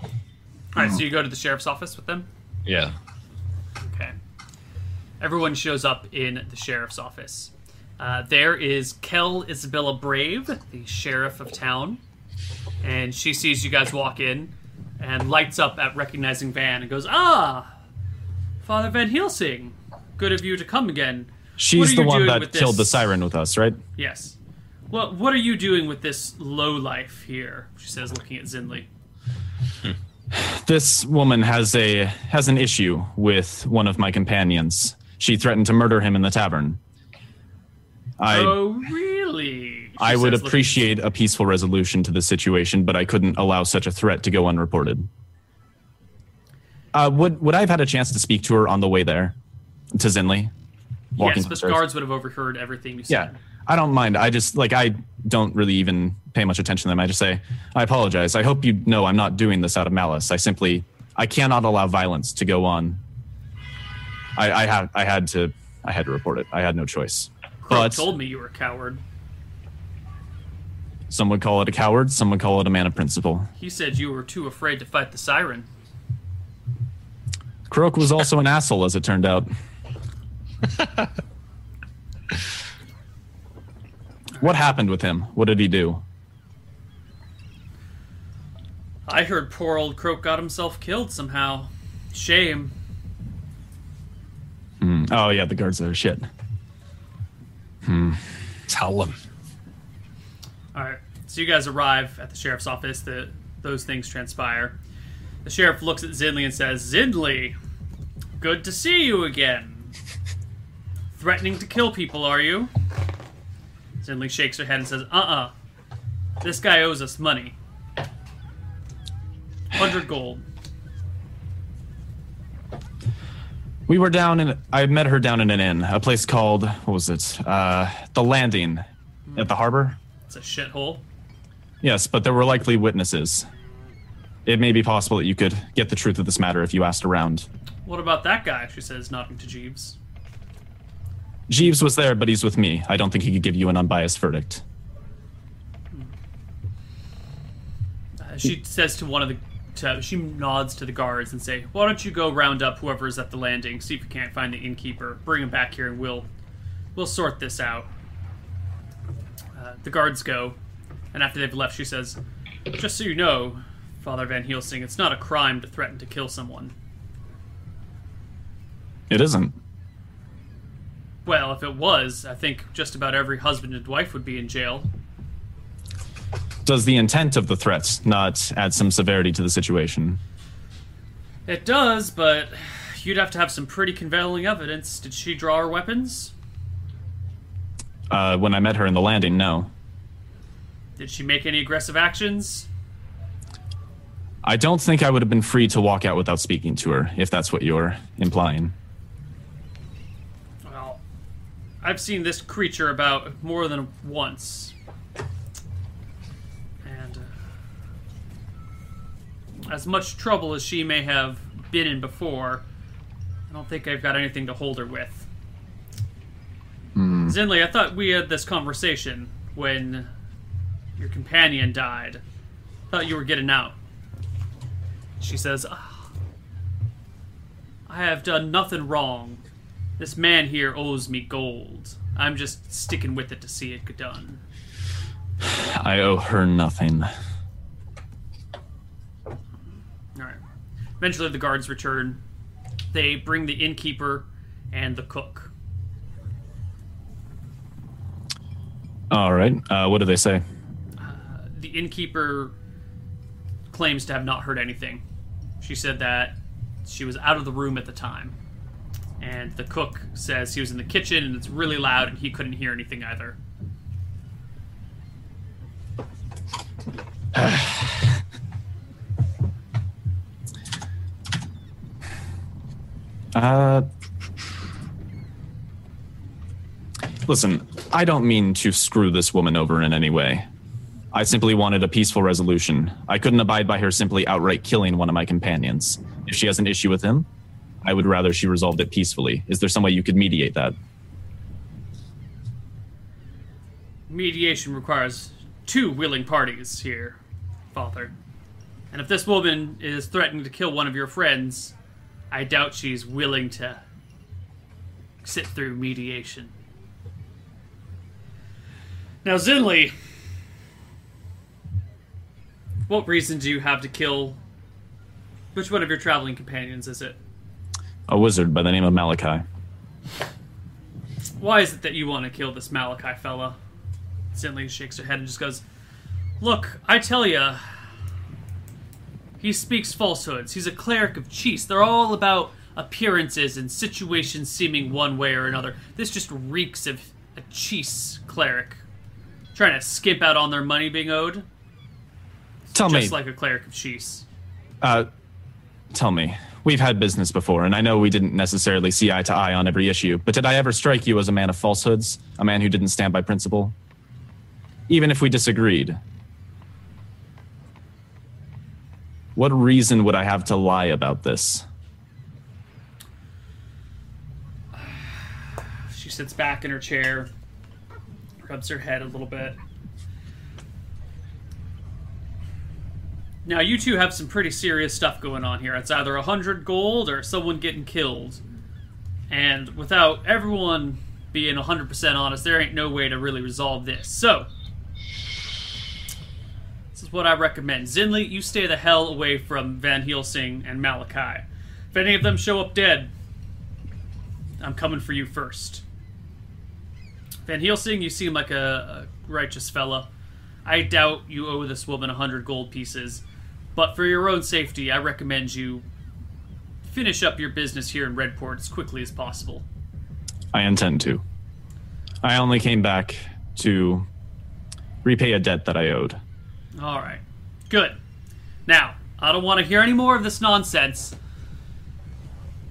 All right, so you go to the sheriff's office with them?
Yeah.
Okay. Everyone shows up in the sheriff's office. Uh, there is Kel Isabella Brave, the sheriff of town, and she sees you guys walk in and lights up at recognizing Van and goes, Ah, Father Van Helsing, good of you to come again. What are
She's the
you
one
doing
that
with this?
killed the siren with us, right?
Yes. Well, what are you doing with this low life here? She says, looking at Zinli.
This woman has a has an issue with one of my companions. She threatened to murder him in the tavern. I
oh, really? She
I
says,
would
looking-
appreciate a peaceful resolution to the situation, but I couldn't allow such a threat to go unreported. Uh, would would I have had a chance to speak to her on the way there to Zinli?
Yes,
up
but
the stairs?
guards would have overheard everything you said.
Yeah, I don't mind. I just like I don't really even pay much attention to them. I just say I apologize. I hope you know I'm not doing this out of malice. I simply I cannot allow violence to go on. I, I had I had to I had to report it. I had no choice.
Crow
But
told me you were a coward.
some would call it a coward. Some would call it a man of principle.
He said you were too afraid to fight the siren.
Croak was also an asshole, as it turned out. what happened with him? What did he do?
I heard poor old Croak got himself killed somehow. Shame.
Oh yeah, the guards are shit.
Tell them.
All right. So you guys arrive at the sheriff's office. The, those things transpire. The sheriff looks at Zindley and says, "Zindley, good to see you again. Threatening to kill people, are you?" Zindley shakes her head and says, "Uh-uh. This guy owes us money. Hundred gold.
We were down in. I met her down in an inn, a place called what was it? Uh, the Landing, at the harbor.
It's a shithole.
Yes, but there were likely witnesses. It may be possible that you could get the truth of this matter if you asked around.
What about that guy?" She says, nodding to Jeeves.
Jeeves was there, but he's with me. I don't think he could give you an unbiased verdict.
Uh, she says to one of the to, she nods to the guards and say why don't you go round up whoever is at the landing see if you can't find the innkeeper bring him back here and we'll we'll sort this out uh, the guards go and after they've left she says just so you know father van helsing it's not a crime to threaten to kill someone
It isn't.
well if it was i think just about every husband and wife would be in jail
Does the intent of the threat not add some severity to the situation?
it does but you'd have to have some pretty compelling evidence did she draw her weapons
Uh, when I met her in the landing, no.
did she make any aggressive actions
I don't think I would have been free to walk out without speaking to her, if that's what you're implying.
Well, I've seen this creature about more than once. And uh, as much trouble as she may have been in before, I don't think I've got anything to hold her with. Zinley, I thought we had this conversation when your companion died. Thought you were getting out. She says, "Ah, I have done nothing wrong. This man here owes me gold. I'm just sticking with it to see it done.
I owe her nothing.
Alright. Eventually, the guards return. They bring the innkeeper and the cook.
All right. Uh, what do they say?
The innkeeper claims to have not heard anything. She said that she was out of the room at the time. And the cook says he was in the kitchen and it's really loud and he couldn't hear anything either.
Uh, listen, I don't mean to screw this woman over in any way. I simply wanted a peaceful resolution. I couldn't abide by her simply outright killing one of my companions. If she has an issue with him, I would rather she resolved it peacefully. Is there some way you could mediate that?
Mediation requires two willing parties here, Father. And if this woman is threatening to kill one of your friends, I doubt she's willing to sit through mediation. Now, Zinli, what reason do you have to kill Which one of your traveling companions is it?
A wizard by the name of Malachi.
Why is it that you want to kill this Malachi fella? Sindley shakes her head and just goes, Look, I tell ya, he speaks falsehoods. He's a cleric of cheese. They're all about appearances and situations seeming one way or another. This just reeks of a cheese cleric trying to skimp out on their money being owed,
Tell me,
just like a cleric of cheese.
uh, tell me. We've had business before, and I know we didn't necessarily see eye to eye on every issue. But did I ever strike you as a man of falsehoods, a man who didn't stand by principle? Even if we disagreed, what reason would I have to lie about this?
She sits back in her chair, rubs her head a little bit. Now, you two have some pretty serious stuff going on here. It's either 100 gold or someone getting killed. And without everyone being 100% honest, there ain't no way to really resolve this. So, this is what I recommend. Zinli, you stay the hell away from Van Helsing and Malachi. If any of them show up dead, I'm coming for you first. Van Helsing, you seem like a, a righteous fella. I doubt you owe this woman a hundred gold pieces, but for your own safety, I recommend you finish up your business here in Redport as quickly as possible.
I intend to. I only came back to repay a debt that I owed.
All right, good. Now, I don't want to hear any more of this nonsense.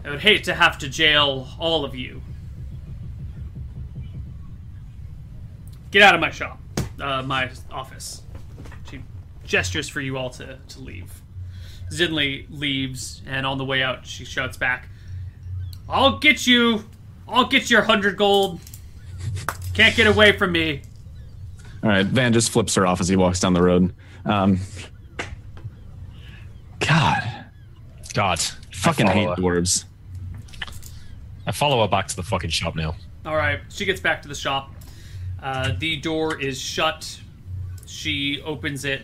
I would hate to have to jail all of you. Get out of my shop, uh, my office. She gestures for you all to, to leave. Zinli leaves, and on the way out, she shouts back, I'll get you! I'll get your hundred gold! Can't get away from me!
All right, Van just flips her off as he walks down the road. Um, God,
God,
fucking
I
hate
follow her.
dwarves.
I follow her back to the fucking shop now.
All right, she gets back to the shop. Uh, the door is shut. She opens it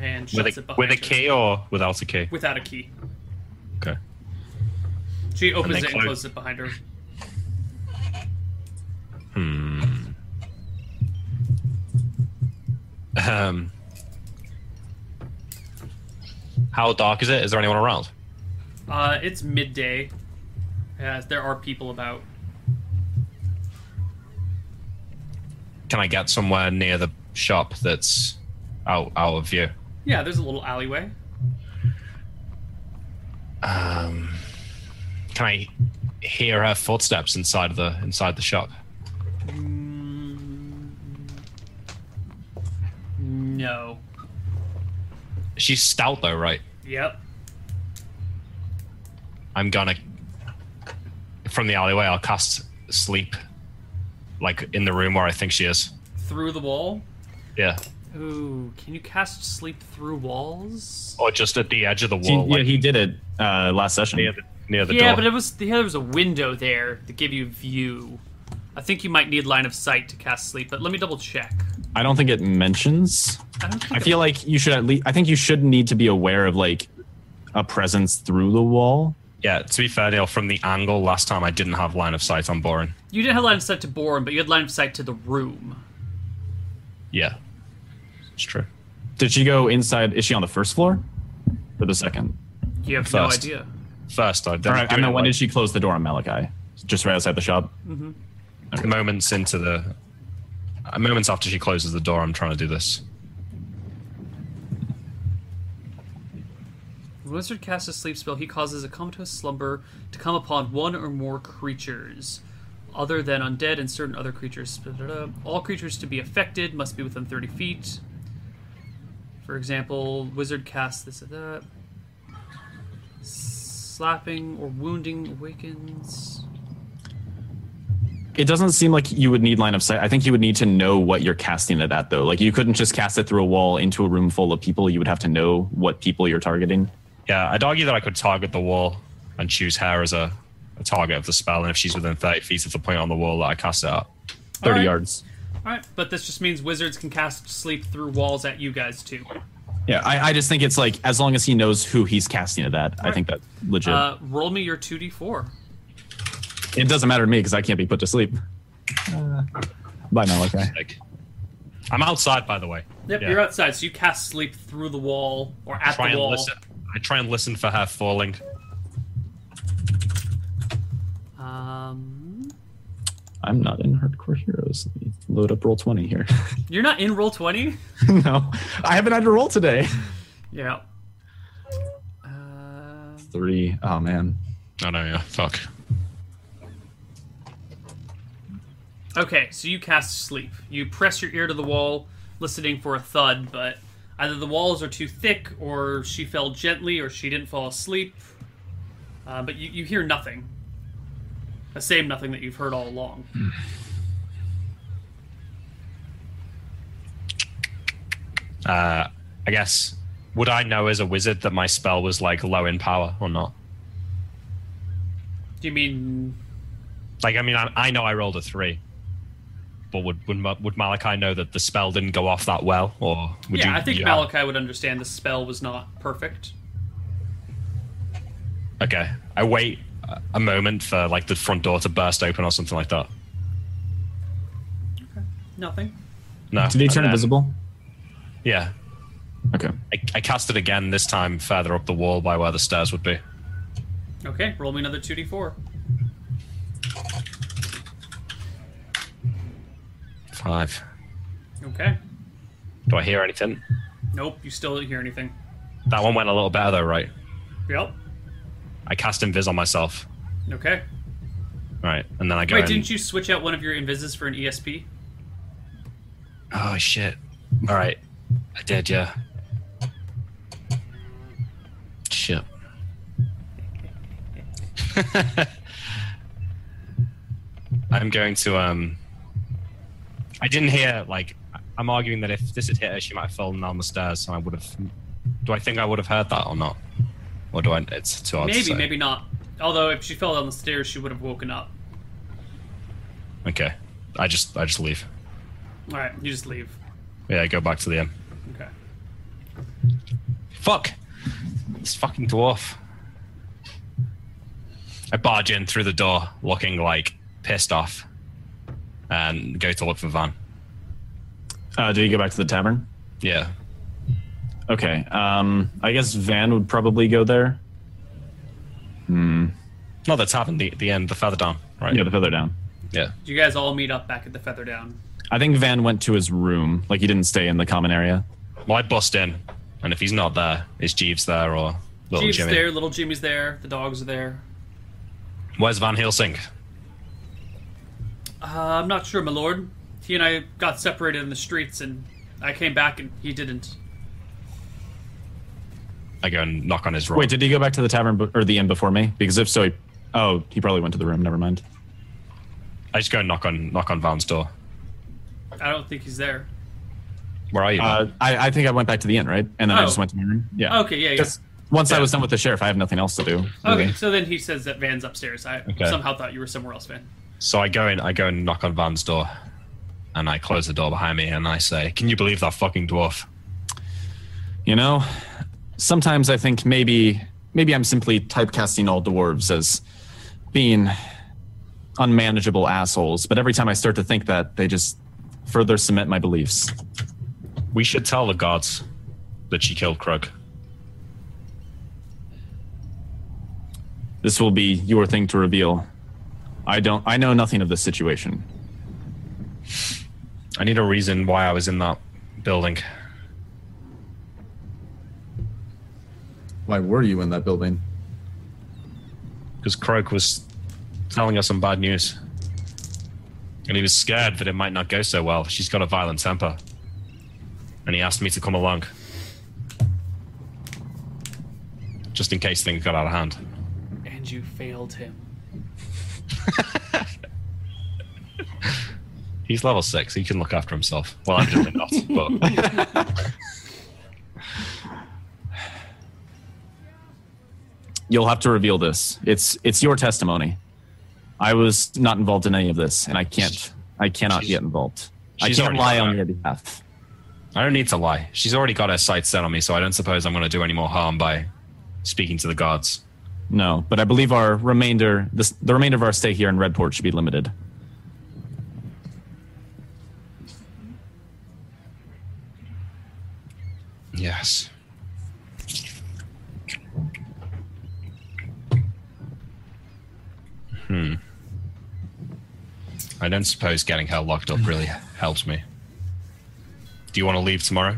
and shuts
With
it
a,
behind
with a
her.
key or without a key?
Without a key.
Okay.
She opens
they
it and
close-
closes it behind her.
Um, how dark is it? Is there anyone around?
Uh, it's midday. Uh, there are people about.
Can I get somewhere near the shop that's out out of view?
Yeah, there's a little alleyway.
Um, can I hear her footsteps inside the inside the shop?
Mm, no.
She's stout though, right?
Yep.
I'm gonna from the alleyway. I'll cast sleep, like in the room where I think she is.
Through the wall.
Yeah,
Ooh, can you cast sleep through walls?
or just at the edge of the
He-
wall,
yeah,
like
he did it uh, last session.
near the near the
yeah,
door.
but it was yeah, there was a window there to give you view. I think you might need line of sight to cast sleep, but let me double check.
I don't think it mentions.
I don't think
I feel like you should at least. I think you should need to be aware of like a presence through the wall.
yeah, to be fair, Neil, from the angle last time I didn't have line of sight on Boren.
you didn't have line of sight to Boren, but you had line of sight to the room.
Yeah, it's true.
Did she go inside? Is she on the first floor or the second?
You have
First.
no idea.
First, I didn't
All right.
do
I
it,
mean, when
like,
did she close the door on Malachi? Just right outside the shop.
moments into the uh, moments after she closes the door. I'm trying to do this.
When a wizard casts a sleep spell, he causes a comatose slumber to come upon one or more creatures, other than undead and certain other creatures. Da-da-da. All creatures to be affected must be within 30 feet. For example, wizard casts this or that. Slapping or wounding awakens.
It doesn't seem like you would need line of sight. I think you would need to know what you're casting it at, though. Like you couldn't just cast it through a wall into a room full of people. You would have to know what people you're targeting.
Yeah, I'd argue that I could target the wall and choose her as a, a target of the spell, and if she's within 30 feet of the point on the wall that I cast it at.
Thirty
Alright.
yards.
Alright, but this just means wizards can cast sleep through walls at you guys too.
Yeah, I, I just think it's like as long as he knows who he's casting it at, I think that's legit.
Uh, roll me your 2d4.
it doesn't matter to me because I can't be put to sleep. Uh. Bye, Malachi.
Like, I'm outside, by the way.
Yep,
Yeah.
you're outside, so you cast sleep through the wall or at
Try
the
and
wall.
listen. I try and listen for her falling.
Um,
I'm not in hardcore heroes. Let me load up roll twenty here.
you're not in roll 20?
no, I haven't had to roll today.
Yeah. Uh,
Three. Oh man.
No, no, yeah, fuck.
okay, so you cast sleep. You press your ear to the wall, listening for a thud, but either the walls are too thick, or she fell gently, or she didn't fall asleep. Uh, but you, you hear nothing. The same nothing that you've heard all along.
Hmm. Uh, I guess. Would I know as a wizard that my spell was like low in power or not?
Do you mean
Like, I mean, I, I know I rolled a three, but would would, Ma- would Malachi know that the spell didn't go off that well, or would
yeah,
you?
I think
you have-
Malachi would understand the spell was not perfect.
Okay, I wait a- a moment for like the front door to burst open or something like that.
Nothing.
No.
Did he
and
turn
then-
invisible?
Yeah,
Okay.
I, I cast it again this time further up the wall by where the stairs would be.
Okay, roll me another 2d4.
Five.
Okay.
Do I hear anything?
Nope, you still didn't hear anything.
That one went a little better though, right?
Yep.
I cast invis on myself.
Okay.
Right, and then I go.
Wait,
in.
didn't you switch out one of your invises for an E ESP?
Oh shit! All right, I did. Yeah. Shit. I'm going to. Um. I didn't hear. Like, I'm arguing that if this had hit her, she might have fallen down the stairs, and I would have. Do I think I would have heard that or not? Or do I? It's too hard. to
Maybe,
say.
maybe not. Although if she fell down the stairs, she would have woken up.
Okay. I just. I just leave.
All right, you just leave.
Yeah. I go back to the inn.
Okay.
Fuck! This fucking dwarf. I barge in through the door, looking like pissed off, and go to look for Van.
Uh, did he go back to the tavern?
Yeah.
Okay. Um, I guess Van would probably go there.
Not the tavern, the, the end, the further down, right?
Yeah, the feather down.
Yeah.
Do you guys all meet up back at the Feather Down?
I think Van went to his room. Like he didn't stay in the common area.
Well, I bust in, and if he's not there, is Jeeves there or little
Jeeves
Jimmy?
there, little Jimmy's there, the dogs are there.
Where's Van Helsing?
Uh, I'm not sure, my lord. He and I got separated in the streets, and I came back, and he didn't.
I go and knock on his door.
Wait, did he go back to the tavern be- or the inn before me? Because if so, he, oh, he probably went to the room. Never mind.
I just go and knock on knock on Van's door.
I don't think he's there.
Where are you? Van?
Uh, I, I think I went back to the inn, right? And then I
Oh.
just went to my room. Yeah.
Okay, yeah, yeah.
Just once I
Yeah.
was done with the sheriff, I have nothing else to do.
Okay,
really.
so then he says that Van's upstairs. I
Okay.
somehow thought you were somewhere else, Van.
So I go in, I go and knock on Van's door, and I close the door behind me, and I say, "Can you believe that fucking dwarf?"
You know, sometimes I think maybe maybe I'm simply typecasting all dwarves as being unmanageable assholes. But every time I start to think that, they just further cement my beliefs.
We should tell the gods that she killed Krug.
This will be your thing to reveal. I don't. I know nothing of this situation.
I need a reason why I was in that building.
Why were you in that building?
Because Krug was telling us some bad news. And he was scared that it might not go so well. She's got a violent temper. And he asked me to come along. Just in case things got out of hand.
And you failed him.
He's level six. He can look after himself. Well, evidently not. But
You'll have to reveal this. It's it's your testimony. I was not involved in any of this, and I can't. I cannot
She's-
get involved. I
she's
can't
already
lie
come
on
back.
your behalf.
I don't need to lie. She's already got her sights set on me, so I don't suppose I'm going to do any more harm by speaking to the guards.
No, but I believe our remainder, this, the remainder of our stay here in Redport should be limited.
Yes. Hmm. I don't suppose getting her locked up really helps me. Do you want to leave tomorrow?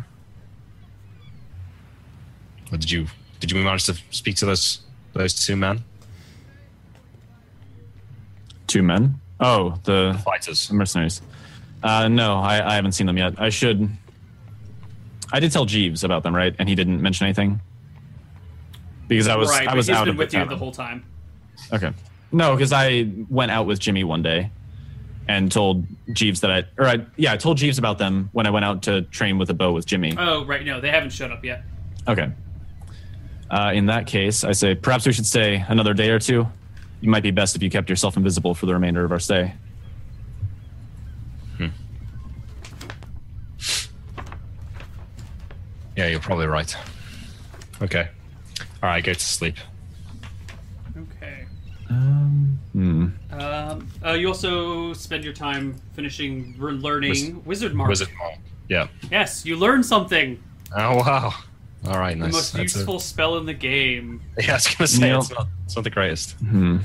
Or did you did you manage to speak to those those two men?
Two men. Oh, the
Fighters.
mercenaries. Uh, no, I, I haven't seen them yet. I should. I did tell Jeeves about them, right? And he didn't mention anything because I was
right,
I
but
was
he's
out
been
of
with
the
you
cabin.
the whole time.
Okay. No, because I went out with Jimmy one day and told Jeeves that I, or I, yeah, I told Jeeves about them when I went out to train with a bow with Jimmy.
Oh, right. No, they haven't showed up yet.
Okay. Uh, in that case, I say perhaps we should stay another day or two. You might be best if you kept yourself invisible for the remainder of our stay.
Yeah, you're probably right. Okay. All right, go to sleep.
Okay.
Um, hmm.
Um, uh, you also spend your time finishing re- learning
Wiz-
Wizard Mark.
Was it? Yeah.
Yes, you learn something.
Oh wow! All right, nice.
The most
That's a-
useful spell in the game.
yeah, I was gonna say
Neil.
it's not, it's not the greatest.
Hmm.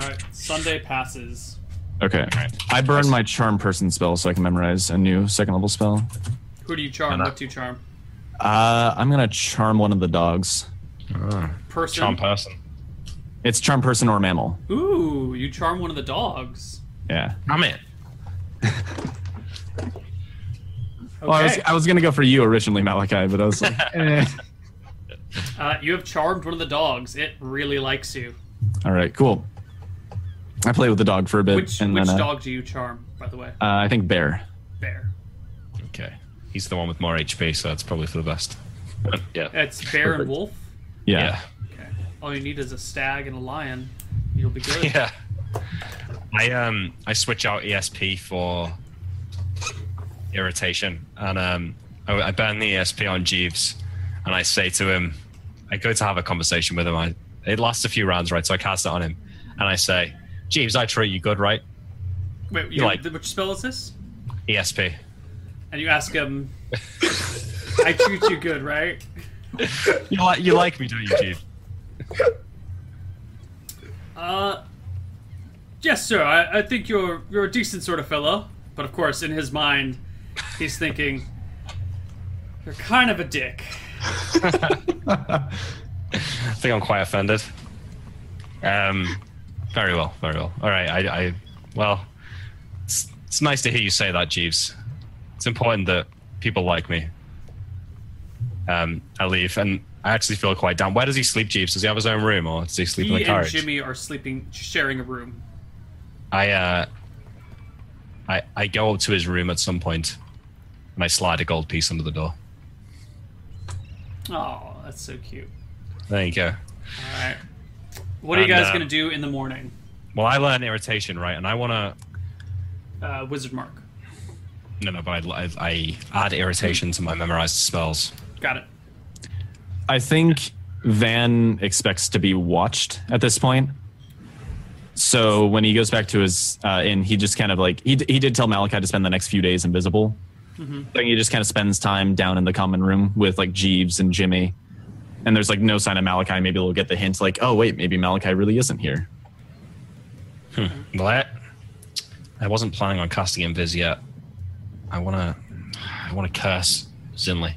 All right, Sunday passes.
Okay.
All right.
I burn my charm person spell so I can memorize a new second level spell.
Who do you charm?
And I-
What do you charm?
Uh, I'm gonna charm one of the dogs.
Oh,
Person.
charm person.
It's charm person or mammal.
Ooh, you charm one of the dogs.
Yeah.
I'm in.
Okay.
Well, I was I was gonna go for you originally, Malachi, but I was like, eh.
uh, you have charmed one of the dogs. It really likes you.
all right, cool. I play with the dog for a bit,
Which
and
which
then uh,
dog do you charm, by the way?
uh, I think bear.
Bear.
Okay, he's the one with more HP, so that's probably for the best. yeah.
It's bear and
Perfect.
wolf.
Yeah.
Yeah.
Okay. All you need is a stag and a lion. You'll be good.
Yeah. I um I switch out ESP for irritation, and um I, I burn the ESP on Jeeves, and I say to him, I go to have a conversation with him. I it lasts a few rounds, right? So I cast it on him, and I say, Jeeves, I treat you good, right? E
Wait, you,
You like-
th- which spell is this?
ESP.
And you ask him. I treat you good, right?
You like you like me, don't you, Jeeves?
Uh, yes, sir. I, I think you're you're a decent sort of fellow, but of course, in his mind, he's thinking you're kind of a dick.
I think I'm quite offended. Um, very well, very well. All right, I, I well, it's, it's nice to hear you say that, Jeeves. It's important that people like me. Um, I leave, and I actually feel quite down. Where does he sleep, Jeeves? Does he have his own room, or does he sleep in
He
the
and
carriage?
Jimmy are sleeping, sharing a room.
I, uh, I, I go up to his room at some point, and I slide a gold piece under the door.
Oh, that's so cute.
There you go.
All right. What are you
And,
guys
uh,
gonna do in the morning,
Well, I learn irritation, right? And I want to
uh, Wizard Mark?
No, no, but I, I, I add irritation to my memorized spells.
Got it.
I think Van expects to be watched at this point. So when he goes back to his uh, inn, he just kind of like he, d- he did tell Malachi to spend the next few days invisible.
Mm-hmm.
Like he just kind of spends time down in the common room with like Jeeves and Jimmy, and there's like no sign of Malachi. Maybe they'll get the hint like, oh wait, maybe Malachi really isn't here.
Well, I, I wasn't planning on casting Invis yet. I wanna, I wanna curse Zinli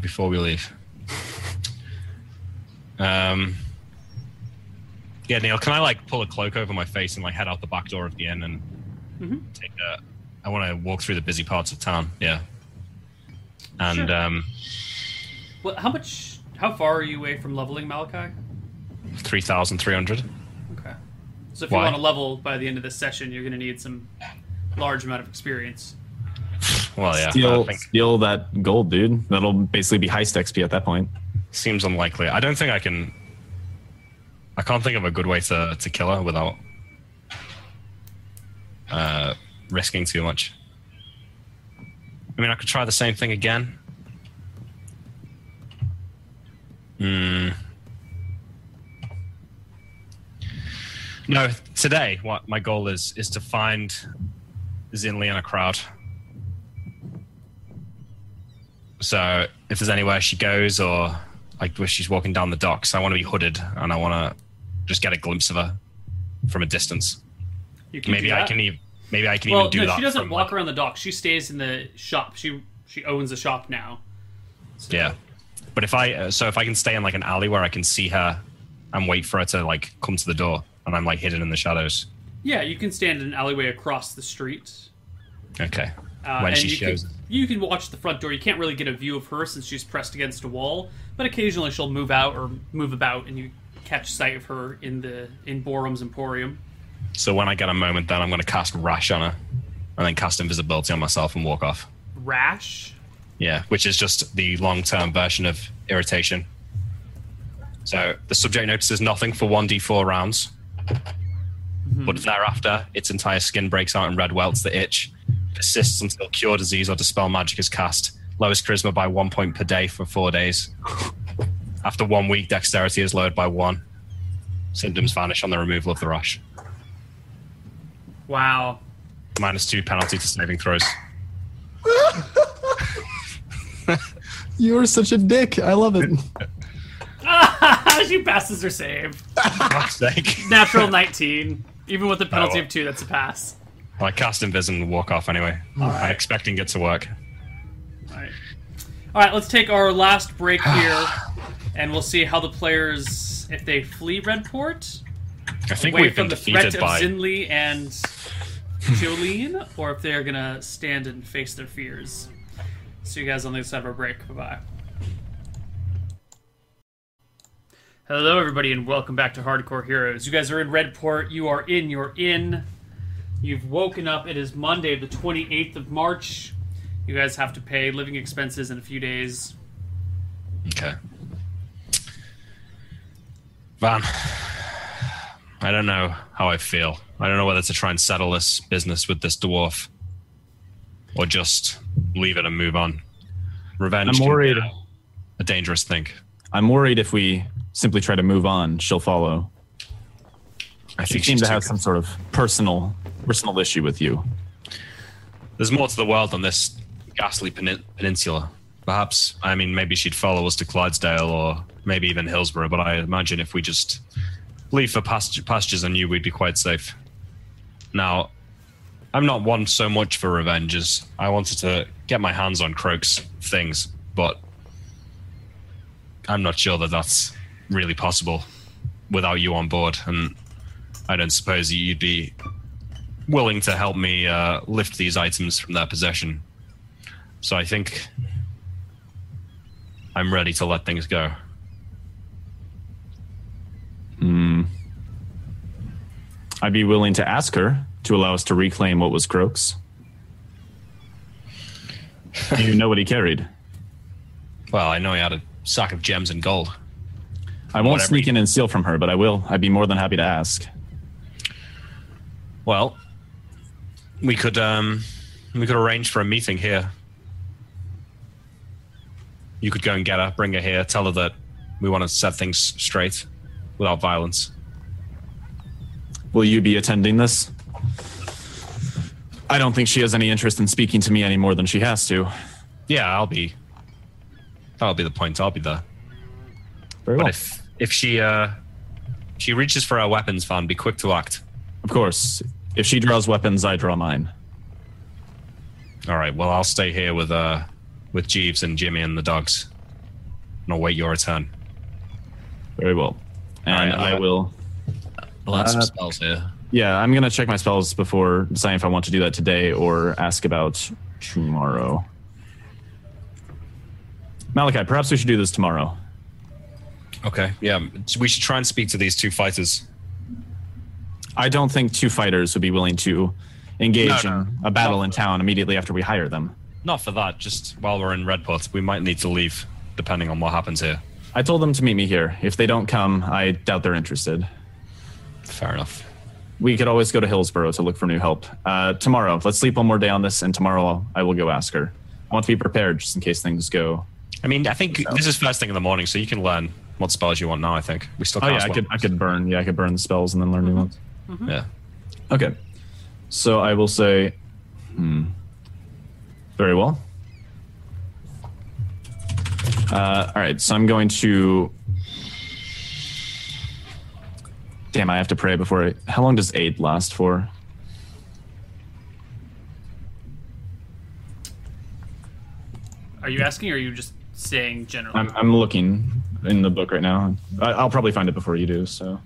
before we leave. Um, yeah, Neil, can I like pull a cloak over my face and like head out the back door of the inn and take a, I want to walk through the busy parts of town. Yeah, and
Sure.
um,
Well, how much? How far are you away from leveling Malachi?
three thousand three hundred.
Okay. So if you
Why?
want to level by the end of this session, you're gonna need some large amount of experience.
Well, yeah, I
Steal
think
steal that gold, dude. That'll basically be heist XP at that point.
seems unlikely. I don't think I can. I can't think of a good way to, to kill her without uh, risking too much. I mean, I could try the same thing again. Hmm. No, today, what my goal is is to find Zinli in a crowd. So if there's anywhere she goes, or like where she's walking down the docks, I want to be hooded and I want to just get a glimpse of her from a distance.
You can
Maybe
do
I
that.
can even maybe I can
Well,
even do
no,
that.
she doesn't
from,
walk
like-
around the dock. She stays in the shop. She she owns the shop now. So-
Yeah, but if I uh, so if I can stay in like an alley where I can see her and wait for her to like come to the door, and I'm like hidden in the shadows.
Yeah, you can stand in an alleyway across the street.
Okay.
Uh,
when
and
she
you
shows.
Can, you can watch the front door. You can't really get a view of her since she's pressed against a wall, but occasionally she'll move out or move about, and you catch sight of her in the in Borum's Emporium.
So when I get a moment, then I'm going to cast Rash on her, and then cast Invisibility on myself and walk off.
Rash.
Yeah, which is just the long-term version of irritation. So the subject notices nothing for one d4 rounds, but thereafter its entire skin breaks out in red welts. The itch persists until cure disease or dispel magic is cast. Lowers charisma by one point per day for four days. After one week, dexterity is lowered by one. Symptoms vanish on the removal of the rash.
Wow.
Minus two penalty to saving throws.
You're such a dick. I love it.
she passes her save.
Fuck's sake.
Natural nineteen. Even with the penalty
well.
of two, that's a pass.
I cast Invis and walk off anyway. I'm expecting it to work.
Alright. Alright, let's take our last break here and we'll see how the players if they flee Redport
I think
away
we've
from
been
the threat of
defeated by.
Zinli and Jolene, or if they're gonna stand and face their fears. See you guys on the other side of our break. Bye bye. Hello, everybody, and welcome back to Hardcore Heroes. You guys are in Redport. You are in. You're in. You've woken up. It is Monday, the 28th of March. You guys have to pay living expenses in a few days.
okay. Van, I don't know how I feel. I don't know whether to try and settle this business with this dwarf or just leave it and move on. Revenge
I'm
can be
worried.
a dangerous thing.
I'm worried if we simply try to move on, she'll follow.
I
She seemed
think she's
to
too
have
good.
some sort of personal personal issue with you.
There's more to the world than this ghastly penin- peninsula. Perhaps, I mean, maybe she'd follow us to Clydesdale or maybe even Hillsborough, but I imagine if we just leave for past- pastures I knew we'd be quite safe. Now, I'm not one so much for revenges. I wanted to get my hands on Croak's things, but I'm not sure that that's really possible without you on board, and I don't suppose you'd be willing to help me uh, lift these items from their possession. So I think I'm ready to let things go.
I'd be willing to ask her to allow us to reclaim what was Croak's. Do you know what he carried?
Well, I know he had a sack of gems and gold.
I won't
Whatever
sneak
you-
in and steal from her, but I will. I'd be more than happy to ask.
Well, we could um, we could arrange for a meeting here. You could go and get her, bring her here, tell her that we want to set things straight without violence.
Will you be attending this? I don't think she has any interest in speaking to me any more than she has to.
Yeah, I'll be. That'll be the point. I'll be there.
Very
But
well.
if if she uh, she reaches for our weapons, Van, be quick to act.
Of course. If she draws weapons, I draw mine.
All right. Well, I'll stay here with uh with Jeeves and Jimmy and the dogs, and I'll wait your return.
Very well. And
Alright,
I
uh,
will.
I'll add
Uh,
some spells here.
Yeah, I'm going to check my spells before deciding if I want to do that today or ask about tomorrow. Malachi, perhaps we should do this tomorrow.
Okay. Yeah. We should try and speak to these two fighters.
I don't think two fighters would be willing to engage
No, no.
in a battle in town immediately after we hire them.
Not for that. Just while we're in Redport, we might need to leave, depending on what happens here.
I told them to meet me here. If they don't come, I doubt they're interested.
Fair enough.
we could always go to Hillsborough to look for new help. Uh, tomorrow, let's sleep one more day on this, and tomorrow I'll, I will go ask her. I want to be prepared just in case things go.
I mean, I think this is first thing in the morning, so you can learn what spells you want now. I think we still.
Oh
Can't
yeah, I
spell-
could I could burn. Yeah, I could burn the spells and then learn new ones.
Yeah.
Mm-hmm. Okay, so I will say, hmm, very well. Uh, all right, so I'm going to. Damn, I have to pray before. I... How long does aid last for?
Are you asking, or are you just saying generally?
I'm, I'm looking in the book right now. I, I'll probably find it before you do. So,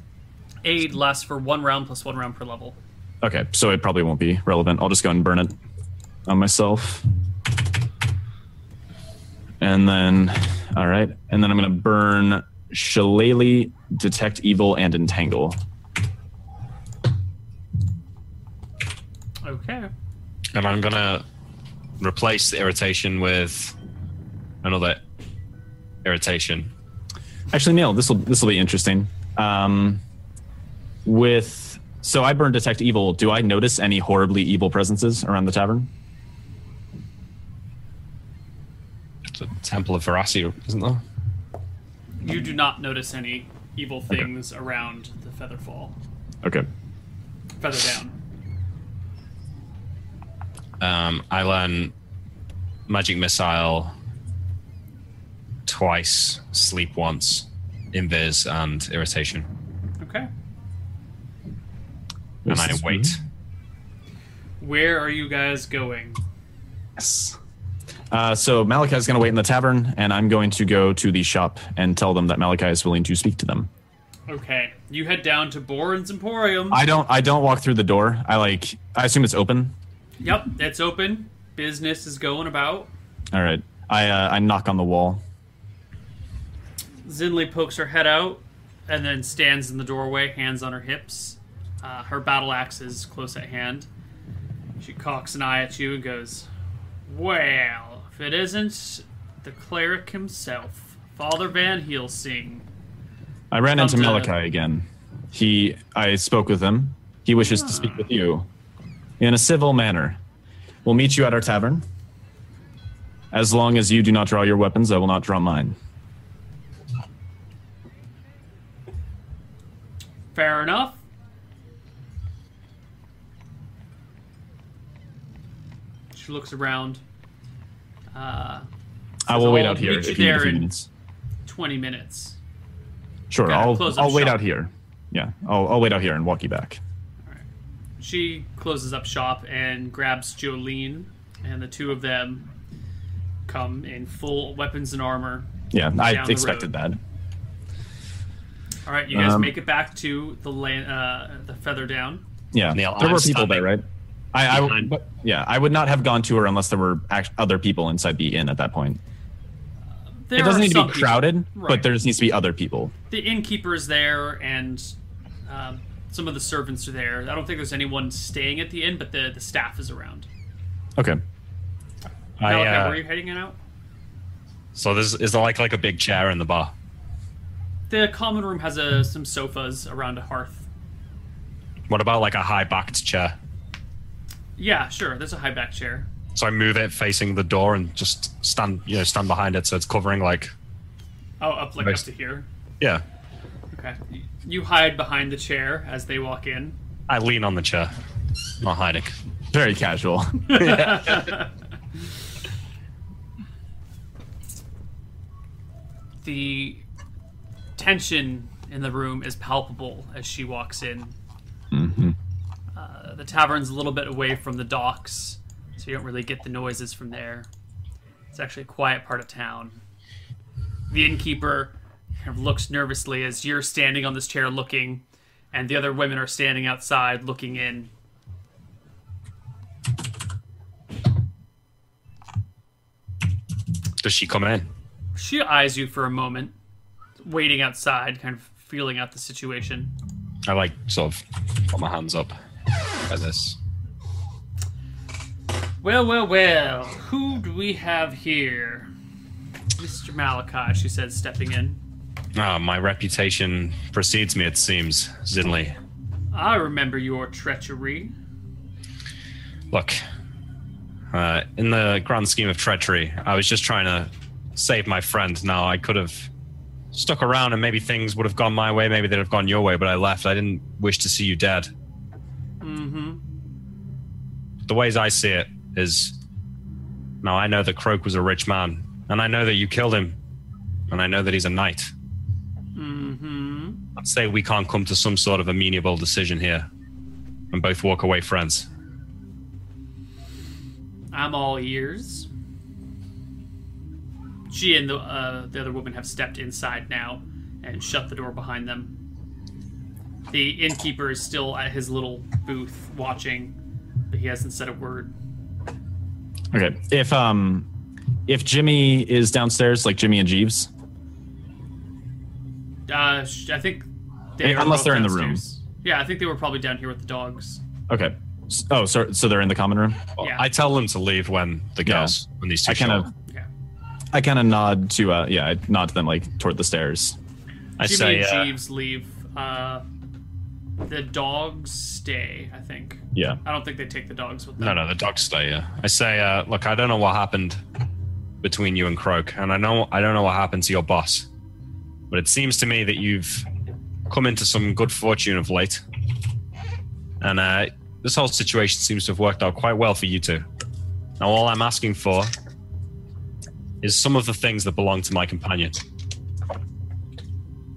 Aid lasts for one round plus one round per level.
okay, so it probably won't be relevant. I'll just go and burn it on myself, and then, all right, and then I'm gonna burn Shillelagh, detect evil, and entangle.
Okay.
And I'm gonna replace the irritation with another irritation.
Actually, Neil, this will this will be interesting. Um, with so I burn detect evil. Do I notice any horribly evil presences around the tavern?
It's a temple of Verassi, isn't there?
You do not notice any evil things around the Featherfall.
Okay.
Feather down.
Um, I learn magic missile twice, sleep once, invis, and irritation.
Okay.
And I wait.
Where are you guys going?
Yes. Uh, so Malachi is going to wait in the tavern, and I'm going to go to the shop and tell them that Malachi is willing to speak to them.
Okay. You head down to Boren's Emporium.
I don't. I don't walk through the door. I like. I assume it's open.
yep, it's open. Business is going about.
All right. I uh, I knock on the wall.
Zinli pokes her head out and then stands in the doorway, hands on her hips. Uh, her battle axe is close at hand. She cocks an eye at you and goes, Well, if it isn't the cleric himself, Father Van Heelsing.
I ran into
to-
Malachi again. He. I spoke with him. He wishes to speak with you, in a civil manner. We'll meet you at our tavern. As long as you do not draw your weapons, I will not draw mine.
Fair enough. She looks around. Uh,
I will wait
I'll
out here
meet you
if you need a
there
few
in-
minutes.
20 minutes.
Sure,
Gotta
I'll
close up
I'll wait
shop.
out here. Yeah, I'll I'll wait out here and walk you back.
She closes up shop and grabs Jolene, and the two of them come in full weapons and armor.
Yeah, I
Down the
expected that.
All right, you guys
Um,
make it back to the land, uh, the feather down.
Yeah,
Neil,
there
I'm
were people
standing
there, right? I, I
behind-
but- yeah, I would not have gone to her unless there were act- other people inside the inn at that point.
There
it
are
doesn't need to
some
be
people-
crowded,
Right.
but there just needs to be other people.
The innkeeper is there, and um, some of the servants are there. I don't think there's anyone staying at the inn, but the, the staff is around.
Okay.
I,
Malachi,
uh,
where are you heading in out?
so there's is there like like a big chair in the bar?
The common room has a, some sofas around a hearth.
What about like a high backed chair?
Yeah, sure. There's a high back chair.
So I move it facing the door and just stand you know stand behind it so it's covering like
Oh, up like
Nice.
up to here.
yeah.
Okay. You hide behind the chair as they walk in.
I lean on the chair, not hiding.
Very casual.
The tension in the room is palpable as she walks in. Uh, the tavern's a little bit away from the docks, so you don't really get the noises from there. It's actually a quiet part of town. The innkeeper kind of looks nervously as you're standing on this chair looking, and the other women are standing outside looking in.
Does she come in?
She eyes you for a moment, waiting outside, kind of feeling out the situation.
I like sort of put my hands up like this.
Well, well, well, who do we have here? Mr. Malachi, she said, stepping in.
Ah, my reputation precedes me, it seems, Zinli.
I remember your treachery.
Look, uh, in the grand scheme of treachery, I was just trying to save my friend. Now, I could have stuck around and maybe things would have gone my way, maybe they'd have gone your way, but I left. I didn't wish to see you dead.
Mm-hmm.
The ways I see it is now I know that Croak was a rich man, and I know that you killed him, and I know that he's a knight.
Mm-hmm.
I'd say we can't come to some sort of amenable decision here and both walk away friends.
I'm all ears. She and the uh, the other woman have stepped inside now and shut the door behind them. The innkeeper is still at his little booth watching, but he hasn't said a word.
Okay. If um if Jimmy is downstairs, like Jimmy and Jeeves,
Uh, sh- I think
Hey, unless
both
they're in the room.
downstairs. Yeah, I think they were probably down here with the dogs.
Okay. S- Oh, so so they're in the common room.
Yeah.
I tell them to leave when the girls, when these two
I kind
show
of
up.
Yeah.
I kind of nod to uh yeah, I nod to them like toward the stairs.
I
Jimmy
say,
and
uh,
Jeeves leave. Uh, the dogs stay. I think.
Yeah.
I don't think they take the dogs with them.
No, no, the dogs stay. Yeah, I say, uh, look, I don't know what happened between you and Croak, and I know I don't know what happened to your boss, but it seems to me that you've come into some good fortune of late, and uh, this whole situation seems to have worked out quite well for you two. Now, all I'm asking for is some of the things that belong to my companion.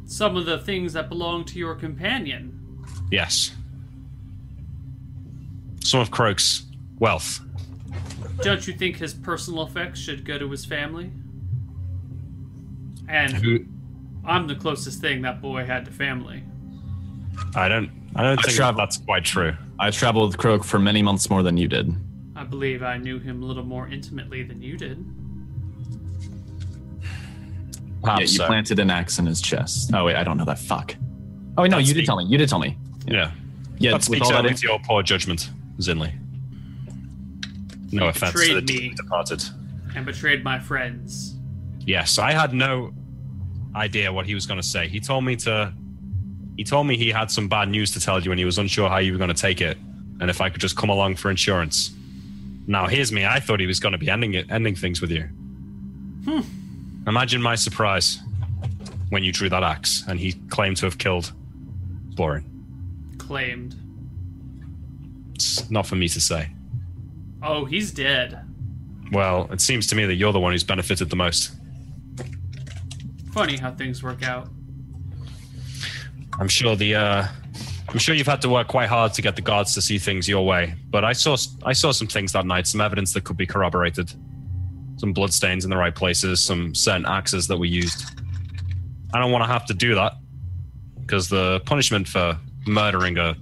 Some of the things that belong to your companion.
Yes, some of Croak's wealth.
Don't you think his personal effects should go to his family? And
Who
I'm the closest thing that boy had to family.
I don't, I don't think
travel-
that's quite true.
I traveled with Croak for many months more than you did.
I believe I knew him a little more intimately than you did.
Perhaps
yeah, you
so.
planted an axe in his chest. Oh wait, I don't know that. Fuck. Oh wait, no,
That's
you did
the-
tell me. You did tell me.
yeah.
Yeah,
That
with
speaks
all that
only
in-
to your poor judgment, Zinley. No offense to the
betrayed me.
departed.
And betrayed my friends.
Yes, I had no idea what he was going to say. He told me to. He told me he had some bad news to tell you, and he was unsure how you were going to take it, and if I could just come along for insurance. Now here's me. I thought he was going to be ending it, ending things with you. Imagine my surprise when you drew that axe, and he claimed to have killed Borin.
Claimed.
It's not for me to say.
Oh, he's dead.
Well, it seems to me that you're the one who's benefited the most.
Funny how things work out.
I'm sure the uh, I'm sure you've had to work quite hard to get the guards to see things your way. But I saw I saw some things that night, some evidence that could be corroborated, some bloodstains in the right places, some certain axes that were used. I don't want to have to do that because the punishment for murdering a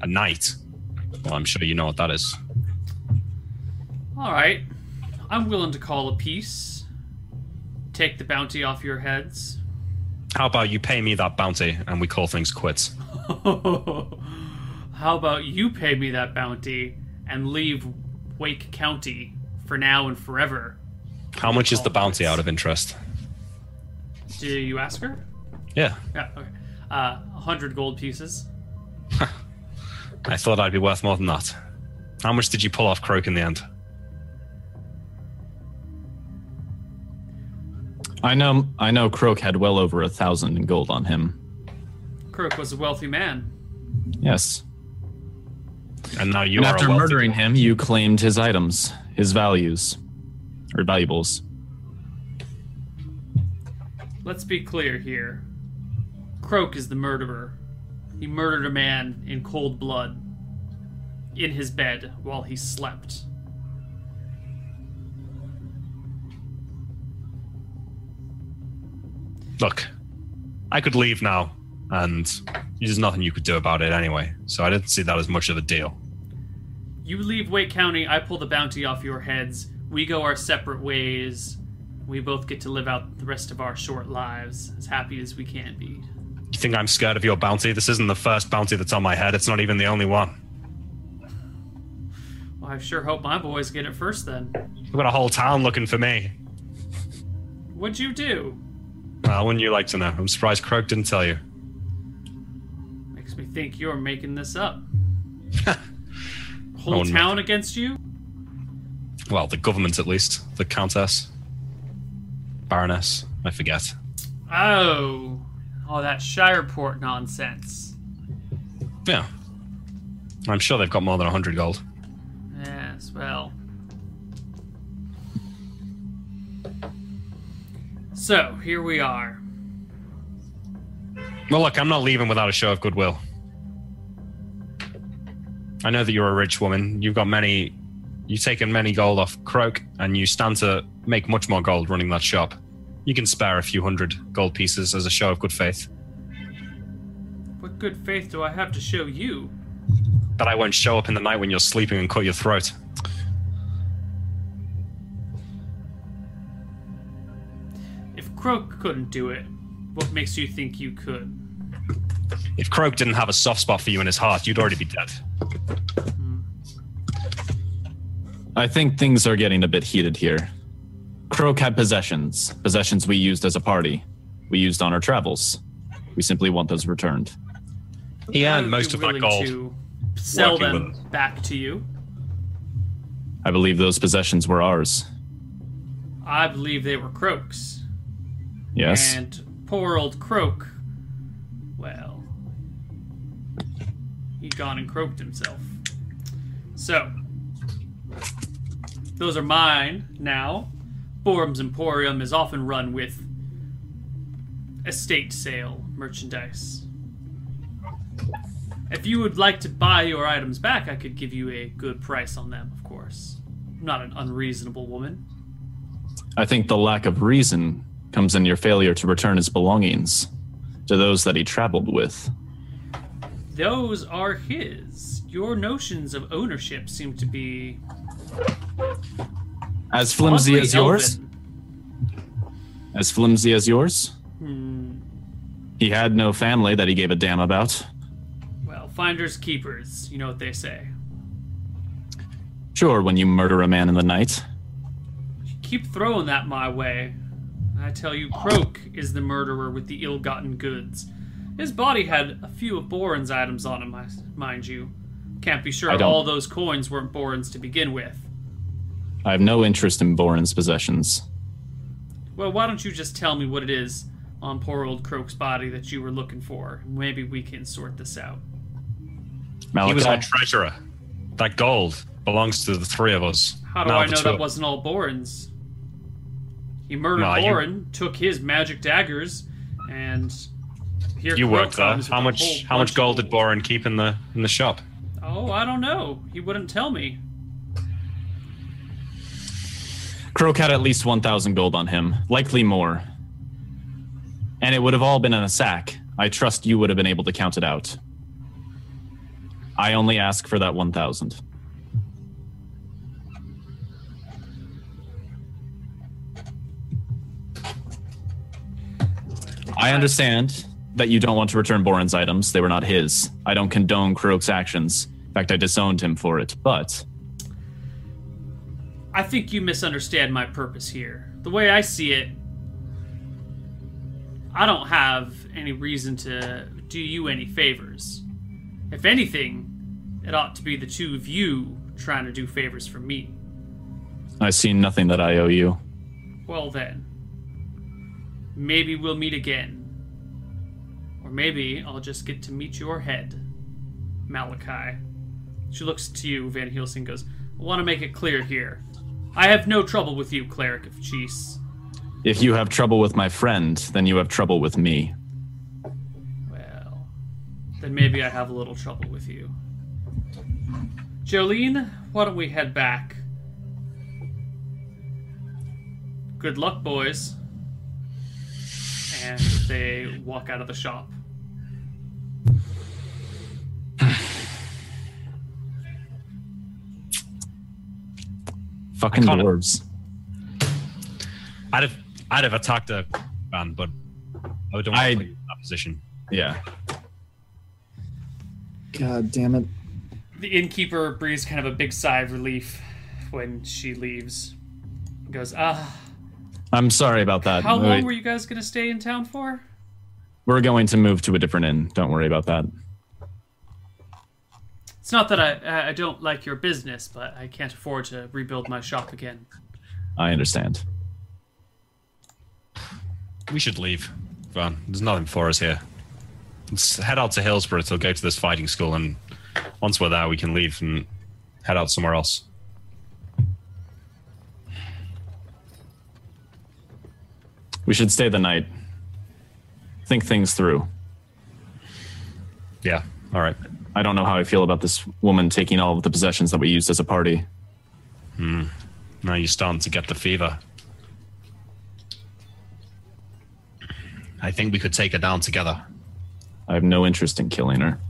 a knight. Well, I'm sure you know what that is.
All right. I'm willing to call a peace. Take the bounty off your heads.
How about you pay me that bounty and we call things quits?
How about you pay me that bounty and leave Wake County for now and forever?
How much is the bounty out of interest?
Do you ask her?
Yeah,
Yeah, okay. Uh, 100 gold pieces.
I thought I'd be worth more than that. How much did you pull off Croak in the end?
I know. I know. Croak had well over a thousand in gold on him.
Crook was a wealthy man.
Yes.
And now you
and
are a
after
wealthy-
murdering him, you claimed his items, his values, or valuables.
Let's be clear here. Croak is the murderer. He murdered a man in cold blood in his bed while he slept.
Look, I could leave now, and there's nothing you could do about it anyway. So I didn't see that as much of a deal.
You leave Wake County, I pull the bounty off your heads. We go our separate ways. We both get to live out the rest of our short lives as happy as we can be.
You think I'm scared of your bounty? This isn't the first bounty that's on my head. It's not even the only one.
Well, I sure hope my boys get it first then.
We've got a whole town looking for me.
What'd you do?
Uh, Well, wouldn't you like to know? I'm surprised Croak didn't tell you.
Makes me We think you're making this up.
Oh,
Whole
no.
town against you?
Well, the government at least. The Countess. Baroness. I forget.
Oh, all that Shireport nonsense.
Yeah. I'm sure they've got more than 100 gold.
Yes, well. So here we are.
Well, look, I'm not leaving without a show of goodwill. I know that you're a rich woman. You've got many. You've taken many gold off Croak, and you stand to make much more gold running that shop. You can spare a few hundred gold pieces as a show of good faith.
What good faith do I have to show you?
But I won't show up in the night when you're sleeping and cut your throat.
If Croak couldn't do it, what makes you think you could?
If Croak didn't have a soft spot for you in his heart, you'd already be dead.
I think things are getting a bit heated here. Croak had possessions, possessions we used as a party, we used on our travels. We simply want those returned.
He
I
earned
would
most
be
of that
willing
gold.
To sell
working
them
with us.
back to you.
I believe those possessions were ours.
I believe they were Croak's.
Yes.
And poor old Croak, well, he gone and croaked himself. So, those are mine now. Borum's Emporium is often run with estate sale merchandise. If you would like to buy your items back, I could give you a good price on them, of course. I'm not an unreasonable woman.
I think the lack of reason comes in your failure to return his belongings to those that he traveled with.
Those are his. Your notions of ownership seem to be
As flimsy
oddly
as yours?
elven.
As flimsy as yours?
Hmm.
He had no family that he gave a damn about.
Well, finders keepers. You know what they say.
Sure, when you murder a man in the night.
You keep throwing that my way. I tell you, Croak is the murderer with the ill-gotten goods. His body had a few of Boren's items on him, I- mind you. Can't be
I
sure
don't-
all those coins weren't Boren's to begin with.
I have no interest in Boren's possessions.
Well, why don't you just tell me what it is on poor old Croak's body that you were looking for? Maybe we can sort this out.
He was our
Malachi,
treasurer. That gold belongs to the three of us.
How do
Now
I
the
know
two
that
of-
wasn't all Boren's? He murdered
Nah, you-
Boren, took his magic daggers, and here
You
Croak
worked there.
comes with
How
a
much?
whole
How much
bunch
gold
of-
did Boren keep in the in the shop?
Oh, I don't know. He wouldn't tell me.
Croak had at least 1,000 gold on him, likely more. And it would have all been in a sack. I trust you would have been able to count it out. I only ask for that 1,000. I understand that you don't want to return Boren's items. They were not his. I don't condone Croak's actions. In fact, I disowned him for it. But
I think you misunderstand my purpose here. The way I see it, I don't have any reason to do you any favors. If anything, it ought to be the two of you trying to do favors for me.
I see nothing that I owe you.
Well then, maybe we'll meet again. Or maybe I'll just get to meet your head, Malachi. She looks to you, Van Helsing goes, I want to make it clear here. I have no trouble with you, Cleric of Cheese.
If you have trouble with my friend, then you have trouble with me.
Well, then maybe I have a little trouble with you. Jolene, why don't we head back? Good luck, boys. And they walk out of the shop.
Fucking
kinda-
dwarves.
I'd have I'd have attacked a man, but I don't want
I-
to put you in that position.
Yeah.
God damn it.
The innkeeper breathes kind of a big sigh of relief when she leaves. Goes, ah,
I'm sorry about that.
how long
We-
were you guys gonna stay in town for?
We're going to move to a different inn. Don't worry about that.
It's not that I I don't like your business, but I can't afford to rebuild my shop again.
I understand.
We should leave, Van. There's nothing for us here. Let's head out to Hillsborough to go to this fighting school, and once we're there, we can leave and head out somewhere else.
We should stay the night. Think things through.
Yeah. All right.
I don't know how I feel about this woman taking all of the possessions that we used as a party.
Now you're starting to get the fever. I think we could take her down together.
I have no interest in killing her.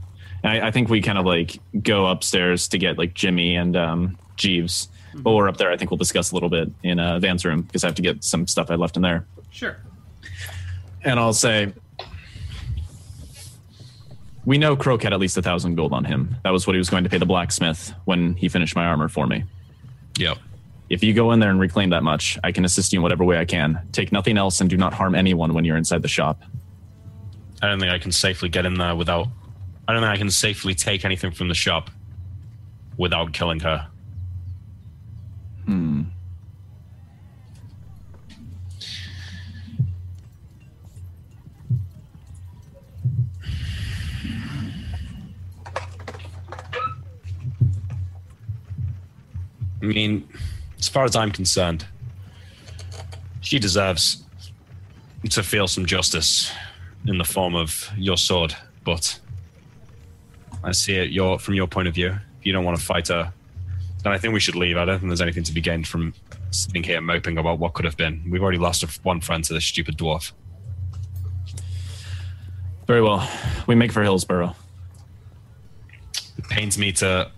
And I, I think we kind of like go upstairs to get like Jimmy and um, Jeeves.
Mm-hmm.
But we're up there, I think we'll discuss a little bit in uh, Van's room because I have to get some stuff I left in there.
Sure.
And I'll say, we know Croak had at least a thousand gold on him. That was what he was going to pay the blacksmith when he finished my armor for me.
Yep.
If you go in there and reclaim that much, I can assist you in whatever way I can. Take nothing else and do not harm anyone when you're inside the shop.
I don't think I can safely get in there without. I don't think I can safely take anything from the shop without killing her. Hmm. I mean, as far as I'm concerned, she deserves to feel some justice in the form of your sword, but I see it your from your point of view. If you don't want to fight her, then I think we should leave. I don't think there's anything to be gained from sitting here moping about what could have been. We've already lost a f one friend to this stupid dwarf.
Very well. We make for Hillsborough.
It pains me to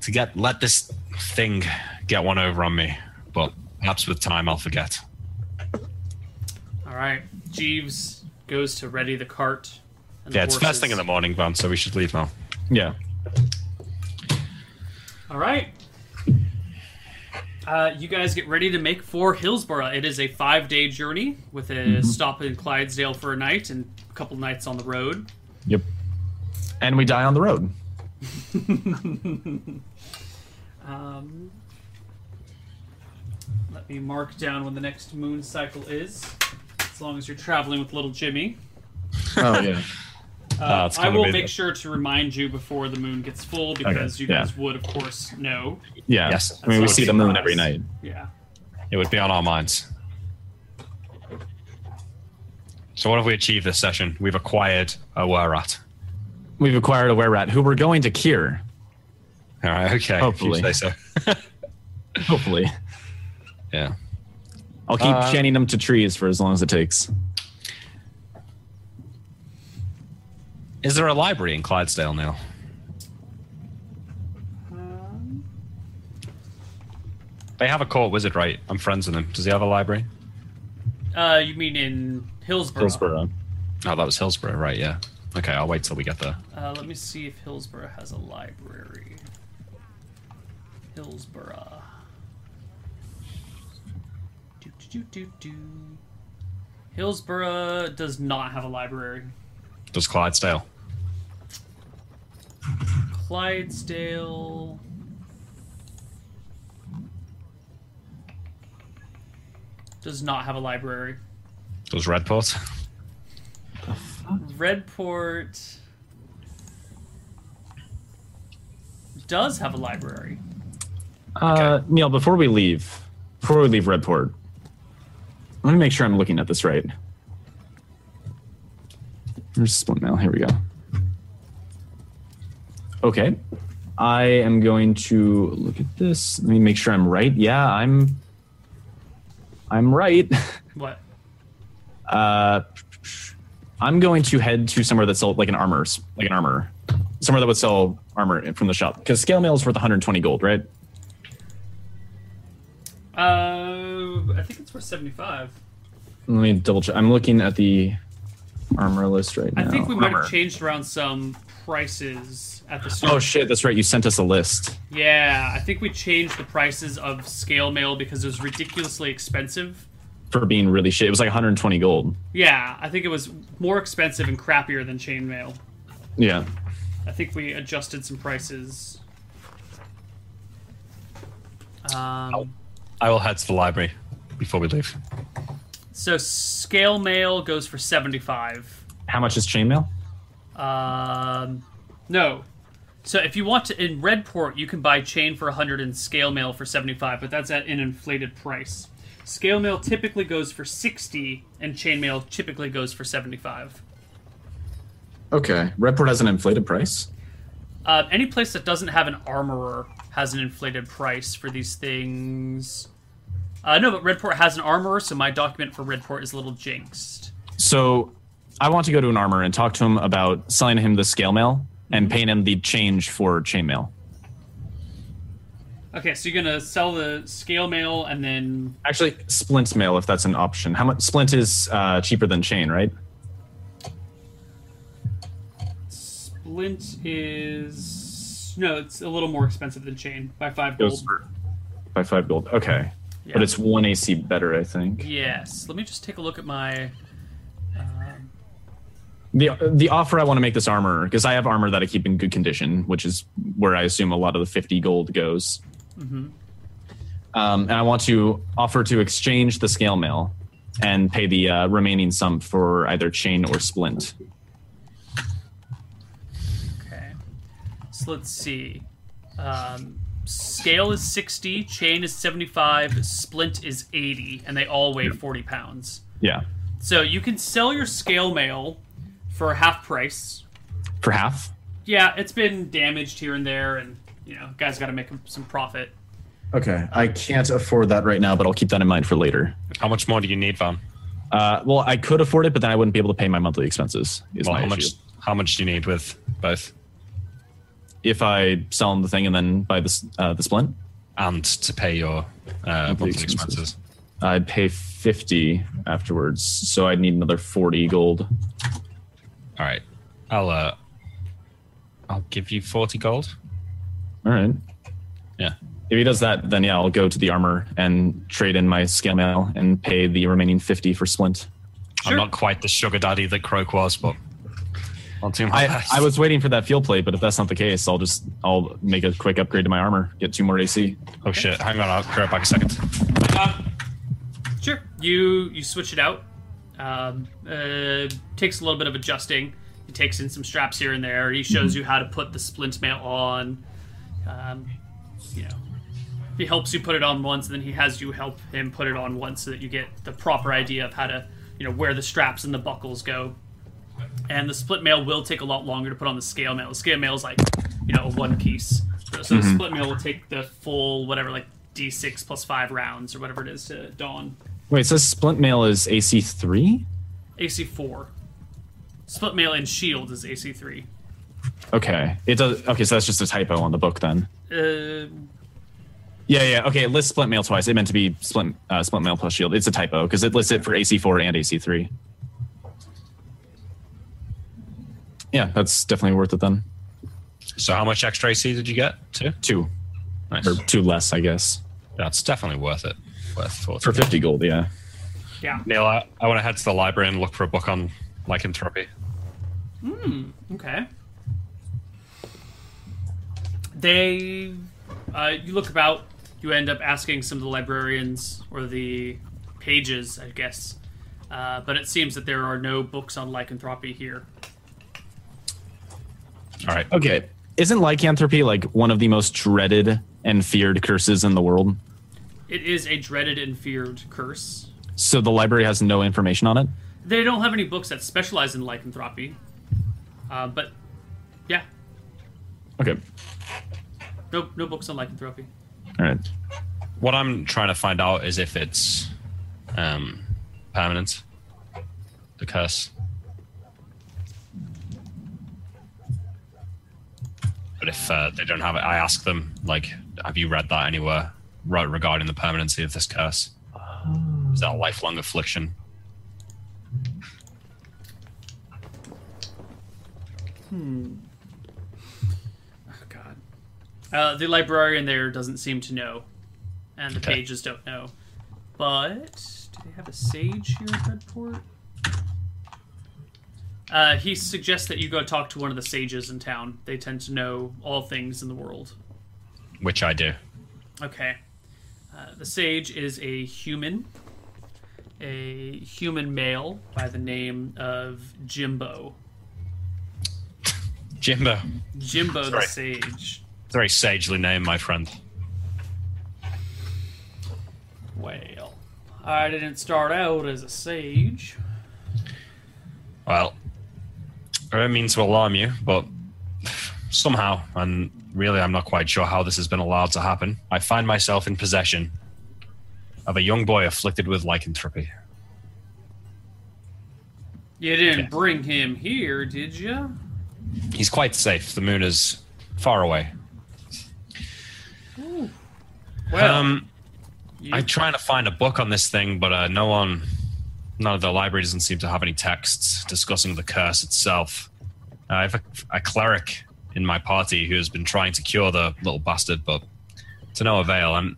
to get let this thing get one over on me, but perhaps with time I'll forget.
All right. Jeeves goes to ready the cart. And
Yeah, it's first thing in the
horses.
morning, Van, so we should leave now.
Yeah.
All right. Uh, you guys get ready to make for Hillsborough. It is a five-day journey with a stop in Clydesdale for a night and a couple nights on the road.
Yep. And we die on the road.
Um, let me mark down when the next moon cycle is. As long as you're traveling with little Jimmy, Uh,
Oh yeah.
Ah, it's
I
gonna
will
be-
make sure to remind you before the moon gets full because you
yeah.
guys would, of course, know.
yeah.
Yes.
I mean, we
That's
see the
what
moon
it
every
was.
night.
Yeah.
It would be on our minds. So what have we achieved this session? We've acquired a were rat.
We've acquired a were rat who we're going to cure,
All right, okay. if
Hopefully.
You say so.
hopefully.
Yeah.
I'll keep
Uh,
chaining them to trees for as long as it takes.
Is there a library in Clydesdale now? They have a court wizard, right? I'm friends with him. Does he have a library?
Uh, you mean in Hillsborough?
Hillsborough.
Oh, that was Hillsborough, right? Yeah. Okay, I'll wait till we get there.
Uh, let me see if Hillsborough has a library. Hillsborough. Do, do, do, do, do. Hillsborough does not have a library.
Does Clydesdale?
Clydesdale. Does not have a library.
Does Redport?
Redport does have a library.
Uh, Neil, before we leave, before we leave Redport, let me make sure I'm looking at this right. Where's Split Mail? Here we go. Okay. I am going to look at this. Let me make sure I'm right. Yeah, I'm I'm right.
What?
Uh, I'm going to head to somewhere that sells like an armor, like an armor, somewhere that would sell armor from the shop because scale mail is worth 120 gold, right?
Uh, I think it's worth seventy-five.
Let me double check. I'm looking at the armor list right
I
now.
think we might
Armor.
have changed around some prices at the store.
Oh shit, that's right. You sent us a list.
Yeah, I think we changed the prices of scale mail because it was ridiculously expensive.
For being really shit, it was like 120 gold.
Yeah, I think it was more expensive and crappier than chain mail.
Yeah,
I think we adjusted some prices. Um,
I will head to the library before we leave.
so scale mail goes for seventy five.
How much is chainmail?
Um, no. So if you want to in Redport, you can buy chain for 100 and scale mail for 75, but that's at an inflated price. Scale mail typically goes for 60, and chain mail typically goes for 75.
Okay. Redport has an inflated price.
Uh, any place that doesn't have an armorer has an inflated price for these things. Uh, no, but Redport has an armorer, so my document for Redport is a little jinxed.
So I want to go to an armor and talk to him about selling him the scale mail
Mm-hmm.
and paying him the change for chainmail.
Okay, so you're gonna sell the scale mail and then
Actually, splint mail if that's an option. How much splint is uh, cheaper than chain, right?
Splint is no, it's a little more expensive than chain by five gold.
Goes for by five gold. Okay.
Yeah.
But it's one AC better, I think.
yes. Let me just take a look at my. Um,
The the offer I want to make this armor because I have armor that I keep in good condition, which is where I assume a lot of the fifty gold goes. Mm-hmm. Um, and I want to offer to exchange the scale mail and pay the uh, remaining sum for either chain or splint.
okay, so let's see. Um, scale is sixty, chain is seventy-five, splint is eighty, and they all weigh forty pounds.
Yeah,
So you can sell your scale mail for half price.
for half.
Yeah, it's been damaged here and there, and you know, guys got to make some profit.
Okay, I can't afford that right now, but I'll keep that in mind for later.
How much more do you need, Van?
Uh, well, I could afford it, but then I wouldn't be able to pay my monthly expenses. Is
Well,
my
how much?
issue.
How much do you need with both
If I sell them the thing and then buy the s- uh, the splint,
and to pay your uh, monthly expenses?
I'd pay fifty afterwards, so I'd need another forty gold.
All right, I'll uh, I'll give you forty gold.
All right.
Yeah.
If he does that, then yeah, I'll go to the armor and trade in my scale mail and pay the remaining fifty for splint.
Sure.
I'm not quite the sugar daddy that Croak was, but I'll do my
I,
best.
I was waiting for that field plate, but if that's not the case, I'll just I'll make a quick upgrade to my armor, get two more AC.
Oh shit! Hang on, I'll be right back a second.
Sure. You you switch it out. Um, uh, takes a little bit of adjusting. He takes in some straps here and there. He shows you how to put the splint mail on. Um, you know, he helps you put it on once, and then he has you help him put it on once so that you get the proper idea of how to, you know, where the straps and the buckles go. And the split mail will take a lot longer to put on the scale mail. The scale mail is like, you know, a one piece. So, so the split mail will take the full whatever, like D6 plus five rounds or whatever it is to dawn.
Wait, it says splint mail is AC three?
AC four. Split mail and shield is AC three.
Okay. It does okay, so that's just a typo on the book then.
Uh,
Yeah, yeah. Okay, it lists splint mail twice. It meant to be splint uh, splint mail plus shield. It's a typo because it lists it for AC four and AC three. Yeah, that's definitely worth it then.
So, how much extra AC did you get? Two.
Two
Nice.
or two less, I guess.
That's definitely worth it. Worth forty.
For fifty gold, yeah.
yeah.
Neil, I, I want to head to the library and look for a book on lycanthropy.
Okay. They, uh, you look about. You end up asking some of the librarians or the pages, I guess. Uh, but it seems that there are no books on lycanthropy here.
All right.
Okay. Isn't lycanthropy like one of the most dreaded and feared curses in the world?
It is a dreaded and feared curse.
So the library has no information on it?
They don't have any books that specialize in lycanthropy. Uh, but, yeah,
Okay.
no, no books on lycanthropy.
All right.
What I'm trying to find out is if it's um, permanent. The curse. But if uh, they don't have it, I ask them, like, have you read that anywhere right, regarding the permanency of this curse? Is that a lifelong affliction?
Oh, God. Uh, the librarian there doesn't seem to know, and the
Okay.
pages don't know. But do they have a sage here in Redport? Uh, he suggests that you go talk to one of the sages in town. They tend to know all things in the world.
which I do.
Okay. Uh, the sage is a human, a human male by the name of Jimbo.
Jimbo,
Jimbo the
Sorry.
sage.
it's a very sagely name, my friend.
Well, I didn't start out as a sage.
Well, I don't mean to alarm you, but somehow, and really I'm not quite sure how this has been allowed to happen, I find myself in possession of a young boy afflicted with lycanthropy.
You didn't
Yeah.
bring him here, did you?
He's quite safe. The moon is far away.
Well,
um,
you,
I'm trying to find a book on this thing, but uh, no one, none of the library doesn't seem to have any texts discussing the curse itself. Uh, I have a, a cleric in my party who has been trying to cure the little bastard, but to no avail. I'm,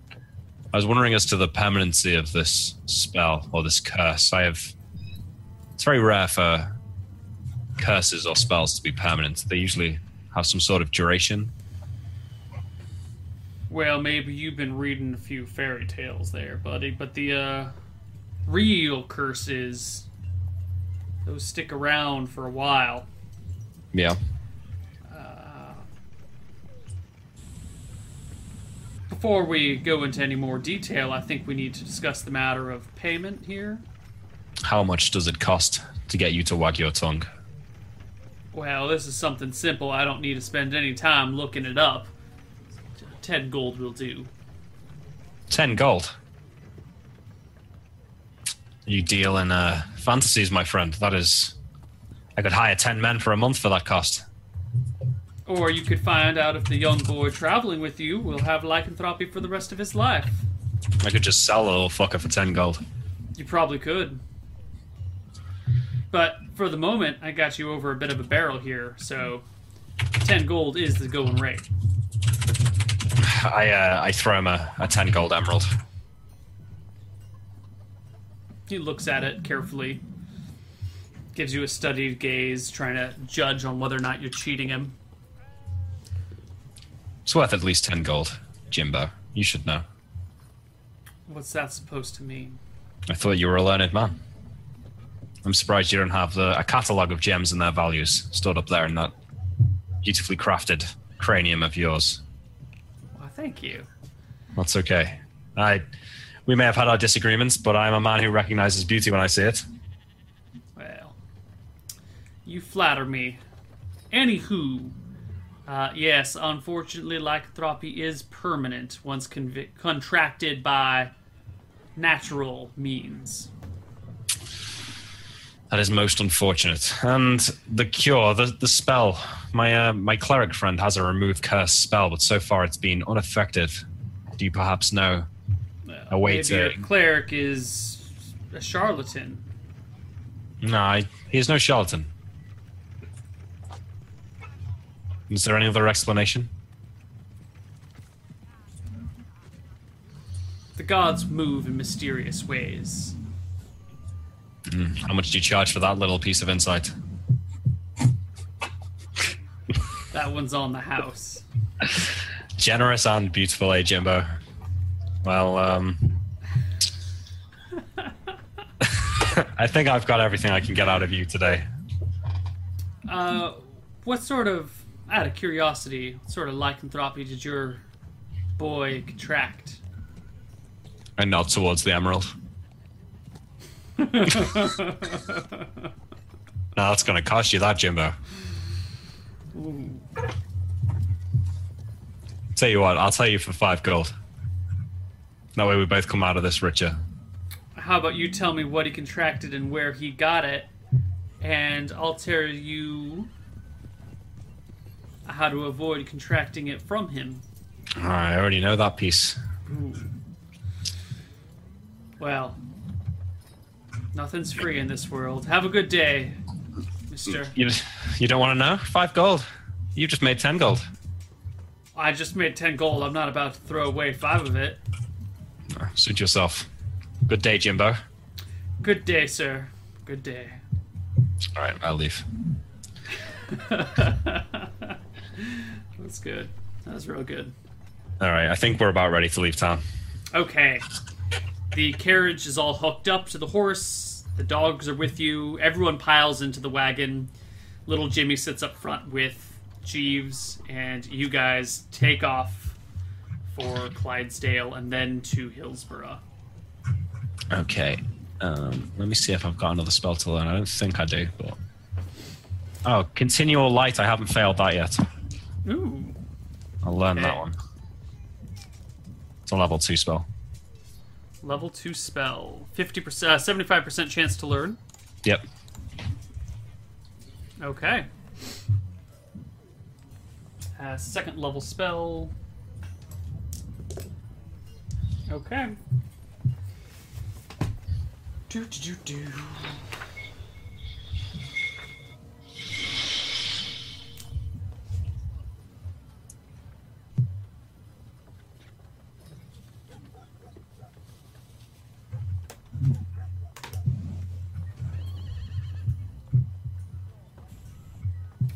I was wondering as to the permanency of this spell or this curse. I have. It's very rare for curses or spells to be permanent. They usually have some sort of duration.
well, maybe you've been reading a few fairy tales there, buddy. But the uh, real curses, those stick around for a while.
Yeah.
Before we go into any more detail, I think we need to discuss the matter of payment here.
How much does it cost to get you to wag your tongue?
Well, this is something simple. I don't need to spend any time looking it up. Ten gold will do.
10 gold. You deal in uh, fantasies, my friend. That is. I could hire 10 men for a month for that cost.
Or you could find out if the young boy traveling with you will have lycanthropy for the rest of his life.
I could just sell the little fucker for 10 gold.
You probably could. But for the moment, I got you over a bit of a barrel here, so 10 gold is the going rate.
I uh, I throw him a, a 10 gold emerald.
He looks at it carefully, gives you a studied gaze, trying to judge on whether or not you're cheating him.
It's worth at least 10 gold, Jimbo. You should know.
What's that supposed to mean?
I thought you were a learned man. I'm surprised you don't have the, a catalogue of gems and their values stored up there in that beautifully crafted cranium of yours.
Why, thank you.
That's okay. I we may have had our disagreements, but I'm a man who recognizes beauty when I see it.
Well, you flatter me. Anywho, uh, yes, unfortunately, lycanthropy is permanent once convic- contracted by natural means.
That is most unfortunate. And the cure, the, the spell. My uh, my cleric friend has a remove curse spell, but so far it's been ineffective. Do you perhaps know?
Well,
A way
maybe
to-
your cleric is a charlatan.
No, I, he is no charlatan. Is there any other explanation?
The gods move in mysterious ways.
How much do you charge for that little piece of insight?
That one's on the house.
Generous and beautiful, eh, Jimbo? Well, um. I think I've got everything I can get out of you today.
Uh, what sort of, out of curiosity, what sort of lycanthropy did your boy contract?
I nod towards the emerald. Now that's going to cost you that, Jimbo.
Ooh.
Tell you what, I'll tell you for five gold. That way we both come out of this richer.
How about you tell me what he contracted and where he got it, and I'll tell you how to avoid contracting it from him.
I already know that piece.
Well, nothing's free in this world. Have a good day, mister.
You, you don't want to know? Five gold. You just made ten gold.
I just made 10 gold. I'm not about to throw away five of it.
Suit yourself. Good day, Jimbo.
Good day, sir. Good day.
All right, I'll leave.
That's good. That's real good.
All right, I think we're about ready to leave town.
Okay. The carriage is all hooked up to the horse. The dogs are with you. Everyone piles into the wagon. Little Jimmy sits up front with Jeeves, and you guys take off for Clydesdale and then to Hillsborough.
Okay. Um, let me see if I've got another spell to learn. I don't think I do, but oh, continual light. I haven't failed that yet.
Ooh.
I'll learn that
Okay.
one. It's a level two spell.
Level 2 spell. 50%, uh, 75% chance to learn.
Yep.
Okay. Uh, second level spell. Okay. Do do do do.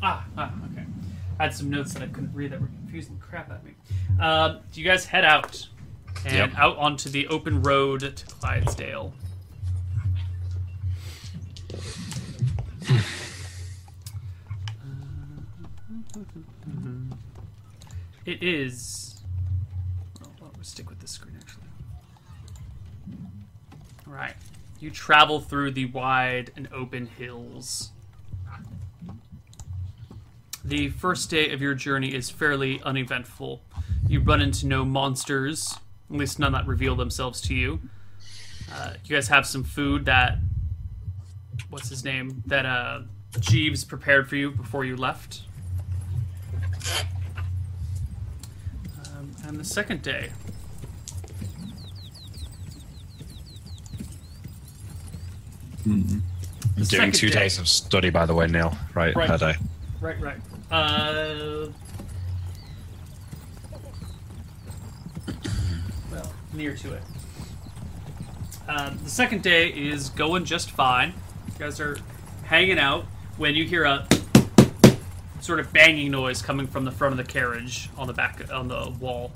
Ah, ah, okay. I had some notes that I couldn't read that were confusing the crap out of me. Uh, do you guys head out and
Yep.
out onto the open road to Clydesdale? It is. Well, we'll stick with this screen actually. All right. You travel through the wide and open hills. The first day of your journey is fairly uneventful. You run into no monsters, at least none that reveal themselves to you. Uh, you guys have some food that, what's his name, that uh, Jeeves prepared for you before you left. Um, and the second day.
I'm doing
second
two
day.
days of study, by the way, Neil. Right,
Right.
per day.
Right, right. Uh. Well, near to it. Um, the second day is going just fine. You guys are hanging out when you hear a sort of banging noise coming from the front of the carriage on the back on the wall.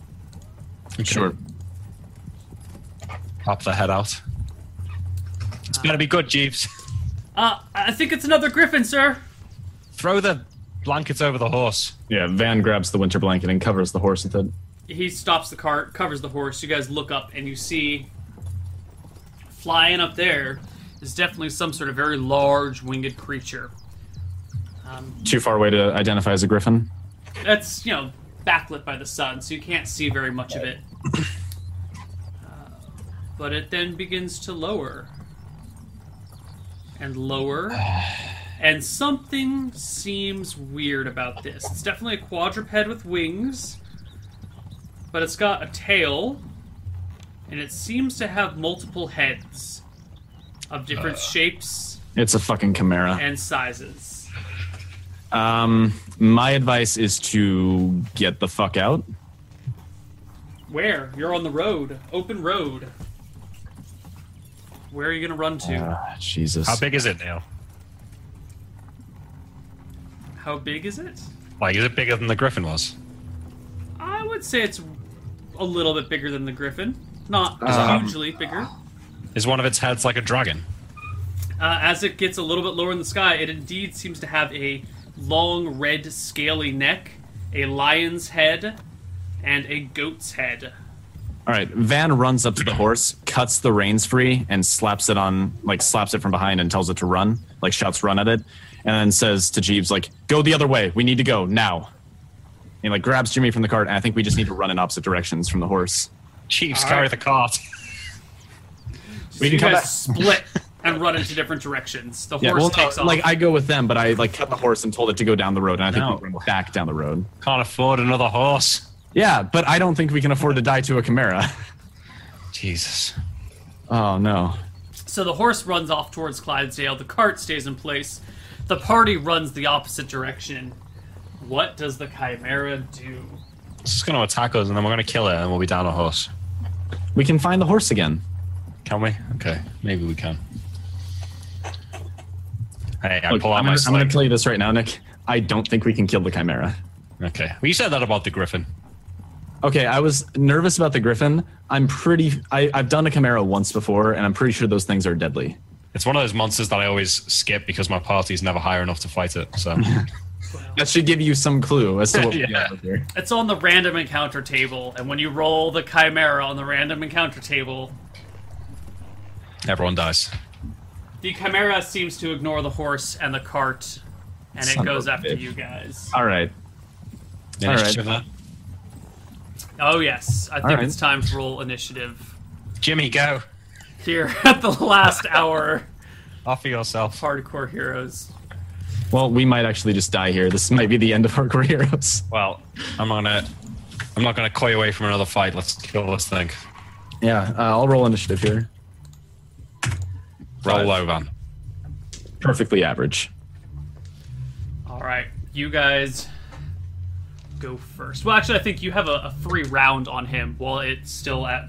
Sure.
Pop the head out. It's gonna be good, Jeeves.
Uh, I think it's another griffin, sir.
Throw the blankets over the horse.
Yeah, Van grabs the winter blanket and covers the horse with it.
he stops the cart, covers the horse. You guys look up and you see flying up there is definitely some sort of very large winged creature. Um,
Too far away to identify as a griffin.
that's you know backlit by the sun, so you can't see very much of it. Uh, but it then begins to lower and lower, and something seems weird about this. It's definitely a quadruped with wings but it's got a tail, and it seems to have multiple heads of different shapes
It's a fucking chimera.
and sizes.
Um, my advice is to get the fuck out.
Where? You're on the road, open road. Where are you gonna run to?
Ah, Jesus.
How big is it, Neil?
How big is it?
Like, is it bigger than the griffin was?
I would say it's a little bit bigger than the griffin. Not
Um,
hugely bigger.
Is one of its heads like a dragon?
Uh, as it gets a little bit lower in the sky, it indeed seems to have a long, red, scaly neck, a lion's head, and a goat's head.
All right, Van runs up to the horse, cuts the reins free, and slaps it on, like slaps it from behind and tells it to run, like shouts "run" at it, and then says to Jeeves, like, "Go the other way. We need to go now." And like grabs Jimmy from the cart, and I think we just need to run in opposite directions from the horse.
Jeeves,
All
carry
right.
the cart.
We
you
can come
guys
back.
split and run into different directions. The
Yeah,
horse
well, no,
takes off.
like I go with them, but I like cut the horse and told it to go down the road, and I think
No.
we run back down the road.
Can't afford another horse.
Yeah, but I don't think we can afford to die to a chimera.
Jesus.
oh no.
so the horse runs off towards Clydesdale. The cart stays in place. The party runs the opposite direction. What does the chimera do?
It's just going to attack us, and then we're going to kill it, and we'll be down a horse.
We can find the horse again.
Can we? Okay, maybe we can. Hey, I
Look,
pull out
I'm,
my
gonna, I'm gonna
sling.
tell you this right now, Nick. I don't think we can kill the chimera.
Okay. Well, you said that about the griffin.
Okay, I was nervous about the griffin. I'm pretty. I, I've done a chimera once before, and I'm pretty sure those things are deadly.
It's one of those monsters that I always skip because my party's never higher enough to fight it. So
That should give you some clue as to what we
Yeah.
got here.
It's on the random encounter table, and when you roll the chimera on the random encounter table,
everyone dies.
the chimera seems to ignore the horse and the cart, and
Son
it
of
goes
a
after
bitch.
you guys.
All right. All right.
Initiative.
Oh yes, I think
Alright.
it's time to roll initiative
Jimmy, go.
here at the last hour.
Offer yourself.
Hardcore heroes.
Well, we might actually just die here. This might be the end of our core heroes.
Well, I'm gonna. I'm not gonna coy away from another fight. Let's kill this thing.
Yeah, uh, I'll roll initiative here.
Roll
Right.
low, Van.
Perfectly average.
All right, you guys go first. Well, actually, I think you have a, a free round on him while it's still at.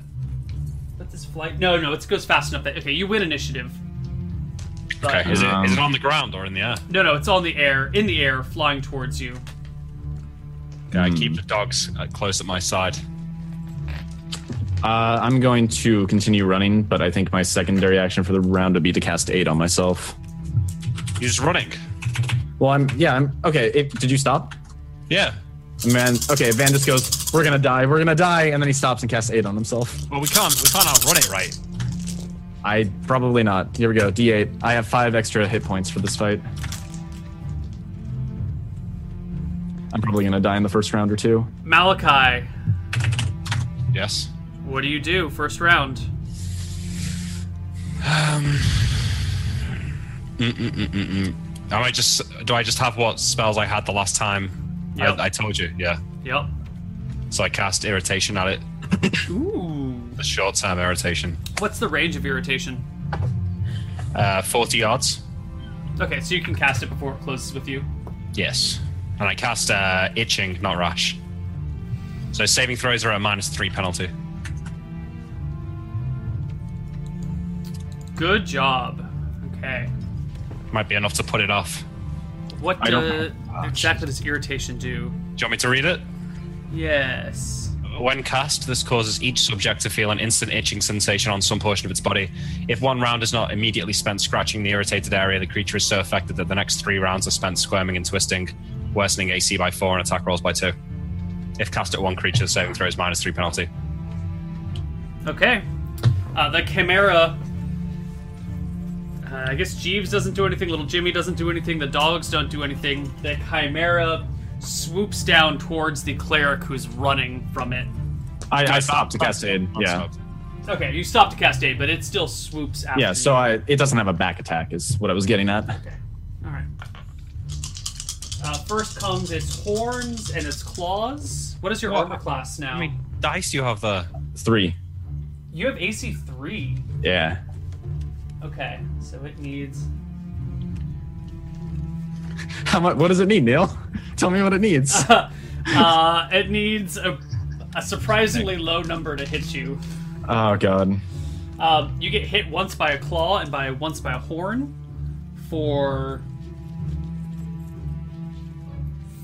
What's his flight? No, no, it goes fast enough that okay, you win initiative. But-
Okay. Is it is it
Um,
on the ground or in the air?
No, no, it's all in the air, in the air, flying towards you.
Yeah, I
hmm.
keep the dogs uh, close at my side.
Uh, I'm going to continue running, but I think my secondary action for the round would be to cast aid on myself.
You're just running.
Well, I'm yeah, I'm okay. It, did you stop?
Yeah.
Man, okay. Van just goes, "We're gonna die, we're gonna die," and then he stops and casts aid on himself.
Well, we can't we can't outrun it, right?
I probably not. Here we go. D8. I have five extra hit points for this fight. I'm probably gonna die in the first round or two.
Malachi,
Yes.
what do you do? First round.
Am I just do I just have what spells I had the last time?
Yep.
I, I told you. Yeah.
Yep.
So I cast irritation at it.
Ooh.
The short term irritation.
What's the range of irritation?
Uh, 40 yards.
Okay, so you can cast it before it closes with you.
Yes. And I cast uh, itching, not rash. So saving throws are a minus three penalty.
Good job. Okay.
Might be enough to put it off.
What
I don't
do, exactly does irritation do?
Do you want me to read it?
Yes.
When cast, this causes each subject to feel an instant itching sensation on some portion of its body. If one round is not immediately spent scratching the irritated area, the creature is so affected that the next three rounds are spent squirming and twisting, worsening AC by four and attack rolls by two. If cast at one creature, the saving throw is minus three penalty.
Okay. Uh, the Chimera. Uh, I guess Jeeves doesn't do anything. Little Jimmy doesn't do anything. The dogs don't do anything. The Chimera swoops down towards the cleric who's running from it.
I, I stopped to cast aid.
Not
Yeah.
stopped.
Okay, you stop to cast aid, but it still swoops after.
Yeah. So I, it doesn't have a back attack, is what I was getting at.
All right. Uh, first comes its horns and its claws. What is your
Well,
armor class now?
How many dice do you have uh, there?
Three.
You have AC three.
Yeah.
Okay, so it needs.
How much? What does it need, Neil? Tell me what it needs.
Uh, it needs a, a surprisingly low number to hit you.
oh God.
Um, you get hit once by a claw and by once by a horn for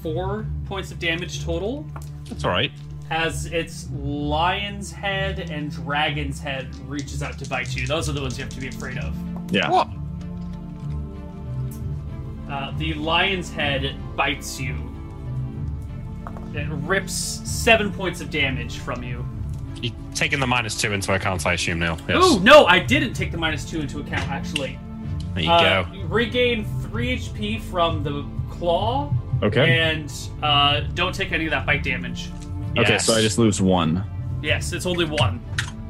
four points of damage total.
That's all right.
As its lion's head and dragon's head reaches out to bite you. Those are the ones you have to be afraid of.
Yeah.
What?
Uh, the lion's head bites you. It rips seven points of damage from you.
You're taking the minus two into account, I assume, Neil. Yes.
Ooh, no, I didn't take the minus two into account, actually.
There you
Uh,
go.
you regain three HP from the claw,
Okay.
and uh, don't take any of that bite damage.
Okay.
Yes.
So I just lose one.
Yes, it's only one.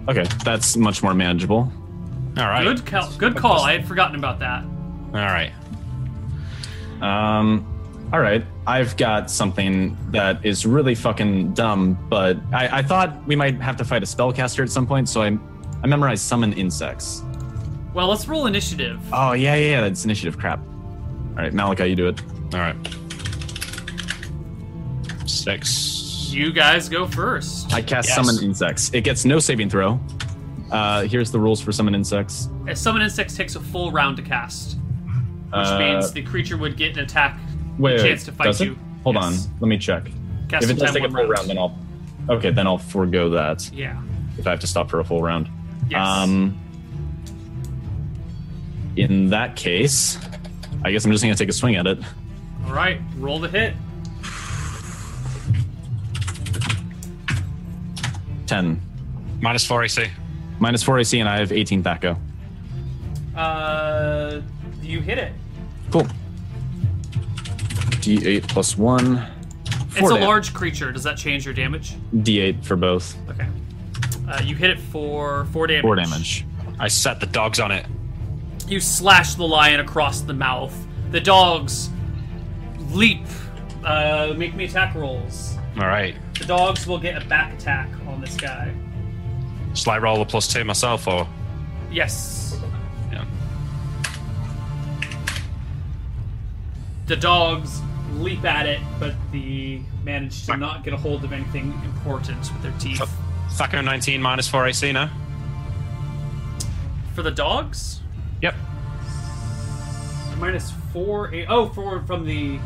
Okay. That's much more manageable.
All right.
Good, cal- good call. I had forgotten about that.
All right.
Um, all right. I've got something that is really fucking dumb, but I, I thought we might have to fight a spellcaster at some point, so I, I memorized summon insects.
Well, let's roll initiative.
Oh yeah, yeah, yeah. That's initiative crap. All right, Malachi, you do it.
All right. Six.
You guys go first.
I cast
Yes.
summon insects. It gets no saving throw. Uh, here's the rules for summon insects.
If summon insects takes a full round to cast. which
Uh,
means the creature would get an attack,
Wait,
a
wait,
chance to fight
does it?
you.
Hold
Yes.
on, let me check.
Cast
if
in
it does
time
take a
one
full
round.
round. then I'll. Okay, then I'll forego that
Yeah.
if I have to stop for a full round.
Yes.
Um. In that case, I guess I'm just gonna take a swing at it.
All right, roll the hit.
Ten
Minus four AC.
minus four AC, and I have 18 Thaco.
Uh, you hit it.
Cool. D8 plus one.
it's
Four
a
dam-
large creature. Does that change your damage?
D8 for both.
Okay. Uh, you hit it for four damage.
Four damage.
I set the dogs on it.
You slash the lion across the mouth. The dogs leap. Uh, make me attack rolls.
All right.
The dogs will get a back attack on this guy.
Slight roll a plus two myself, or
Yes.
yeah.
The dogs leap at it, but the manage to not get a hold of anything important with their teeth.
Oh.
Thaco 19 minus four AC now.
For the dogs,
Yep.
minus four. Eight, oh, four from the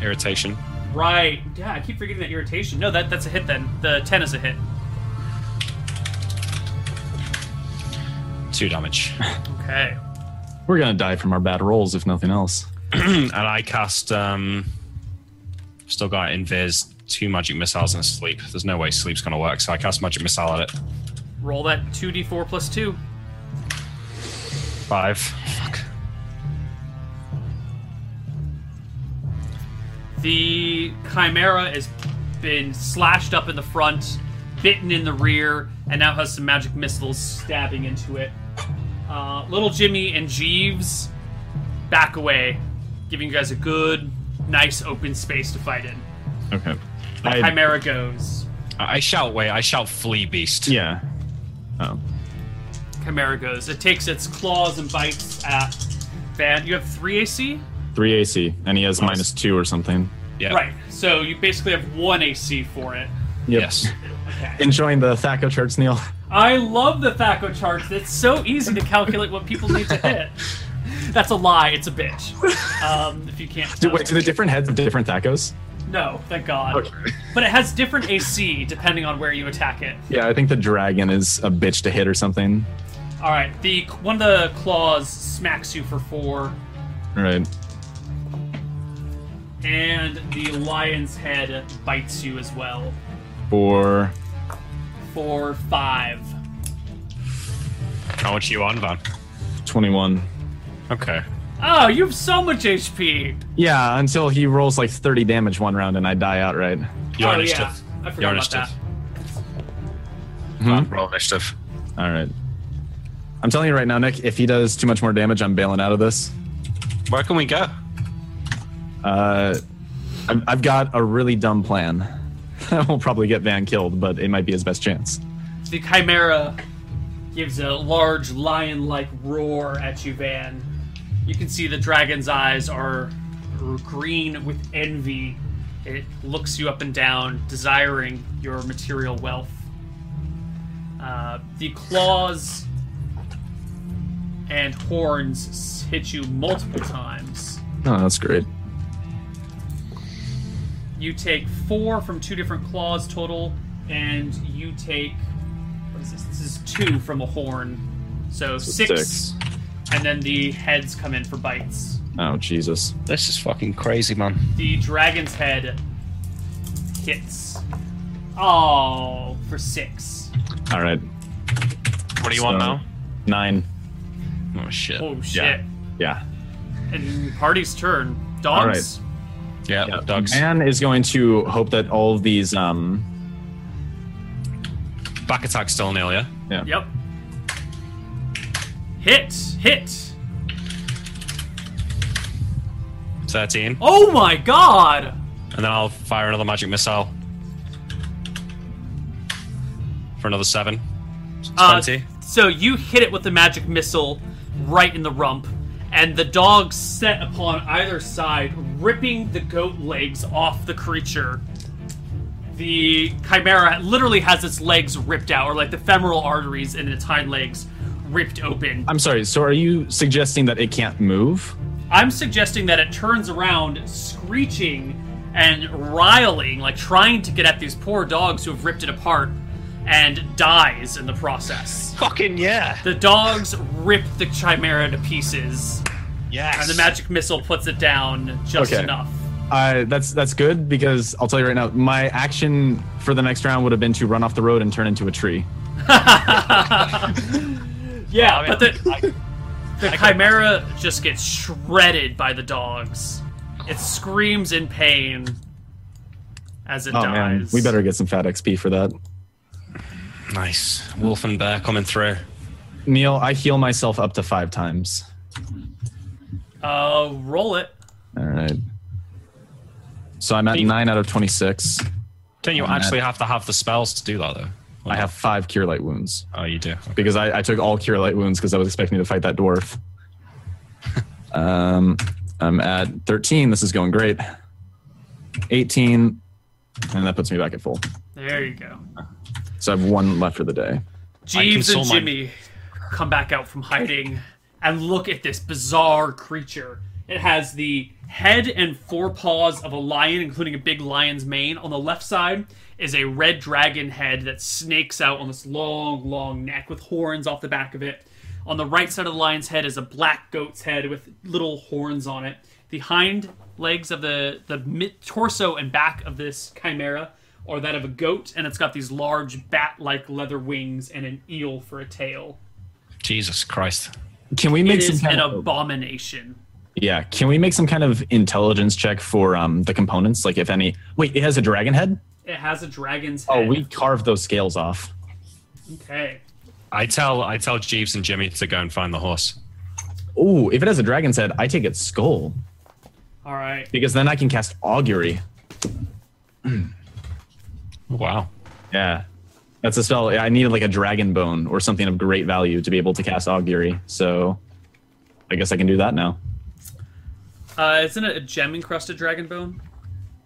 Irritation.
right. Yeah, I keep forgetting that irritation. No, that that's a hit. Then the ten is a hit.
Two damage.
Okay.
We're gonna die from our bad rolls, if nothing else.
and I cast. um Still got invis two magic missiles and sleep. There's no way sleep's gonna work, so I cast magic missile at it.
Roll that two d four plus two.
Five. Fuck.
The chimera has been slashed up in the front, bitten in the rear, and now has some magic missiles stabbing into it. Uh, little Jimmy and Jeeves back away, giving you guys a good, nice open space to fight in.
Okay.
The
I-
chimera goes.
I I shout. Wait. I shout. Flea beast.
Yeah. Oh.
Chimera goes. It takes its claws and bites at Van. You have three AC?
Three AC, and he has
Nice.
minus two or something.
Yeah.
Right. So you basically have one AC for it.
Yes.
Okay.
Enjoying the Thaco charts, Neil.
I love the Thaco charts. It's so easy to calculate what people need to hit. That's a lie. It's a bitch. Um, if you can't.
Do,
tell.
wait, do the different heads have different Thacos?
no, thank God. But it has different AC depending on where you attack it.
Yeah, I think the dragon is a bitch to hit or something.
All right. The one of the claws smacks you for four,
Right.
and the lion's head bites you as well
Four.
for five.
How much you on, Van?
21.
Okay.
Oh, you have so much HP.
Yeah, until he rolls like 30 damage one round and I die outright.
Your
oh
initiative.
yeah, I forgot about
Your initiative.
that.
Mhm.
Roll initiative.
All right. I'm telling you right now, Nick, if he does too much more damage, I'm bailing out of this.
Where can we go?
Uh, I've, I've got a really dumb plan. I will probably get Van killed, but it might be his best chance.
The chimera gives a large lion like roar at you, Van. You can see the dragon's eyes are green with envy. It looks you up and down, desiring your material wealth. Uh, the claws and horns s- hit you multiple times.
Oh, that's great.
You take four from two different claws total, and you take what is this? This is two from a horn, so, six,
six.
and then the heads come in for bites.
Oh, Jesus.
This is fucking crazy, man.
The dragon's head hits. Oh, for six.
All right.
What do you want
So-
now?
Nine.
Oh shit.
Oh shit!
Yeah. Yeah.
And party's turn. Dogs.
Yeah, dogs.
Man is going to hope that all of these. um
Back attack still nil, yeah.
yeah.
Yep. Hit! Hit!
Thirteen,
Oh my god!
and then I'll fire another magic missile for another seven.
Uh,
Twenty.
so you hit it with the magic missile right in the rump, and the dog set upon either side, ripping the goat legs off the creature. The chimera literally has its legs ripped out, or like the femoral arteries in its hind legs ripped open.
I'm sorry. So are you suggesting that it can't move?
I'm suggesting that it turns around, screeching and riling, like trying to get at these poor dogs who have ripped it apart, and dies in the process.
Fucking yeah.
The dogs rip the chimera to pieces,
Yes.
and the magic missile puts it down just
Okay.
enough.
I, that's that's good because I'll tell you right now, my action for the next round would have been to run off the road and turn into a tree.
Yeah,
I
but
mean,
the,
I-
the chimera just gets shredded by the dogs. It screams in pain as it
Oh
dies.
man, we better get some fat XP for that.
nice. Wolf and bear coming through.
Neil, I heal myself up to five times.
Uh, roll it.
All right. So I'm at nine out of twenty-six.
Don't you
Oh, man.
actually have to have the spells to do that though?
I have five cure light wounds
Oh, you do. Okay.
because I, I took all cure light wounds because I was expecting to fight that dwarf. Um, I'm at thirteen. This is going great. Eighteen, and that puts me back at full.
There you go.
So I have one left for the day.
Jeeves and
console my-
Jimmy come back out from hiding and look at this bizarre creature. It has the head and forepaws of a lion, including a big lion's mane. On the left side is a red dragon head that snakes out on this long, long neck with horns off the back of it. On the right side of the lion's head is a black goat's head with little horns on it. The hind legs of the the mid, torso and back of this chimera are that of a goat, and it's got these large bat-like leather wings and an eel for a tail.
Jesus Christ.
Can we
It
make some
is
kind
an
of
abomination.
yeah? Can we make some kind of intelligence check for um the components? Like if any. Wait, it has a dragon head.
It has a dragon's head.
Oh, we carved those scales off.
okay.
I tell I tell Jeeves and Jimmy to go and find the horse.
Oh, if it has a dragon's head, I take its skull
All right.
because then I can cast augury.
Wow.
Yeah. That's a spell. I needed like a dragon bone or something of great value to be able to cast augury. So I guess I can do that now.
Uh, isn't it a gem encrusted dragon bone?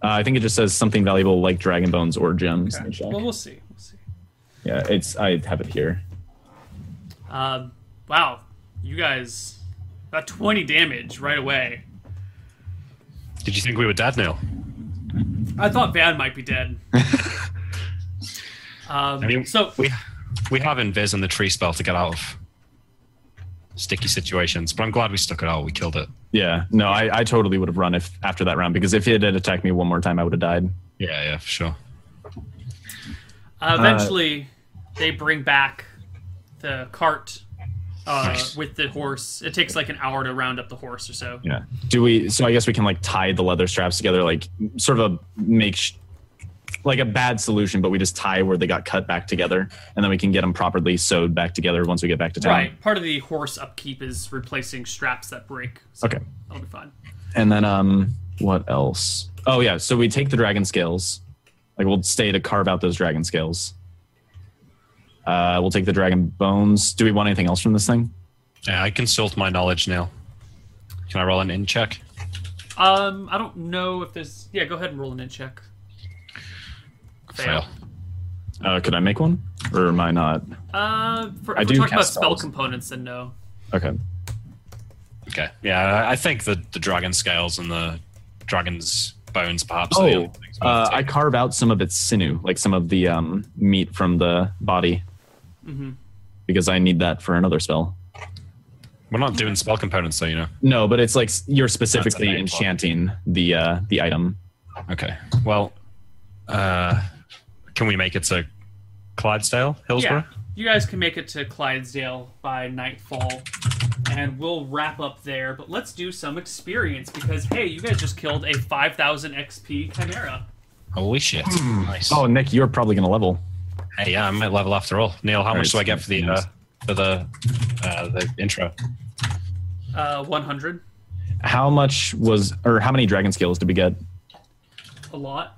Uh, I think it just says something valuable like dragon bones or gems. Let me check.
Well, we'll see. We'll see.
Yeah, it's I have it here.
Um, wow, you guys got 20 damage right away.
Did you think we were dead, Neil?
I thought Van might be dead. um,
I mean,
so
we we have Invis and the tree spell to get out of sticky situations, but I'm glad we stuck it out. We killed it.
Yeah, no, I, I totally would have run if after that round because if it had attacked me one more time, I would have died.
Yeah, yeah, for sure.
uh, eventually, they bring back the cart uh,
Nice.
with the horse. It takes like an hour to round up the horse or so.
Yeah. Do we? So I guess we can like tie the leather straps together, like sort of a make sh- like a bad solution, but we just tie where they got cut back together, and then we can get them properly sewed back together once we get back to town.
Right. Part of the horse upkeep is replacing straps that break. So
Okay.
That'll be fine.
And then um, what else? Oh yeah, so we take the dragon scales. Like we'll stay to carve out those dragon scales. Uh, we'll take the dragon bones. Do we want anything else from this thing?
Yeah, I consult my knowledge, Neil. Can I roll an in check?
Um, I don't know if there's. Yeah, go ahead and roll an in check. Fail.
Uh, could I make one, or am I not?
Uh, for,
I
if we're
do
talking about
cast
spell
spells.
components, then no.
Okay.
Okay. Yeah, I- I think the the dragon scales and the dragon's bones, perhaps. are the
Oh,
other things we have
uh,
to
I
take.
carve out some of its sinew, like some of the um, meat from the body, because I need that for another spell.
We're not doing spell components, though, you know.
No, but it's like s- you're specifically
main plot.
enchanting the uh, the item.
Okay. Well, uh, can we make it to Clydesdale, Hillsborough?
Yeah, you guys can make it to Clydesdale by nightfall, and we'll wrap up there. But let's do some experience because hey, you guys just killed a 5,000 XP chimera.
Holy shit! Nice.
Oh, Nick, you're probably gonna level.
Hey, yeah, I might level after all. Neil, how much do I get for the uh, for the uh, the intro?
Uh, 100,
How much was, or how many dragon scales did we get?
a lot.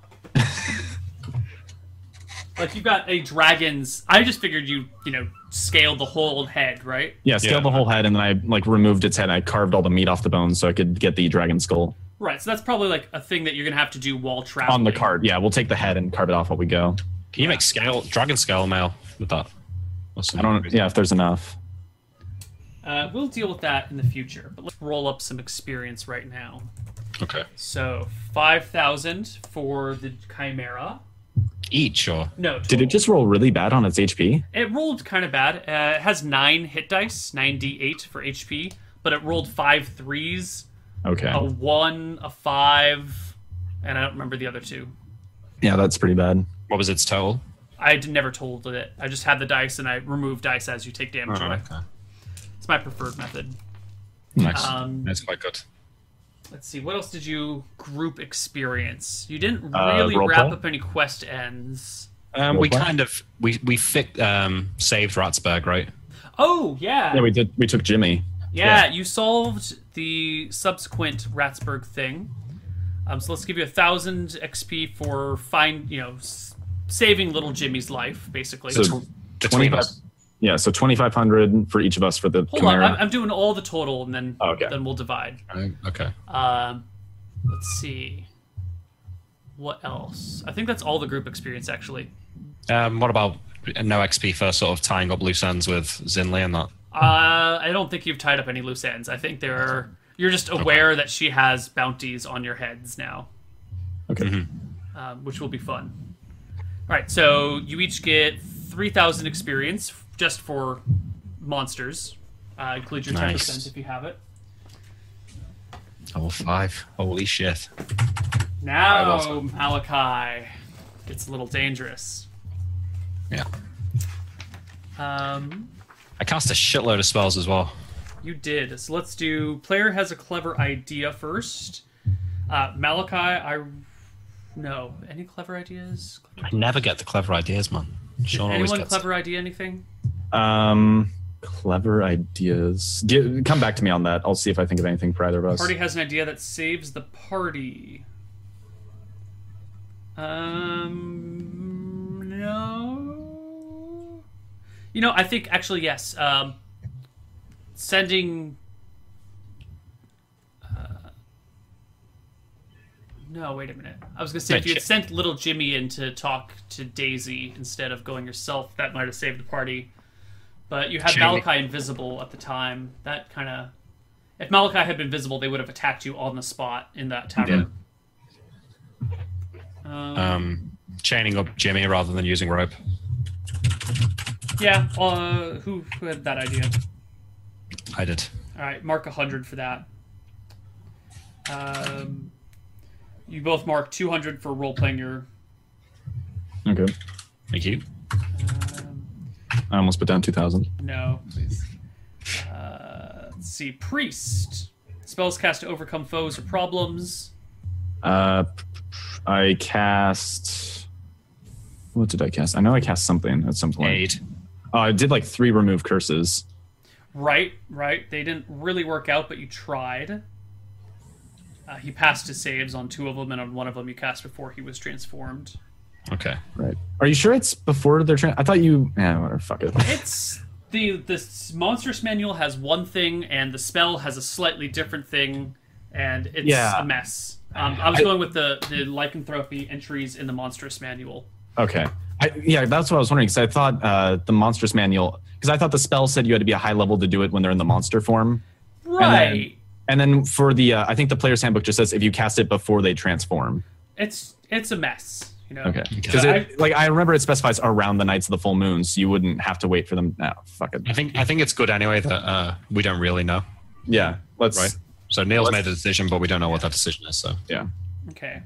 like you got a dragon's. I just figured you you know scaled the whole head, right?
Yeah, scaled
Yeah.
the whole head, and then I like removed its head. I carved all the meat off the bones so I could get the dragon skull
Right, so that's probably like a thing that you're gonna have to do while traveling.
on the card. Yeah, we'll take the head and carve it off while we go.
Can you make scale dragon scale mail with that? Or
I
something?
don't. Yeah, if there's enough.
Uh, we'll deal with that in the future, but let's roll up some experience right now.
Okay.
So five thousand for the chimera.
Each or
No,
Did it
total.
just roll really bad on its HP?
It rolled kind of bad. Uh, it has nine hit dice, ninety-eight for HP, but it rolled five threes,
Okay.
a one, a five, and I don't remember the other two.
Yeah, that's pretty bad.
what was its total?
I d- never told it. I just had the dice and I remove dice as you take damage.
Uh-huh.
away.
okay.
It's my preferred method.
Nice.
Um,
That's quite good.
Let's see. What else did you group experience? You didn't
Uh,
really
roll
wrap
call?
up any quest ends.
Um, we
What?
kind of we we fi- um, saved Ratsburg, right?
Oh yeah,
Yeah, we did. We took Jimmy.
Yeah, you solved the subsequent Ratsburg thing. Um, so let's give you a thousand XP for find you know s- saving little Jimmy's life, basically.
So
Between
25
us.
Yeah, so twenty five hundred for each of us for the
Hold
Chimera.
on, I'm, I'm doing all the total, and then
Oh, okay.
then we'll divide.
Uh, Okay.
Um, let's see, what else? I think that's all the group experience actually.
Um, what about no XP for sort of tying up loose ends with Zinli and that?
Uh, I don't think you've tied up any loose ends. I think there are. You're just aware that she has bounties on your heads now.
okay.
um, which will be fun. All right, so you each get 3,000 experience f- just for monsters. Uh, include your 10%
Nice.
if you have it.
Level five. Holy shit.
Now,
awesome.
Malachi gets a little dangerous.
Yeah.
Um,
I cast a shitload of spells as well.
you did. So let's do player has a clever idea first. Uh, Malachi, I. No. Any clever ideas?
I never get the clever ideas, man. Sean always
Anyone
gets.
clever idea anything?
Um, clever ideas. Gi- come back to me on that. I'll see if I think of anything for either of us.
Party has an idea that saves the party. Um, no. You know, I think actually yes. Um, sending. Uh, no, wait a minute. I was gonna say if you had
Mention.
sent little Jimmy in to talk to Daisy instead of going yourself, that might have saved the party. But you had
Jimmy.
Malachi invisible at the time. That kind of. If Malachi had been visible, they would have attacked you on the spot in that tavern. Um,
Um, chaining up Jimmy rather than using rope.
yeah. Uh, who, who had that idea?
I did.
All right, mark 100 for that. Um, you both mark 200 for role playing your.
okay.
Thank you.
Um,
I almost put down two thousand.
no. Uh, let's see. Priest. Spells cast to overcome foes or problems.
Uh, p- p- I cast. What did I cast? I know I cast something at some point.
Aid.
Oh, I did like three remove curses.
Right, right. They didn't really work out, but you tried. Uh, he passed his saves on two of them, and on one of them you cast before he was transformed.
Okay.
Right. Are you sure it's before their turn? I thought you. Yeah, whatever. Fuck it.
It's the this monstrous manual has one thing, and the spell has a slightly different thing, and it's
Yeah.
a mess. Um, I was going with the the lycanthropy entries in the monstrous manual.
Okay. I, yeah, that's what I was wondering because I thought uh, the monstrous manual because I thought the spell said you had to be a high level to do it when they're in the monster form,
Right.
and then for the uh, I think the player's handbook just says if you cast it before they transform.
It's it's a mess. You know.
Okay. Because
So
it like I remember it specifies around the nights of the full moon, so you wouldn't have to wait for them. No, fuck it.
I think I think it's good anyway that uh, we don't really know,
Yeah. Let's.
right? So Neil's
Let's-
made a decision, but we don't know what that decision is. So
Yeah.
Okay.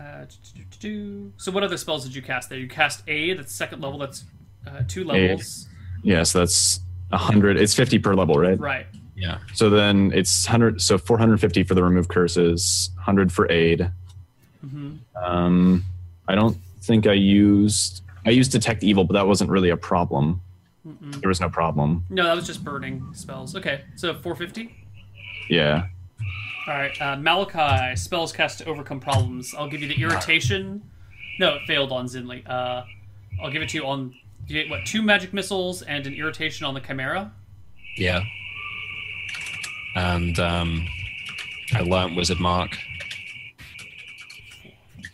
Uh, do-do-do-do-do. so what other spells did you cast there? You cast A. That's second level. That's uh, two levels.
Yeah. So that's hundred. It's fifty per level, right?
Right.
yeah,
So then it's hundred. So four hundred fifty for the remove curses. Hundred for aid.
Mhm.
Um, I don't think I used. I used detect evil, but that wasn't really a problem.
Mm-mm.
There was no problem.
No, that was just burning spells. Okay. So 450.
Yeah.
All right, uh, Malachi spells cast to overcome problems. I'll give you the irritation. No, it failed on Zinli. Uh, I'll give it to you on you get what two magic missiles and an irritation on the Chimera.
yeah. And um, I learned Wizard Mark.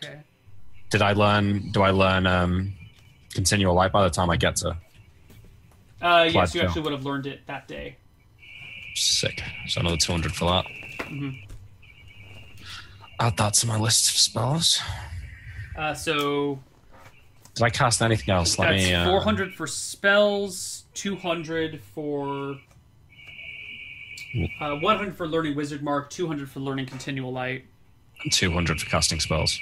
Okay.
Did I learn? Do I learn um, Continual Light by the time I get to?
Uh, yes,
Quite
you
fail.
actually would have learned it that day.
Sick. So another 200 for that. Add that to my list of spells.
Uh, so
Did I cast anything else? Let
that's
me. Uh,
400 for spells, 200 for. Uh, 100 for learning wizard mark, 200 for learning continual light,
200 for casting spells.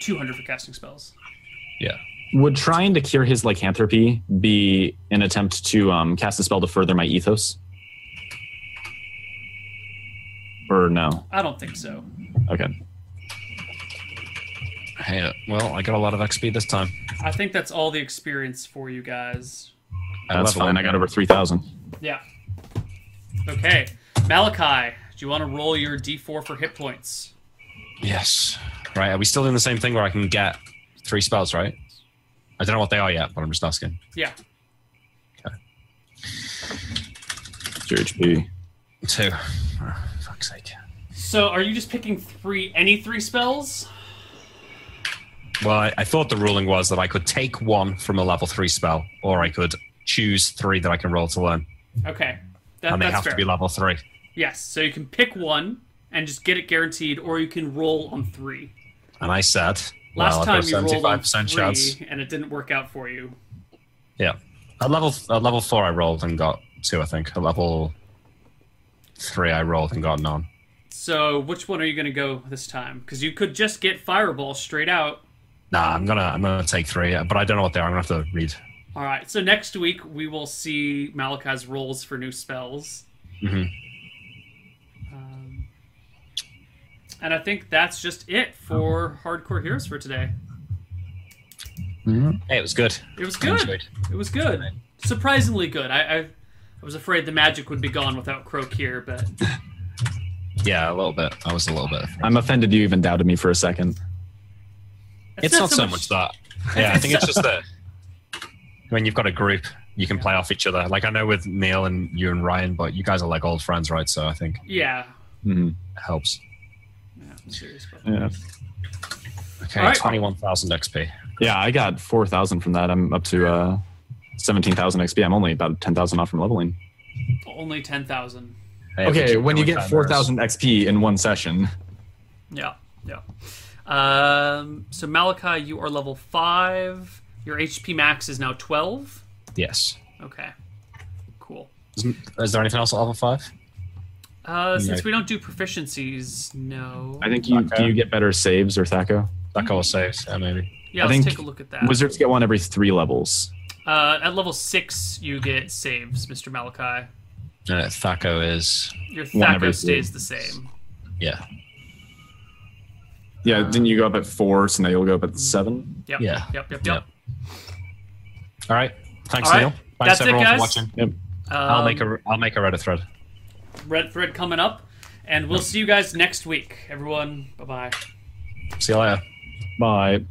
200 for casting spells.
Yeah.
Would trying to cure his lycanthropy be an attempt to um, cast a spell to further my ethos? Or no?
I don't think so.
Okay.
Hey, uh, well, I got a lot of XP this time.
I think that's all the experience for you guys.
That's
Level.
fine. I got over 3,000.
Yeah. Okay. Malachi, do you want to roll your d4 for hit points?
Yes. Right. Are we still doing the same thing where I can get three spells, right? I don't know what they are yet, but I'm just asking.
Yeah.
It's your HP.
Two. Oh, fuck's sake.
So are you just picking three, any three spells?
Well, I, I thought the ruling was that I could take one from a level three spell, or I could choose three that I can roll to learn,
Okay. That,
and they
that's
have
fair.
to be level three.
yes. So you can pick one and just get it guaranteed, or you can roll on three.
And I said,
Last
well,
time
I've
you
got
rolled on three
percent chance.
and it didn't work out for you.
Yeah. At level at level four, I rolled and got two. I think at level three, I rolled and got none.
So which one are you going to go this time? Because you could just get Fireball straight out.
Nah, I'm gonna I'm gonna take three, but I don't know what they are. I'm gonna have to read.
All right. So next week we will see Malachi's rolls for new spells.
Mhm.
Um, and I think that's just it for Hardcore Heroes for today.
Hey, it was good.
It was
I
good.
enjoyed.
It was good. Surprisingly good. I, I, I was afraid the magic would be gone without Croak here, but
Yeah, a little bit. I was a little bit.
I'm offended you even doubted me for a second.
It's, not, so much, that. Yeah, I think it's just that when you've got a group, you can play off each other. Like I know with Neil and you and Ryan, but you guys are like old friends, right? So I think
Yeah.
Mhm.
it helps.
yeah I'm serious about that.
Yeah.
Okay,
All right.
twenty-one thousand XP.
yeah, I got 4,000 from that. I'm up to uh, 17,000 XP. I'm only about 10,000 off from leveling.
Only 10,000.
Hey, we
Okay,
can-
when you
we
get
can-
4,000 XP in one session,
Yeah. Yeah. Um, so Malachi, you are level 5. Your HP max is now 12.
Yes.
Okay. Cool.
Is, is there anything else at level five?
Uh, since
Right.
we don't do proficiencies, no.
I think you
Okay.
do you get better saves or Thaco?
That goal saves. Yeah, maybe.
yeah,
I
let's
think
take a look at that.
Wizards get one every three levels.
uh, at level six, you get saves, Mr. Malachi.
Uh, Thaco is.
Your
One every
Thaco stays
three.
the same.
Yeah.
Yeah, didn't you go up at four, so now you'll go up at seven?
Yep.
Yeah.
Yep. Yep. Yep.
Yep. All right. Thanks,
All right.
Neil. Thanks
That's it,
everyone
guys.
for watching.
Yep.
I'll
Um,
make a I'll make a Reddit thread.
red thread coming up, and we'll see you guys next week. Everyone, bye bye.
See you later.
Bye.